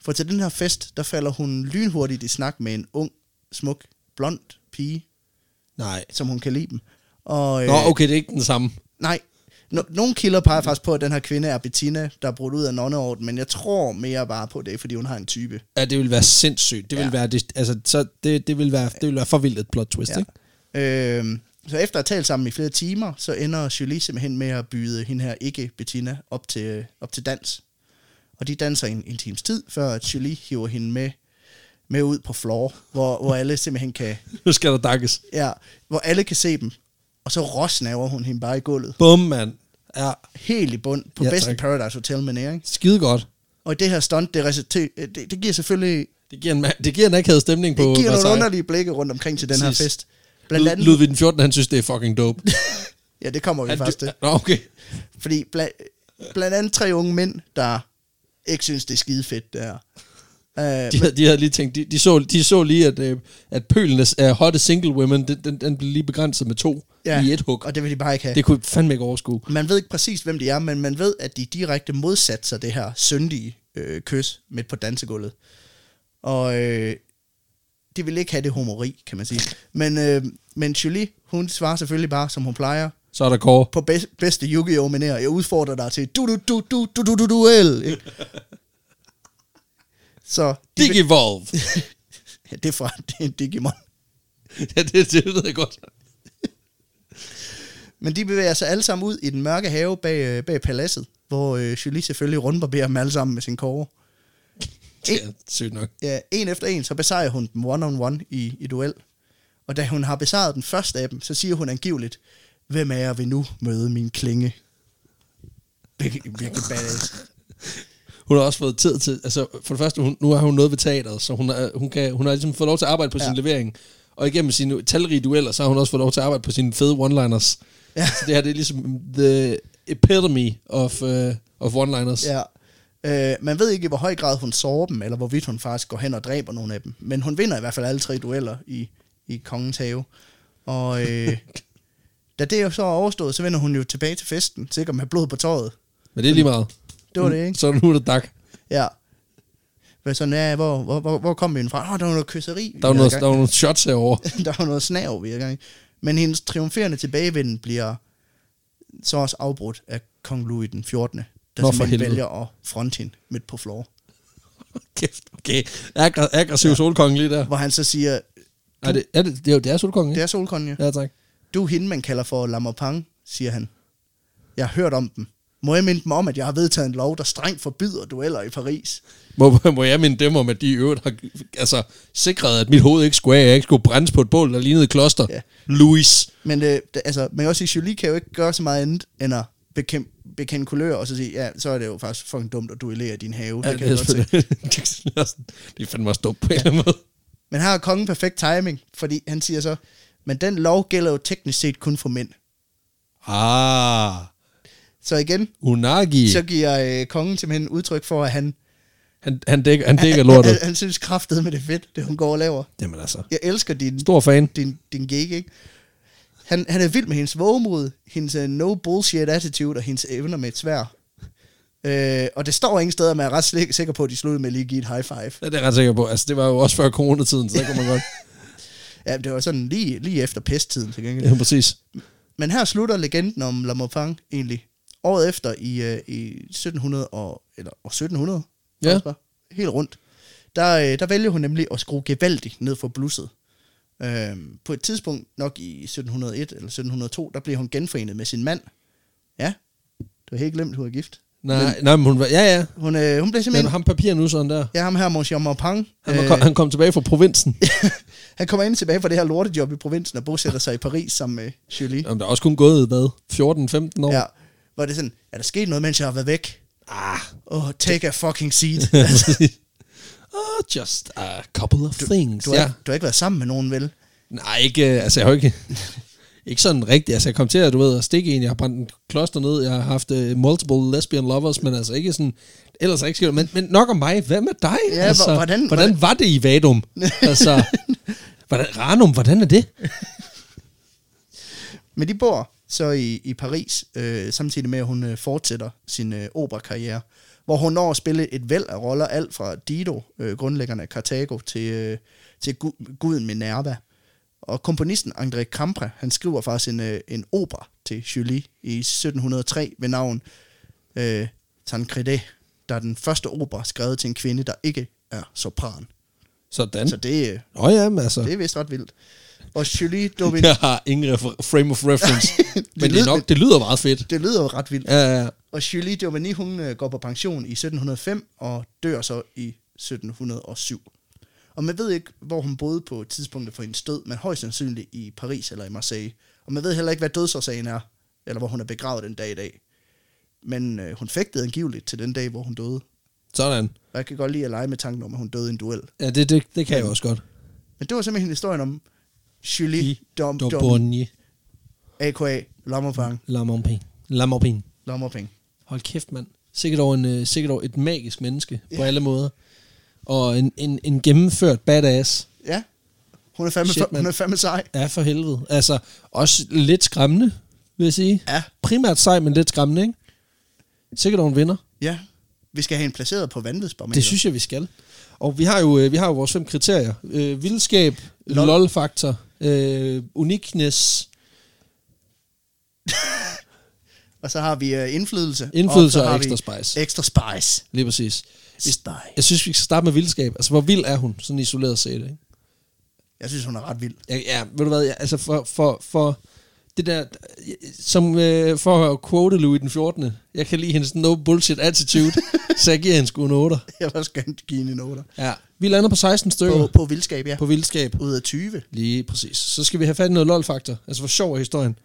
For til den her fest, der falder hun lynhurtigt i snak med en ung, smuk, blond pige, Nej. som hun kan lide dem. Og, Nå, øh, okay, det er ikke den samme. Nej. No, nogle kilder peger faktisk på, at den her kvinde er Bettina, der er brudt ud af nonneorden, men jeg tror mere bare på det, er, fordi hun har en type. Ja, det vil være sindssygt. Det vil ja. Ja. være, det, altså, så det, det vil være, det vil være for vildt et plot twist, ja. ikke? Øhm, så efter at have talt sammen i flere timer, så ender Julie simpelthen med at byde hende her ikke Bettina op til, øh, op til dans. Og de danser en, en times tid, før at Julie hiver hende med, med ud på floor, hvor, hvor alle simpelthen kan, Nu skal der dakkes. ja, hvor alle kan se dem. Og så råsnaver hun hende bare i gulvet. Bum, mand. Ja, Helt i bund, på ja, Ja, bedste tak. Paradise Hotel med skide godt. Og det her stunt, det, resulter- det, det giver selvfølgelig Det giver en, det giver en akavet stemning på Det giver nogle Versailles. underlige blikke rundt omkring til den her Præcis. fest. Blandt andet, Ludvig den 14, han synes, det er fucking dope. ja, det kommer vi Han- faktisk til. Nå, okay. Fordi bla, blandt andet tre unge mænd, der ikke synes, det er skide fedt, det her. Øh, De, havde, de havde lige tænkt, de, de, så, de så lige, at, øh, at pølenes af hotte single women, den, den, den blev lige begrænset med to Ja. ja. i et hug. og det vil de bare ikke have. Det kunne jeg fandme ikke overskue. Man ved ikke præcis, hvem de er, men man ved, at de direkte modsat sig det her syndige øh, kys midt på dansegulvet. Og øh, de vil ikke have det homori, kan man sige. Men, øh, men Julie, hun svarer selvfølgelig bare, som hun plejer. Så er der Kåre. på bedst, bedste Yu-Gi-Oh! manér. Jeg udfordrer dig til du du du du du du du duel. ikke? Så de, vil- Digivolve. ja, det er fra det er en Digimon. ja, det, det ved jeg godt. Men de bevæger sig alle sammen ud i den mørke have bag, øh, bag paladset, hvor øh, Julie selvfølgelig rundbarberer dem alle sammen med sin kåre. Det er sygt nok. Ja, en efter en, så besejrer hun dem one-on-one i, i duel. Og da hun har besejret den første af dem, så siger hun angiveligt, hvem af jer vil nu møde min klinge? Virkelig, virkelig badass. Hun har også fået tid til, altså for det første, hun, nu har hun noget ved teateret, så hun, er, hun, kan, hun har ligesom fået lov til at arbejde på ja. Ja. sin levering. Og igennem sine talrige dueller, så har hun også fået lov til at arbejde på sine fede one-liners. Ja. Så det her, det er ligesom the epitome of, uh, of one-liners. Ja. Øh, man ved ikke, i hvor høj grad hun sårer dem, eller hvorvidt hun faktisk går hen og dræber nogle af dem. Men hun vinder i hvert fald alle tre dueller i, i Kongens Have. Og øh, da det jo så er overstået, så vender hun jo tilbage til festen, sikkert med blod på tøjet. Men det er lige meget. Mm. Det var det, ikke? Så er det nu, der dak. Ja. Hvad sådan, ja, hvor, hvor, hvor, hvor kom vi den fra? Åh, oh, der var noget kysseri. vi Der var, havde noget, gang der var nogle shots herovre. der var noget snav vi er i gang. i. Men hendes triumferende tilbagevenden bliver så også afbrudt af kong Louis den 14., Nå, for der Nå, simpelthen helvede. vælger at fronte hende midt på floor. Kæft, okay. Aggre, aggressiv ja. solkonge lige der. Hvor han så siger, Er det, er det, det, er, jo- det er solkongen, det ikke? er solkonje, Mm. Ja, tak. du er hende, man kalder for Lamopang, siger han. Jeg har hørt om dem. Må jeg minde dem om, at jeg har vedtaget en lov, der strengt forbyder dueller i Paris? Må, må jeg minde dem om, at de i øvrigt har altså, sikret, at mit hoved ikke skulle af, jeg ikke skulle brændes på et bål, der lignede et kloster. Ja. Louis. Men, øh, det- altså, man kan også sige, Julie kan jo ikke gøre så meget andet, end at bekæmpe, bekende kulør, og så sige, ja, så er det jo faktisk fucking dumt at duellere i din have. Ja, det kan jeg godt se. det, er sådan- det er fandme også dumt på en eller anden måde. Men her har kongen perfekt timing, fordi han siger så, men den lov gælder jo teknisk set kun for mænd. Ah, Så igen, Unagi. så giver øh, kongen simpelthen udtryk for, at han, Han, han, dækker, han dækker han, lortet. han synes kraftet med det er fedt, det hun går og laver. Jamen altså, Jeg elsker din, stor fan. din, din gig, ikke? Han, han er vild med hendes vågemod, hendes uh, no bullshit attitude og hendes evner med et svær. Øh, og det står ingen steder, men jeg er ret slik- sikker på, at de sluttede med lige at give et high five. Det er jeg ret sikker på. Altså, det var jo også før coronatiden, så der kunne man godt. Ja, det var sådan lige, lige efter pesttiden til gengæld. Ja, præcis. Men her slutter legenden om La Maupang egentlig. Året efter i, øh, i 1700, og, eller år 1700, Ja. faktisk bare, helt rundt, der, øh, der vælger hun nemlig at skrue gevaldigt ned for blusset. Øhm, på et tidspunkt, nok i 1701 eller 1702, der bliver hun genforenet med sin mand. Ja, du har helt glemt, hun er gift. Nej, men, nej, men hun var, ja, ja. Hun, øh, hun bliver Men simpelthen... ham papir nu sådan der. Ja, ham her, Monsieur Maupang. Han, var, øh, han kom tilbage fra provinsen. han kommer ind tilbage fra det her lortejob i provinsen og bosætter sig i Paris sammen med Julie. Jamen, der er også kun gået, hvad, 14-15 år? Ja, hvor det er sådan, er der sket noget, mens jeg har været væk? Ah, Åh, oh, take a fucking seat. oh, just a couple of things. Du har, ja. ja. du har ikke været sammen med nogen, vel? Nej, ikke, øh, altså jeg har jo ikke, ikke sådan rigtigt. Altså jeg kom til at, du ved, at stikke en, jeg har brændt en kloster ned, jeg har haft uh, multiple lesbian lovers, men altså ikke sådan, ellers er jeg ikke sket, men, men nok om mig, hvad med dig? Ja, altså, hvor- hvordan- hvordan, var det i Vadum? altså, hvordan, Ranum, hvordan er det? Men de bor så i, i Paris, øh, samtidig med, at hun øh, fortsætter sin øh, operakarriere, hvor hun når at spille et væld af roller, alt fra Dido, øh, grundlæggeren af Carthago, til, øh, til gu- guden Minerva. Og komponisten André Campra, han skriver faktisk en, øh, en opera til Julie i 1703 ved navn øh, Tancrede, der er den første opera skrevet til en kvinde, der ikke er sopran. Sådan. Så det, øh, Nå ja, men altså, det er vist ret vildt. Og Julie Dovin, jeg har ingen refer- frame of reference, men det, er lyder nok, det lyder meget fedt. det lyder jo ret vildt. Ja, ja, ja. Og Julie Giovanni, hun øh, går på pension i 1705 og dør så i 1707. Og man ved ikke, hvor hun boede på tidspunktet for hendes død, men højst sandsynligt i Paris eller i Marseille. Og man ved heller ikke, hvad dødsårsagen er, eller hvor hun er begravet den dag i dag. Men øh, hun fægtede angiveligt til den dag, hvor hun døde. Sådan. Og jeg kan godt lide at lege med tanken om, at hun døde i en duel. Ja, det, det, det kan jeg også godt. Men det var simpelthen historien om Julie Dom, Dom, Dobonje. a.k.a. Lommerpang. Lamompin. Lamompin. Lommerpeng. Hold kæft, mand. Sikkert over, en, øh, sikkert over et magisk menneske på alle måder. Og en, en, en gennemført badass. Ja, hun er fandme, Shit, Shit, hun mand. er fandme sej. Ja, for helvede. Altså, også lidt skræmmende, vil jeg sige. Ja. Primært sej, men lidt skræmmende, ikke? Sikkert over en vinder. Ja, vi skal have hende placeret på vanvidsbarometer. Det synes jeg, vi skal. Og vi har jo, øh, vi har jo vores fem kriterier. Øh, vildskab, Lol. lol-faktor, øh, uniqueness, Og så har vi uh, indflydelse. Indflydelse så og har ekstra vi spice. Ekstra spice. lige præcis. Spice. Jeg synes, vi skal starte med vildskab. Altså, hvor vild er hun, sådan isoleret set, ikke? Jeg synes, hun er ret vild. Ja, ja ved du hvad, ja, altså for, for, for det der, som øh, for at quote Louis den 14. Jeg kan lide hendes no bullshit attitude, så jeg giver hende sgu en 8. Jeg vil også gerne give hende noter. Ja. Vi lander på 16 stykker På, på, på vildskab, ja. på vildskab. Ud af 20. Lige præcis. Så skal vi have fat i noget lol-faktor. Altså, hvor sjov er historien?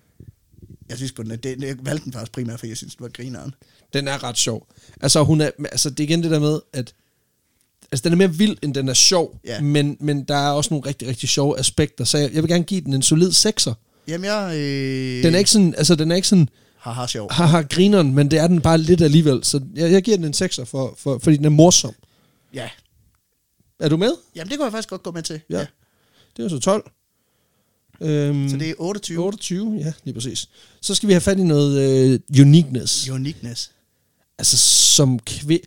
Jeg synes på den, er- det, jeg valgte den faktisk primært, fordi jeg synes, den var grineren. Den er ret sjov. Altså, hun er, altså det er igen det der med, at altså, den er mere vild, end den er sjov, Ja. men, men der er også nogle rigtig, rigtig sjove aspekter, så jeg, jeg vil gerne give den en solid sekser. Jamen, jeg... Øh, Den er ikke sådan, altså, den er ikke sådan, haha sjov. haha, grineren, men det er den bare lidt alligevel. Så jeg, jeg giver den en sekser, for, for, fordi den er morsom. Ja. Er du med? Jamen, det kunne jeg faktisk godt gå med til. Ja. Det er jo så 12. Øhm, Så det er 28. 28, ja, lige præcis. Så skal vi have fat i noget øh, uniqueness. Jo. Uniqueness. Altså, som, kvi-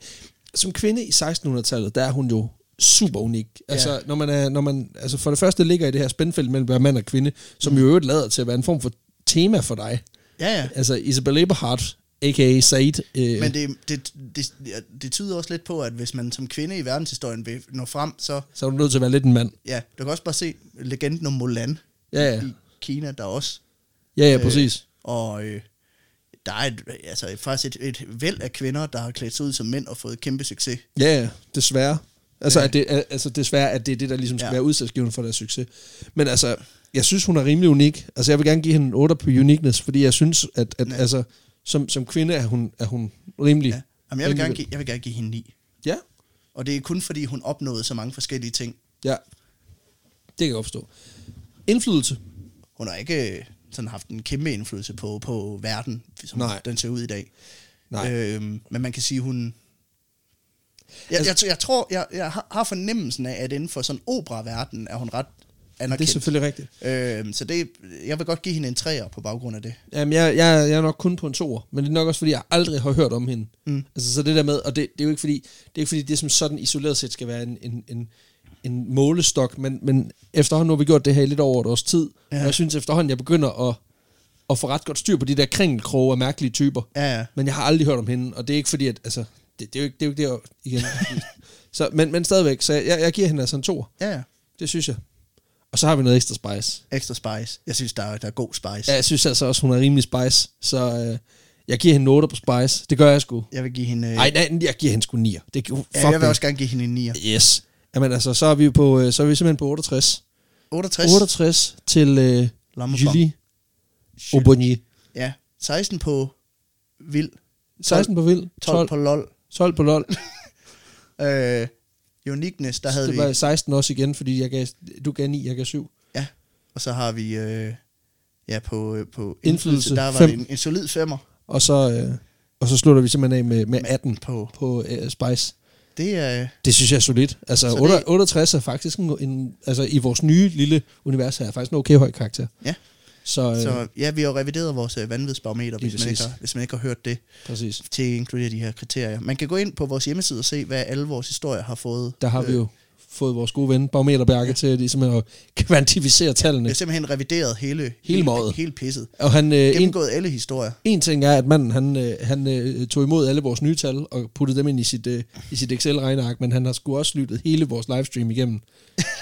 som kvinde i 1600-tallet, der er hun jo super unik. Altså, Ja. når man er, når man, altså for det første ligger i det her spændfelt mellem at være mand og kvinde, Mm. som jo i øvrigt lader til at være en form for tema for dig. Ja, ja. Altså, Isabel Eberhardt, a.k.a. Said. Øh, Men det, det, det, det, det tyder også lidt på, at hvis man som kvinde i verdenshistorien vil nå frem, så... så er du nødt til at være lidt en mand. Ja, du kan også bare se legenden om Mulan Ja, ja. i Kina, der også... øh, Ja, ja, præcis. Og øh, der er et, altså, faktisk et, et væld af kvinder, der har klædt sig ud som mænd og fået kæmpe succes. Ja, ja, desværre. Altså, at det, er- altså desværre, at det er det, der ligesom skal ja. Ja. være udslagsgivende for deres succes. Men altså, jeg synes, hun er rimelig unik. Altså, jeg vil gerne give hende en 8 på uniqueness, fordi jeg synes, at, at Ja. altså, som, som kvinde er hun, er hun rimelig. Ja. Jamen, jeg, vil rimelig gerne vild. give, jeg vil gerne give hende 9. Ja, Og det er kun fordi, hun opnåede så mange forskellige ting. ja. Det kan jeg godt forstå. Indflydelse. Hun har ikke øh, sådan haft en kæmpe indflydelse på, på verden, som Nej. Nej. den ser ud i dag. Nej. Øhm, men man kan sige, hun... Jeg, Altså- altså, jeg, t- jeg tror, jeg, jeg har har fornemmelsen af, at inden for sådan operaverdenen er hun ret Det er anerkendt. selvfølgelig rigtigt. øhm, så det, jeg vil godt give hende en træer på baggrund af det. Jamen, jeg, jeg, jeg er nok kun på en toer, men det er nok også, fordi jeg aldrig har hørt om hende. Mm. Altså, så det der med, og det, det er jo ikke fordi, det er ikke fordi, det som sådan isoleret set skal være en, en, en, en målestok, men, men efterhånden nu har vi gjort det her i lidt over et års tid, ja. Ja. og jeg synes efterhånden, jeg begynder at, at få ret godt styr på de der kringelkroge af mærkelige typer, Ja, ja. men jeg har aldrig hørt om hende, og det er ikke fordi, at, altså, det, det er jo ikke det, er jo ikke det og- igen. så, men, men stadigvæk, så jeg, jeg giver hende altså en toer, ja, ja. det synes jeg. Og så har vi noget ekstra spice. Ekstra spice. Jeg synes, der er, der er god spice. Ja, jeg synes altså også, hun er rimelig spice. Så øh, jeg giver hende noter på spice. Det gør jeg sgu. Jeg vil give hende... øh, Nej, nej, jeg giver hende sgu nier. Det er ja, jeg vil også gerne give hende en 9. Yes. Jamen altså, så er vi på, øh, så er vi simpelthen på 68. 68. 68 til øh, Lammefang. Julie Julie. Aubonnier. Ja. 16 på vild. 16 på vild, 12, 12, 12 på lol. 12 på lol. Øh, uniqueness, der havde det vi... var 16 også igen, fordi jeg gav, du gav 9, jeg gav 7. Ja. Og så har vi... Øh, ja, på, øh, på indflydelse, Indflydelse, der var fem. det en, en solid femmer. Og så, øh, og så slutter vi simpelthen af med, med 18 På. på øh, Spice. Det er... Øh, Det synes jeg er solidt. Altså, Så det- 8, 68 er faktisk en, en, altså, i vores nye lille univers her, er faktisk en okay høj karakter. ja. Så, øh, så Så ja, vi har jo revideret vores øh, vanvidsbarometer, Lige hvis man, ikke præcis. har, hvis man ikke har hørt det, præcis. til at inkludere de her kriterier. Man kan gå ind på vores hjemmeside og se, hvad alle vores historier har fået. Der har vi jo fået vores gode ven, Barometerbærke, ja. til at, ligesom at kvantificere tallene. Jeg har simpelthen revideret hele... måden. Hele, hele pisset. Og han, øh, en, Gennemgået alle historier. en ting er, at manden han, øh, han øh, tog imod alle vores nye tal og puttede dem ind i sit, øh, i sit Excel-regneark, men han har sgu også lyttet hele vores livestream igennem,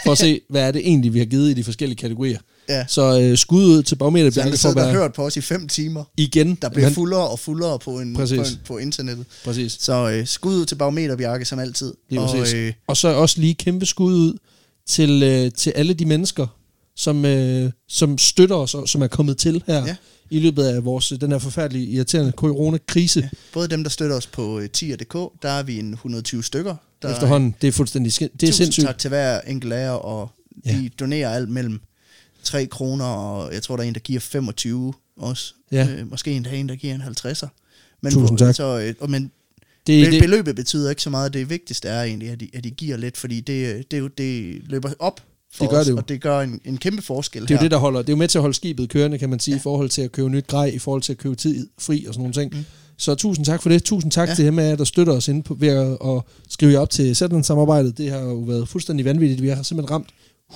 for at se, hvad er det egentlig, vi har givet i de forskellige kategorier. Ja. Så øh, skud ud til Så han Barometerbærke for at sidder og være hørt på os i fem timer, igen. der bliver han, fuldere og fuldere på, en, på, Præcis. en, på internettet. Præcis. Så øh, skud ud til Barometer Bjarke, som altid. Lige og præcis. øh, Og så også lige kæmpe skud ud til, øh, til alle de mennesker, som, øh, som støtter os og som er kommet til her ja. Ja. i løbet af vores øh, den her forfærdelige, irriterende coronakrise ja. både dem, der støtter os på øh, tier.dk, der er vi en 120 stykker. Der er- efterhånden. Det er fuldstændig skin- det er Tusind sindssygt. tak til hver enkelt af jer, og Ja. de donerer alt mellem 3 kroner, og jeg tror, der er en, der giver 25 også. Ja. Øh, måske en, der er en, der giver en 50'er. Men, Tusind tak. Så, øh, og, men Det, det, det, beløbet betyder ikke så meget. Det vigtigste er egentlig, at de, at de giver lidt, fordi det, øh, det, er jo- det løber op for Det gør os, det jo. og det gør en, en kæmpe forskel det er her. jo det, der holder. Det er jo med til at holde skibet kørende, kan man sige, ja. i forhold til at købe nyt grej, i forhold til at købe tid fri og sådan nogle ting. Mm. Så tusind tak for det. Tusind tak ja. Ja. til dem af jer, der støtter os inde på, ved at, at skrive jer op til Sætland-samarbejdet. Det har jo været fuldstændig vanvittigt. Vi har simpelthen ramt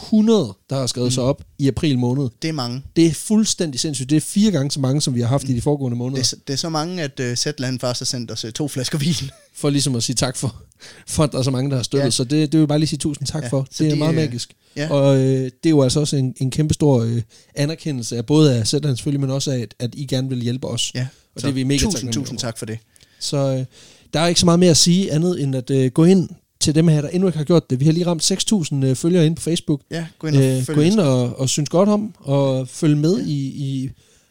100, der har skrevet mm. sig op i april måned. det er mange. Det er fuldstændig sindssygt. Det er fire gange så mange, som vi har haft i de foregående måneder. Det er, så- det er så mange, at uh, Zetland faktisk har sendt os uh, to flasker vin. For ligesom at sige tak for, for at der er så mange, der har støttet. Ja. Ja. Så det, det vil jeg bare lige sige tusind tak ja. Ja, for. så Det er det, meget øh, magisk. ja. Og øh, det er jo altså også en, en kæmpe stor øh, anerkendelse af både af Zetland selvfølgelig, men også af, at, at I gerne vil hjælpe os. ja. Og det er vi mega tusind, taknemmelige tusind over. tak for det. Så øh, der er ikke så meget mere at sige andet end at øh, gå ind til dem her, der endnu ikke har gjort det. Vi har lige ramt 6.000 øh, følgere ind på Facebook. Ja, gå ind og øh, Øh, følg gå os. ind og, og synes godt om, og følg med i, i,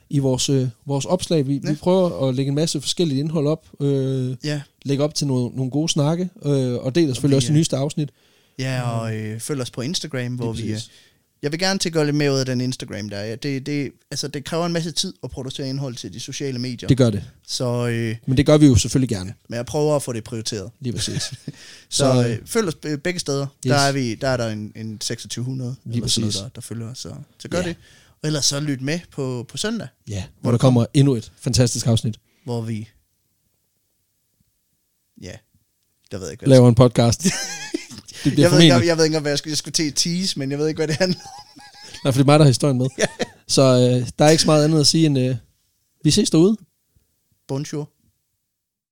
i vores, øh, vores opslag. Vi, ja. vi Ja. prøver at lægge en masse forskelligt indhold op, øh, Ja, lægge op til no, nogle gode snakke, øh, og del selvfølgelig vi, også det øh, nyeste afsnit. ja og øh, følg os på Instagram, hvor vi, øh, præcis. Jeg vil gerne til at gøre lidt mere ud af den Instagram der. Ja, det, det, altså, det kræver en masse tid at producere indhold til de sociale medier. Det gør det. Så, øh, Men det gør vi jo selvfølgelig gerne. men jeg prøver at få det prioriteret. Lige præcis. Så, Så, så øh, følg os be- begge steder. Yes. Der, er vi, der er der en, en 2600 Lige eller sådan noget, præcis. der, der følger os. Så, så gør Ja. ja. det. Og ellers så lyt med på, på søndag, ja, hvor der kommer endnu et fantastisk afsnit. hvor vi... Ja, der ved jeg ikke, hvad Laver en podcast. Det jeg, bliver ved ikke formentlig. jeg, jeg ved ikke, hvad jeg skulle, jeg skulle til at tease, men jeg ved ikke, hvad det handler om. Nej, for det er mig, der har historien med. Så øh, der er ikke så meget andet at sige end, øh, vi ses derude. Bonjour.